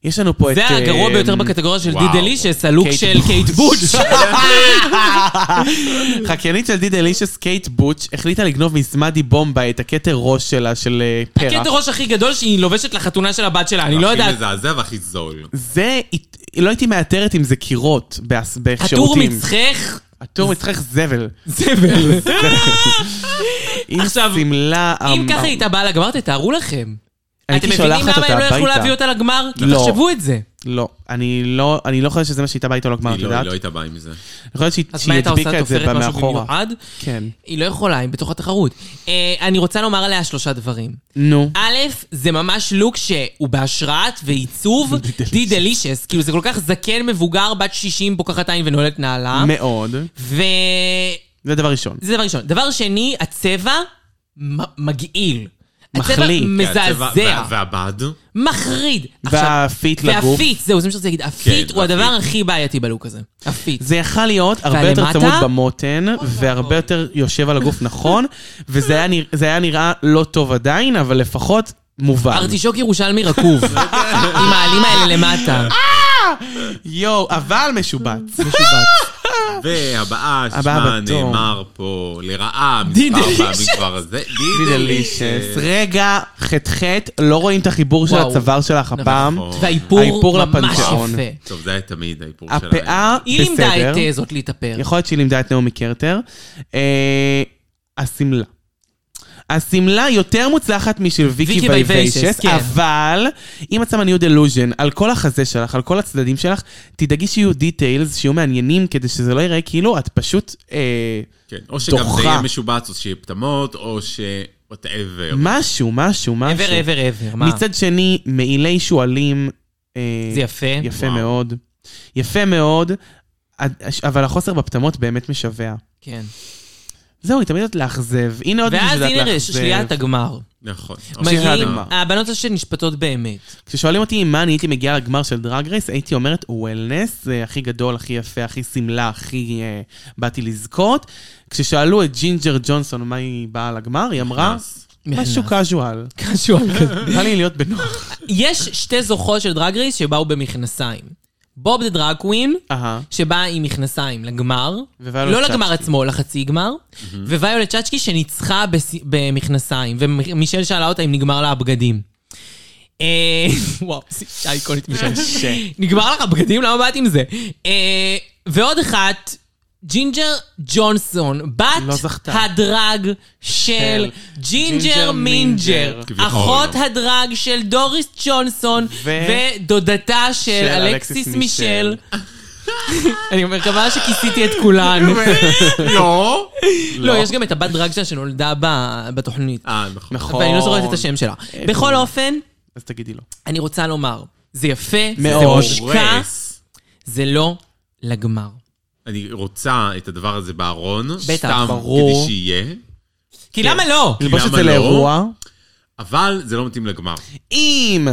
S3: יש לנו פה את...
S2: זה הגרוע
S3: אה,
S2: ביותר בקטגוריה של
S4: וואו.
S2: דידלישס, הלוק
S3: קייט
S2: של קייט בוטש.
S3: חקיינית של די דלישס קייט בוטש החליטה לגנוב מסמדי בומבה את הכתר ראש שלה, של אה, פרח.
S2: הקטע ראש הכי גדול שהיא לובשת לחתונה של הבת שלה, אני לא יודעת.
S4: הכי מזעזע והכי זול.
S3: זה, הת- לא הייתי מאתרת אם זה קירות באס-
S2: הטור
S3: בשירותים.
S2: מצחך,
S3: הטור מצחך זבל.
S2: זבל.
S3: עם
S2: עכשיו,
S3: שמלה...
S2: אם
S3: אמ-
S2: ככה הייתה באה לגמר, תתארו לכם.
S3: הייתי
S2: אתם מבינים
S3: שולחת
S2: למה
S3: אותה
S2: הם לא יכלו
S3: הביתה.
S2: להביא אותה לגמר?
S3: לא.
S2: תחשבו את זה.
S3: לא, אני לא, אני לא חושבת שזה מה שהייתה בית או לגמר,
S4: היא
S3: את
S4: לא היא
S3: יודעת?
S4: לא הייתה באה עם זה.
S3: אני חושבת שהיא
S2: אז מה
S3: שהיא
S2: הייתה
S3: הדביקה
S2: עושה?
S3: את זה
S2: תופרת משהו
S3: מאחורה.
S2: במיוחד?
S3: כן.
S2: היא לא יכולה, היא בתוך התחרות. אה, אני רוצה לומר עליה שלושה דברים.
S3: נו.
S2: א', זה ממש לוק שהוא בהשראת ועיצוב די דלישס. כאילו, זה כל כך זקן, מבוגר, בת 60, פוקחת עין ונועלת נעלה.
S3: מאוד.
S2: ו...
S3: זה דבר ראשון.
S2: זה דבר ראשון. דבר שני, הצבע מ- מגעיל. הצבע
S3: מחליא.
S4: הצבע-
S2: מזעזע,
S4: וה- והבד?
S2: מחריד. עכשיו,
S3: והפיט לגוף. כן,
S2: והפיט, זהו, זה מה שרציתי להגיד. הפיט הוא
S4: והפיט.
S2: הדבר הכי בעייתי בלוק הזה. הפיט.
S3: זה יכל להיות הרבה יותר
S2: והלמטה?
S3: צמוד במותן, והרבה יותר יושב על הגוף נכון, וזה היה נרא- זה היה נראה לא טוב עדיין, אבל לפחות מובן.
S2: ארטישוק ירושלמי רקוב, עם העלים האלה למטה.
S3: יואו, אבל משובץ.
S4: והבאה,
S3: הבאה
S4: ששמה
S3: בתור.
S4: נאמר פה לרעה,
S2: Delicious.
S4: מספר פעמים כבר הזה.
S3: דידלישס. רגע, ח"ח, לא רואים את החיבור של
S2: אה. וואו.
S3: הצוואר שלך הפעם.
S4: נכון.
S2: והאיפור
S3: האיפור
S2: ממש
S3: לפנתיאון.
S2: יפה.
S4: טוב, זה היה תמיד האיפור שלהם.
S3: הפאה,
S2: היא לימדה
S3: בסדר.
S2: את אה, זאת להתאפר.
S3: כן. יכול להיות שהיא לימדה את נעמי קרטר. אה, השמלה. השמלה יותר מוצלחת משל
S2: ויקי
S3: ויקי
S2: וייביישס,
S3: וייביישס,
S2: כן.
S3: אבל אם את שמה ניו דלוז'ן על כל החזה שלך, על כל הצדדים שלך, תדאגי שיהיו דיטיילס, שיהיו מעניינים, כדי שזה לא ייראה כאילו את פשוט... אה,
S4: כן, או שגם
S3: דוחה.
S4: זה יהיה משובץ, או שיהיה פטמות, או ש... וואטאבר.
S3: משהו, משהו, משהו.
S2: עבר, עבר, עבר, מה?
S3: מצד שני, מעילי שועלים... אה,
S2: זה יפה.
S3: יפה
S4: וואו.
S3: מאוד. יפה מאוד, עד- אבל החוסר בפטמות באמת משווע.
S2: כן.
S3: זהו, היא תמיד יודעת לאכזב. הנה עוד מישהו
S2: ואז
S3: שיודעת
S2: הנה
S3: לאכזב.
S2: שליית הגמר.
S3: לא,
S4: נכון.
S2: מגיעים
S3: הגמר.
S2: הבנות האלה שנשפטות באמת.
S3: כששואלים אותי אם מה אני הייתי מגיעה לגמר של דרג רייס, הייתי אומרת וולנס, זה הכי גדול, הכי יפה, הכי שמלה, הכי אה, באתי לזכות. כששאלו את ג'ינג'ר ג'ונסון מה היא באה לגמר, היא אמרה,
S4: נכנס.
S3: משהו קאז'ואל.
S2: קשור.
S3: בא לי להיות בנוח.
S2: יש שתי זוכות של דרג רייס שבאו במכנסיים. בוב דה דרג קווין,
S3: אהה.
S2: שבאה עם מכנסיים לגמר,
S3: וויולט
S2: לא לגמר
S3: צ'צ'קי.
S2: עצמו, לחצי גמר, וויולט צ'צ'קי שניצחה בס- במכנסיים, ומישל שאלה אותה אם נגמר לה הבגדים. אה, וואו, אישה איקונית מישל. נגמר לך הבגדים? למה באת עם זה? אה, ועוד אחת, ג'ינג'ר ג'ונסון,
S3: לא
S2: בת
S3: זכתה.
S2: הדרג של ג'ינג'ר מינג'ר,
S3: ג'ינג'ר מינג'ר.
S4: כביכול.
S2: אחות הדרג של דוריס ג'ונסון,
S3: ו-
S2: ודודתה של... של
S3: של
S2: אלכסיס
S3: אלכסיס
S2: מישל. אני מקווה שכיסיתי את כולן.
S4: לא.
S2: לא, יש גם את הבת דרג שלה שנולדה ב- בתוכנית.
S4: אה, נכון.
S3: נכון.
S2: ואני לא זוכרת את השם שלה.
S3: אה,
S2: בכל אופן,
S3: אז תגידי לו.
S2: אני רוצה לומר, זה יפה, זה
S3: מאוד.
S2: מושקע,
S4: הורס.
S2: זה לא לגמר.
S4: אני רוצה את הדבר הזה בארון. סתם
S3: ברור.
S4: כדי שיהיה.
S2: כי
S3: כן.
S2: למה לא?
S3: ללבוש את
S4: למה
S3: זה
S4: לא?
S3: לאירוע.
S4: אבל זה לא מתאים לגמר.
S3: אם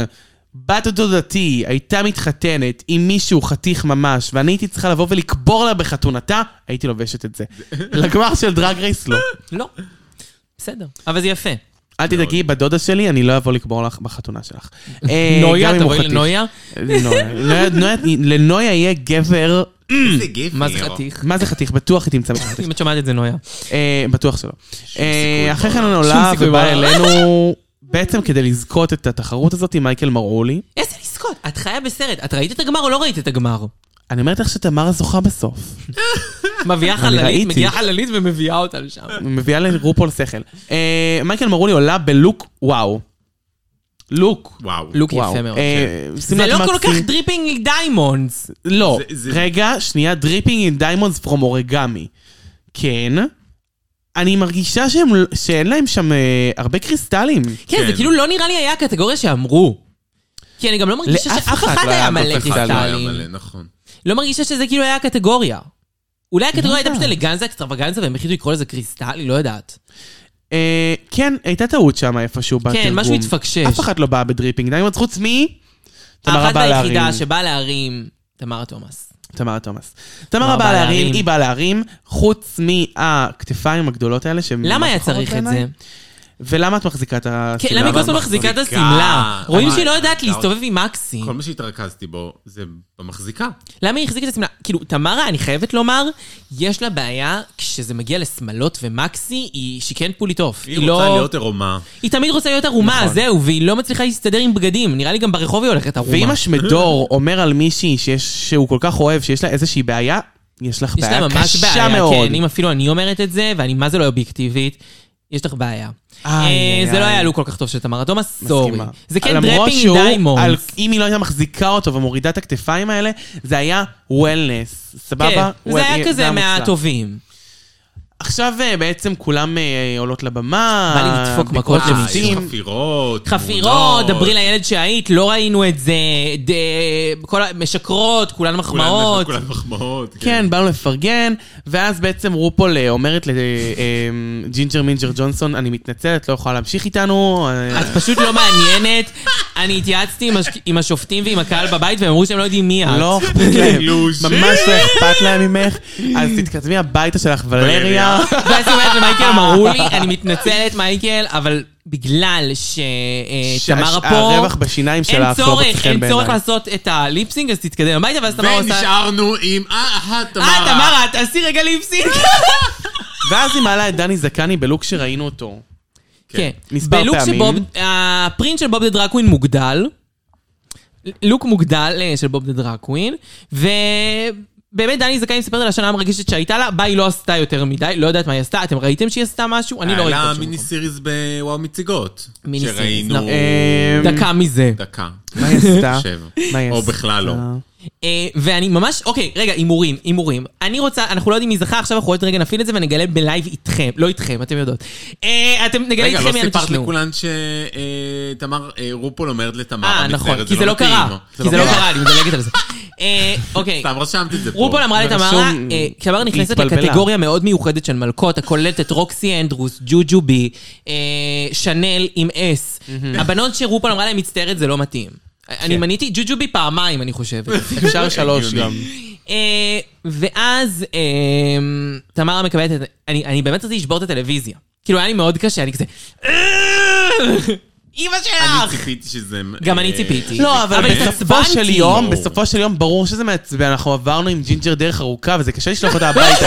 S3: בת דודתי הייתה מתחתנת עם מישהו חתיך ממש, ואני הייתי צריכה לבוא ולקבור לה בחתונתה, הייתי לובשת את זה. לגמר של דרג רייס לא.
S2: לא. בסדר. אבל זה יפה.
S3: אל תדאגי, בדודה שלי, אני לא אבוא לקבור לך בחתונה שלך. אה,
S2: נויה,
S3: גם אם הוא
S2: תבואי
S3: חתיך. אה,
S2: לנויה?
S3: נויה. נויה- נויה- לנויה יהיה גבר...
S4: איזה גבר.
S2: מה זה חתיך?
S3: מה זה חתיך? בטוח היא תמצא מישהו חתיך.
S2: אם את שומעת את זה, נויה.
S3: אה, בטוח שלא. אה,
S4: סיכוי
S3: אחרי כן
S4: בעולם.
S3: עולה
S2: שום סיכוי
S3: ובאה
S2: בעולם.
S3: אלינו, בעצם כדי לזכות את התחרות הזאת, מייקל מרעולי.
S2: איזה לזכות? את חיה בסרט. את ראית את הגמר או לא ראית את הגמר?
S3: אני אומרת לך שתמרה זוכה בסוף.
S2: מביאה
S3: אני
S2: חללית,
S3: ראיתי.
S2: מגיעה חללית ומביאה אותה לשם.
S3: מביאה לרופול שכל. אה, מייקל מרולי עולה בלוק וואו. לוק. לא
S4: וואו.
S2: לוק
S3: וואו.
S2: יפה מאוד.
S3: אה,
S2: זה
S3: שמלת
S2: לא כל
S3: מקסי.
S2: כך דריפינג דיימונדס.
S3: לא,
S4: זה- זה-
S3: רגע, שנייה, דריפינג עם דיימונדס פרום אורגמי. כן. אני מרגישה שהם, שאין להם שם אה, הרבה קריסטלים.
S2: כן, זה
S4: כן.
S2: כאילו לא נראה לי היה הקטגוריה שאמרו. כי אני גם לא מרגישה
S3: לאף
S2: שאף
S3: אחד
S2: אחד
S3: לא
S2: היה
S3: היה
S2: מלא
S3: כל כך
S4: אחד לא היה
S2: קריסטלים.
S4: מלא, נכון.
S2: לא מרגישה שזה כאילו היה הקטגוריה. אולי הקטגוריה הייתה
S3: יודעת.
S2: פשוט אלגנזה, אקסטרווגנזה, והם החליטו לקרוא לזה קריסטלי, לא יודעת.
S3: אה, כן, הייתה טעות שם איפשהו בתרגום.
S2: כן, משהו התפקשש.
S3: אף אחת לא באה בדריפינג דיימונדס, חוץ מ... תמרה
S2: האחת
S3: באה להרים.
S2: והיחידה שבאה להרים, תמרה תומאס.
S3: תמרה תומאס.
S2: תמרה
S3: תמרה
S2: באה
S3: באה להרים,
S2: להרים.
S3: היא באה להרים, חוץ מהכתפיים הגדולות האלה שהן...
S2: למה היה
S3: מפחות
S2: צריך את
S3: בעיניי. כאילו,
S2: זה?
S3: ולמה את מחזיקה את
S2: כן,
S3: השמלה?
S2: למה היא כל הזמן
S4: אבל
S2: מחזיקה את
S4: מחזיקה.
S2: השמלה? רואים
S4: אבל-
S2: שהיא לא יודעת
S4: אבל-
S2: להסתובב עם מקסי.
S4: כל מה שהתרכזתי בו זה במחזיקה.
S2: למה היא החזיקה את השמלה? כאילו, תמרה, אני חייבת לומר, יש לה בעיה כשזה מגיע לשמלות ומקסי, היא שכן פוליטוף.
S4: היא רוצה להיות עירומה.
S2: היא תמיד רוצה להיות ערומה, נכון. זהו, והיא לא מצליחה להסתדר עם בגדים. נראה לי גם ברחוב היא הולכת ערומה.
S3: ואם השמדור אומר על מישהי שיש, שהוא כל כך אוהב, שיש לה איזושהי בעיה, יש לך
S2: יש לה
S3: בעיה
S2: ממש
S3: קשה
S2: בעיה,
S3: מאוד.
S2: כן, אם אפילו אני אומרת את זה, ואני מה זה לא אובייקטיבית, יש לך בעיה.
S3: איי,
S2: אה,
S3: איי,
S2: זה לא
S3: איי.
S2: היה לו כל כך טוב של תמרה תומאס, סורי.
S3: מסכימה.
S2: זה כן
S3: למרות
S2: דרפינג
S3: שהוא, על-
S2: דיימונדס.
S3: אם היא לא הייתה מחזיקה אותו ומורידה את הכתפיים האלה, זה היה וולנס.
S2: כן,
S3: סבבה?
S2: זה היה
S3: well-
S2: כזה
S3: מוצלח.
S2: מהטובים.
S3: עכשיו אה, בעצם כולם אה, עולות לבמה.
S2: בא לי לדפוק
S3: ביקורת
S2: מכות
S4: אה, יש
S3: שופטים.
S4: חפירות,
S2: חפירות,
S4: תמונות.
S2: דברי לילד שהיית, לא ראינו את זה, ד... כל ה... משקרות, כולן
S4: כולן-
S2: מחמאות.
S4: כולן מחמאות.
S3: כן, באנו לפרגן, ואז בעצם רופול אה, אומרת לג'ינג'ר מינג'ר ג'ונסון, אני מתנצלת, לא יכולה להמשיך איתנו. אה,
S2: את פשוט לא מעניינת. אני התייעצתי עם, הש... עם השופטים ועם הקהל בבית, והם אמרו שהם לא יודעים מי את.
S3: לא אכפת להם,
S4: כאילו,
S3: ממש
S4: ש-
S3: לא אכפת להם ממך, אז תתקדמי הביתה שלך, ולריה.
S4: ולריה.
S2: ואז היא אומרת למייקל, אמרו לי, אני מתנצלת, מייקל, אבל בגלל
S3: אה,
S2: שתמרה פה...
S3: שהרווח בשיניים שלך
S2: אין
S3: לא מוצא
S2: צורך,
S3: חן
S2: אין צורך
S3: בעיניי.
S2: לעשות את הליפסינג, אז תתקדם הביתה, ואז תמרה עושה...
S4: ונשארנו עם... אה, אה, תמרה.
S2: אה, תמרה, תעשי רגע ליפסינג.
S3: כן. ואז היא מעלה את דני זקני בלוק שראינו אותו.
S2: כן.
S3: מספר
S2: בלוק
S3: פעמים.
S2: שבוב, הפרינט של בוב דה דרקווין מוגדל. לוק מוגדל אה, של בוב דה דרקווין. ובאמת דני זכאי מספרת על השנה המרגשת שהייתה לה, בה היא לא עשתה יותר מדי, לא יודעת מה היא עשתה, אתם ראיתם שהיא עשתה משהו? אני לא ראיתי
S4: עלה
S2: את שום
S4: מיני
S2: מקום.
S4: סיריס בוואו מציגות.
S2: מיני סיריס,
S4: שראינו
S2: נכון.
S3: אה,
S2: דקה מזה.
S4: דקה.
S3: מה היא עשתה?
S4: שבע.
S3: מה היא
S4: או
S3: עשתה?
S4: בכלל לא.
S2: אה, ואני ממש, אוקיי, רגע, הימורים, הימורים. אני רוצה, אנחנו לא יודעים מי זכה, עכשיו אנחנו עוד רגע נפעיל את זה ונגלה בלייב איתכם, לא איתכם, אתם יודעות. אה, אתם, נגלה
S4: רגע,
S2: איתכם,
S4: לא
S2: יאללה,
S4: סיפרת
S2: תשמעו.
S4: לכולן שתמר, אה, רופול אומרת לתמר,
S2: אה,
S4: "אני
S2: נכון,
S4: מצטערת,
S2: כי זה לא קרה,
S4: מתאים." כן,
S2: כי זה לא קרה, אני מדלגת על זה. אה, אוקיי.
S4: סתם רשמת את זה פה.
S2: רופול אמרה לתמרה,
S3: ורשום-
S2: אה, תמרה נכנסת
S3: התבלבלה.
S2: לקטגוריה מאוד מיוחדת של מלכות, הכוללת את רוקסי אנדרוס, ג'וג'ו בי, אה, שנל עם אס. הבנות שרופול אמרה להן מצטערת זה לא מתאים. אני מניתי ג'וג'ו בי פעמיים, אני חושבת.
S3: אפשר שלוש גם.
S2: אה, ואז אה, תמרה מקבלת את זה. אני אני באמת רציתי לשבור את הטלוויזיה. כאילו, היה לי מאוד קשה, אני כזה... "אה, אימא
S4: אני
S2: שלך!
S4: ציפיתי שזה...
S2: גם
S4: אה,
S2: אני ציפיתי.
S3: לא, אבל
S2: אבל
S3: בסופו של
S2: התעצבנתי.
S3: יום,
S4: ברור.
S3: בסופו של יום, ברור שזה מעצבן, אנחנו עברנו עם ג'ינג'ר דרך ארוכה, וזה קשה לשלוח אותה הביתה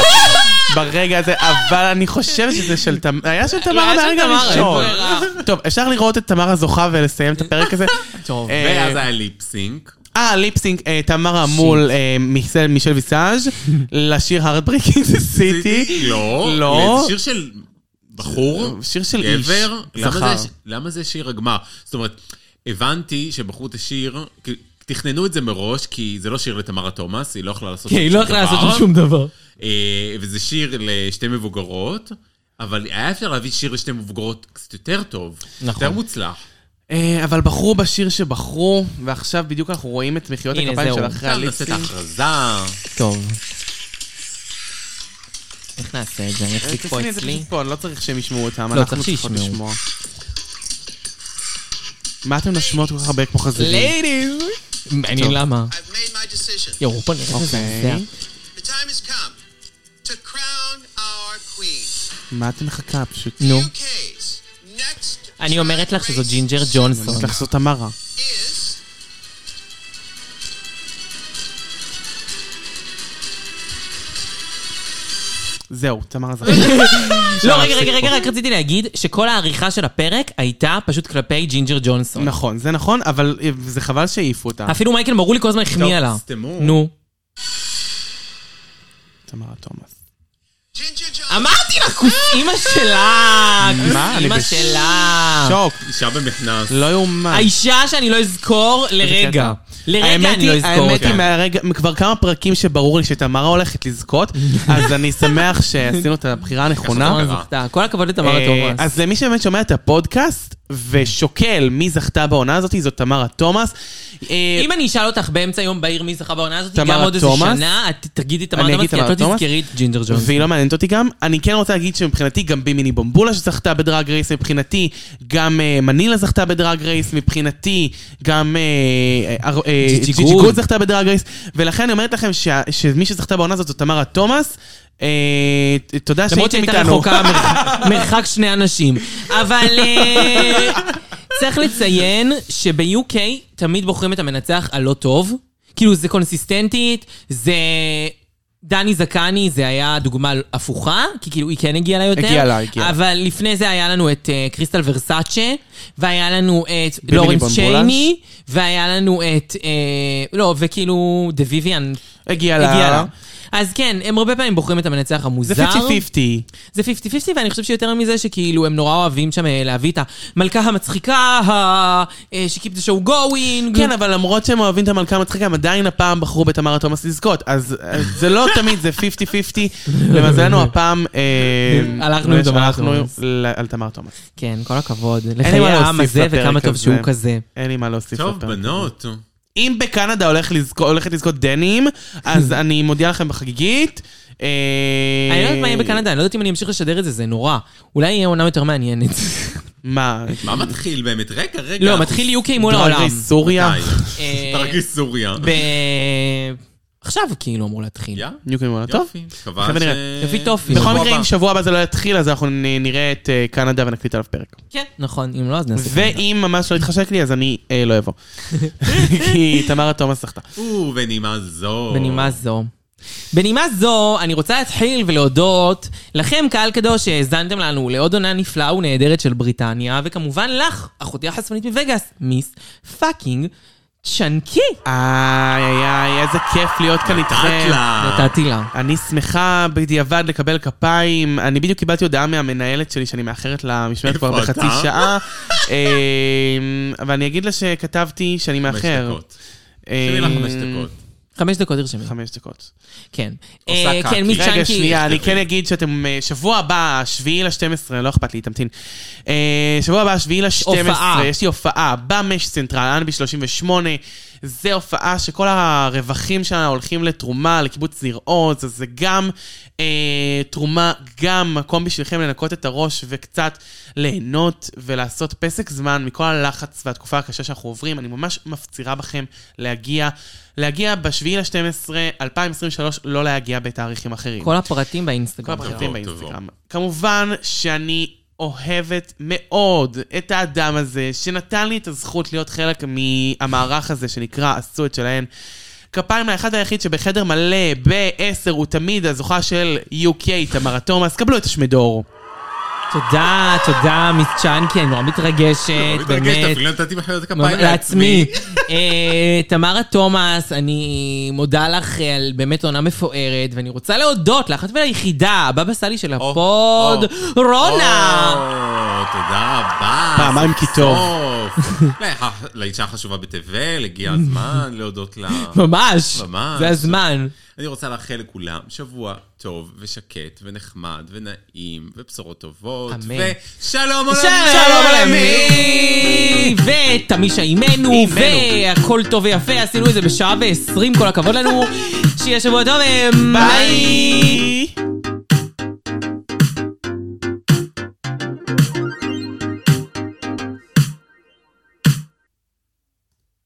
S3: ברגע הזה, אבל אני חושבת שזה של תמר, היה של תמר
S2: לא, היה של
S3: מהרגע
S2: תמר, אין
S3: הראשון.
S2: ברירה.
S3: טוב, אפשר לראות את תמר הזוכה ולסיים את הפרק הזה.
S2: טוב.
S3: אה,
S4: ואז היה ליפסינק.
S3: אה, ליפסינג, אה, תמרה מול אה, מיסל- מישל ויסאז' לשיר Heartbreak in the City.
S4: לא.
S3: אה, לא.
S4: זה שיר של בחור.
S3: שיר של איש.
S4: גבר. למה
S3: זכר.
S4: זה- למה זה שיר הגמר? זאת אומרת, הבנתי שבחרו את השיר, כי- תכננו את זה מראש, כי זה לא שיר לתמרה תומאס, היא לא יכלה לעשות
S2: כן, היא לא יכלה לעשות
S3: נכון.
S2: שם שום דבר.
S4: אה, וזה שיר לשתי מבוגרות, אבל היה אפשר להביא שיר לשתי מבוגרות קצת יותר טוב.
S2: נכון.
S4: יותר מוצלח.
S3: אה, אבל בחרו בשיר שבחרו, ועכשיו בדיוק אנחנו רואים את מחיאות
S2: הנה,
S3: הכפיים
S2: זהו.
S3: של אחרי
S4: עכשיו נעשה את
S3: הליפסינג.
S4: ההכרזה.
S2: טוב. איך נעשה את זה? אני אחזיק פה
S3: תשימי את זה
S2: אצלי?
S3: פשוט פה, אני לא צריך שהם ישמעו אותם,
S2: לא,
S3: אנחנו
S2: צריך
S3: צריכות
S2: שישמעו.
S3: לשמוע. מה אתם נשמעות כל כך הרבה כמו חזירים?
S2: ליידיז! מעניין למה.
S5: I've made my decision.
S2: יורו פה נראה מזעזע.
S3: אוקיי.
S5: The time has come to crown our queen.
S3: מה את מחכה פשוט?
S2: נו.
S5: UK's next
S2: אני אומרת לך שזו ג'ינג'ר ג'ונסון.
S3: צריך לעשות המרה.
S5: is
S3: זהו, תמר זכר.
S2: לא, רגע, רגע, רגע, רק רציתי להגיד שכל העריכה של הפרק הייתה פשוט כלפי ג'ינג'ר ג'ונסון.
S3: נכון, זה נכון, אבל אה, זה חבל שהעיפו אותה.
S2: אפילו מייקל מרולי כל הזמן החמיא
S4: טוב,
S2: לה.
S4: סתמו.
S2: נו.
S3: תמרה תומאס.
S5: Ginger Jones.
S2: אמרתי לה, כוס אימא שלה!
S3: אה! מה?
S2: כוס
S3: אני
S2: אימא
S3: בש-
S2: שלה!
S3: שוק,
S4: אישה במכנס.
S3: לא יאומן.
S2: האישה שאני לא אזכור לרגע. לרגע
S3: האמת
S2: אני לא
S3: היא,
S2: אזכור
S3: האמת
S2: אותה.
S3: היא, מהרגע, כבר כמה פרקים שברור לי שתמרה הולכת לזכות, אז אני שמח שעשינו את הבחירה הנכונה.
S2: תמרה
S4: קרה.
S2: זכתה. כל הכבוד לתמרה
S3: אה,
S2: תומאס.
S3: אז למי שבאמת שומע את הפודקאסט ושוקל מי זכתה בעונה הזאת, זאת תמרה תומאס. אה,
S2: אם אני אשאל אותך באמצע יום בעיר מי זכה בעונה הזאת,
S3: תמרה
S2: גם עוד איזה
S3: תומאס?
S2: שנה, את תגידי תמר
S3: אני
S2: תומאס,
S3: אגיד
S2: כי את
S3: תמרה
S2: לא
S3: תומאס.
S2: תזכרי את ג'ינג'ר ג'ונס.
S3: והיא לא מעניינת אותי גם. אני כן רוצה להגיד שמבחינתי גם בימיני בומבולה שזכתה בדרג רייס, מבחינתי גם אה, מנילה זכתה בדרג רייס, מבחינתי גם אה, אה, אה,
S2: ג'יג'י
S3: ג'יג'י
S2: גוד.
S3: גוד זכתה בדרג רייס, ולכן אני אומרת לכם שה- שמי שזכתה בעונה הזאת זאת תמרה תומאס. אה, תודה
S2: למרות
S3: שהייתם
S2: שהייתה
S3: איתנו.
S2: רחוקה מרחק- מרחק שני אנשים. אבל אה, צריך לציין שב-UK תמיד בוחרים את המנצח הלא טוב. כאילו זה קונסיסטנטית, זה... דני זקני זה היה דוגמה הפוכה, כי כאילו היא כן הגיעה לה יותר.
S3: הגיעה לה, הגיעה לה.
S2: אבל לפני זה היה לנו את אה, קריסטל ורסאצ'ה, והיה לנו את
S3: בימיני
S2: לורנס
S3: בומבולש.
S2: צ'ייני, והיה לנו את... אה, לא, וכאילו דה ויויאן
S3: הגיעה
S2: הגיעה
S3: לה.
S2: לה. אז כן, הם הרבה פעמים בוחרים את המנצח המוזר.
S3: זה 50-50.
S2: זה 50-50, ואני חושב שיותר מזה שכאילו הם נורא אוהבים שם אה, להביא את המלכה המצחיקה, ה... אה, ש-keep the show going.
S3: כן, אבל למרות שהם אוהבים את המלכה המצחיקה, הם עדיין הפעם בחרו בתמרה תומאס לזכות, אז אה, זה לא לא תמיד, זה 50-50. למזלנו הפעם... אה,
S2: הלכנו עם תמר
S3: הלכנו
S2: תומאס.
S3: ל- על תמר תומאס.
S2: כן, כל הכבוד.
S3: אין לי
S2: לחיי
S3: מה
S2: העם
S3: להוסיף
S2: הזה
S3: לפרק
S2: וכמה טוב
S3: הזה.
S2: שהוא כזה.
S3: אין לי מה להוסיף
S4: טוב,
S3: לפרק.
S4: בנות.
S3: אם בקנדה הולך לזכות- הולכת לזכות דנים, אז אני מודיע לכם בחגיגית. אה,
S2: אני לא יודעת מה יהיה בקנדה, אני לא יודעת אם אני אמשיך לשדר את זה, זה נורא. אולי יהיה עונה יותר מעניינת.
S3: מה?
S4: מה מתחיל באמת? רגע, רגע.
S2: לא, מתחיל UK מול העולם.
S3: דרגי סוריה?
S4: די.
S2: אה,
S4: דרגי סוריה.
S2: ב- עכשיו כאילו אמור להתחיל.
S4: יא,
S3: ניו קרימונה, טוב.
S4: יופי.
S3: עכשיו
S4: קבע ש...
S3: נראה.
S2: יופי טופי.
S3: בכל
S4: שבוע
S3: מקרה,
S4: הבא.
S3: אם שבוע הבא זה לא יתחיל, אז אנחנו נ- נראה את אה, קנדה ונקליט עליו פרק.
S2: כן, נכון, אם לא אז נעשה. ככה.
S3: ואם ממש לא יתחשק לי, אז אני אה, לא אבוא. כי תמרה תומאס זכתה.
S4: ובנימה זו.
S2: בנימה זו. בנימה זו, אני רוצה להתחיל ולהודות לכם, קהל קדוש, שהאזנתם לנו לעוד עונה נפלאה ונהדרת של בריטניה, וכמובן לך, אחותי החשפנית מווגאס, מיס פאקינג צ'נקי.
S3: איי, איי, איי, איזה כיף להיות כאן איתכם.
S4: אטלה.
S2: נתתי לה.
S3: אני שמחה בדיעבד לקבל כפיים. אני בדיוק קיבלתי הודעה מהמנהלת שלי שאני מאחרת למשמרת כבר
S4: איפה
S3: בחצי
S4: אתה?
S3: שעה. אה, ואני אגיד לה שכתבתי שאני
S4: חמש
S3: מאחר.
S4: דקות.
S3: אה,
S4: תראי לך חמש דקות.
S2: חמש דקות תרשמי.
S3: חמש דקות.
S2: כן.
S4: עושה
S2: אה,
S4: קאט.
S2: כן, מיס
S3: רגע,
S2: צ'נקי.
S3: שנייה, אני כן אגיד שאתם, אה, שבוע הבא, שביעי ל-12, לא אכפת לי, תמתין. אה, שבוע הבא, שביעי ל-12,
S2: הופעה.
S3: יש לי הופעה במש סנטרל, אנבי 38. זה הופעה שכל הרווחים שלה הולכים לתרומה, לקיבוץ ניר עוז, אז זה גם אה, תרומה, גם מקום בשבילכם לנקות את הראש וקצת ליהנות ולעשות פסק זמן מכל הלחץ והתקופה הקשה שאנחנו עוברים. אני ממש מפצירה בכם להגיע, להגיע בשביעי ל-12, 2023, לא להגיע בתאריכים אחרים.
S2: כל הפרטים
S3: כל
S2: באינסטגרם.
S3: הפרטים
S4: טוב, טוב.
S3: באינסטגרם. כמובן שאני אוהבת מאוד את האדם הזה, שנתן לי את הזכות להיות חלק מהמערך הזה שנקרא עשו את שלהן. כפיים לאחד היחיד שבחדר מלא ב-10 הוא תמיד הזוכה של UK, תמרה תומאס, קבלו את השמדור.
S2: תודה, תודה, מיס צ'אנקי, אני נורא מתרגשת,
S4: מתרגשת,
S2: אה, באמת.
S4: אפילו נתתי מחיאות
S2: ממש-
S4: כפיים
S2: לעצמי. אה, תמרה תומאס, אני מודה לך אה, על באמת עונה מפוארת, ואני רוצה להודות לאחת וליחידה, הבבא סאלי של הפוד,
S4: או,
S2: רונה.
S4: או, תודה רבה.
S3: פעמיים
S4: סוף
S3: כי טוב.
S4: סוף. לא, לאישה החשובה בתבל, הגיע הזמן להודות לה.
S2: ממש.
S4: ממש.
S2: זה הזמן.
S4: אני רוצה לאחל לכולם שבוע טוב ושקט ונחמד ונעים ובשורות טובות.
S2: אמן.
S4: ושלום עולמי.
S2: שלום עולמי! ותמישה אימנו, והכל טוב ויפה,
S3: אה,
S2: עשינו את זה בשעה ועשרים, כל הכבוד לנו. שיהיה שבוע טוב, אה, ביי!
S3: ביי!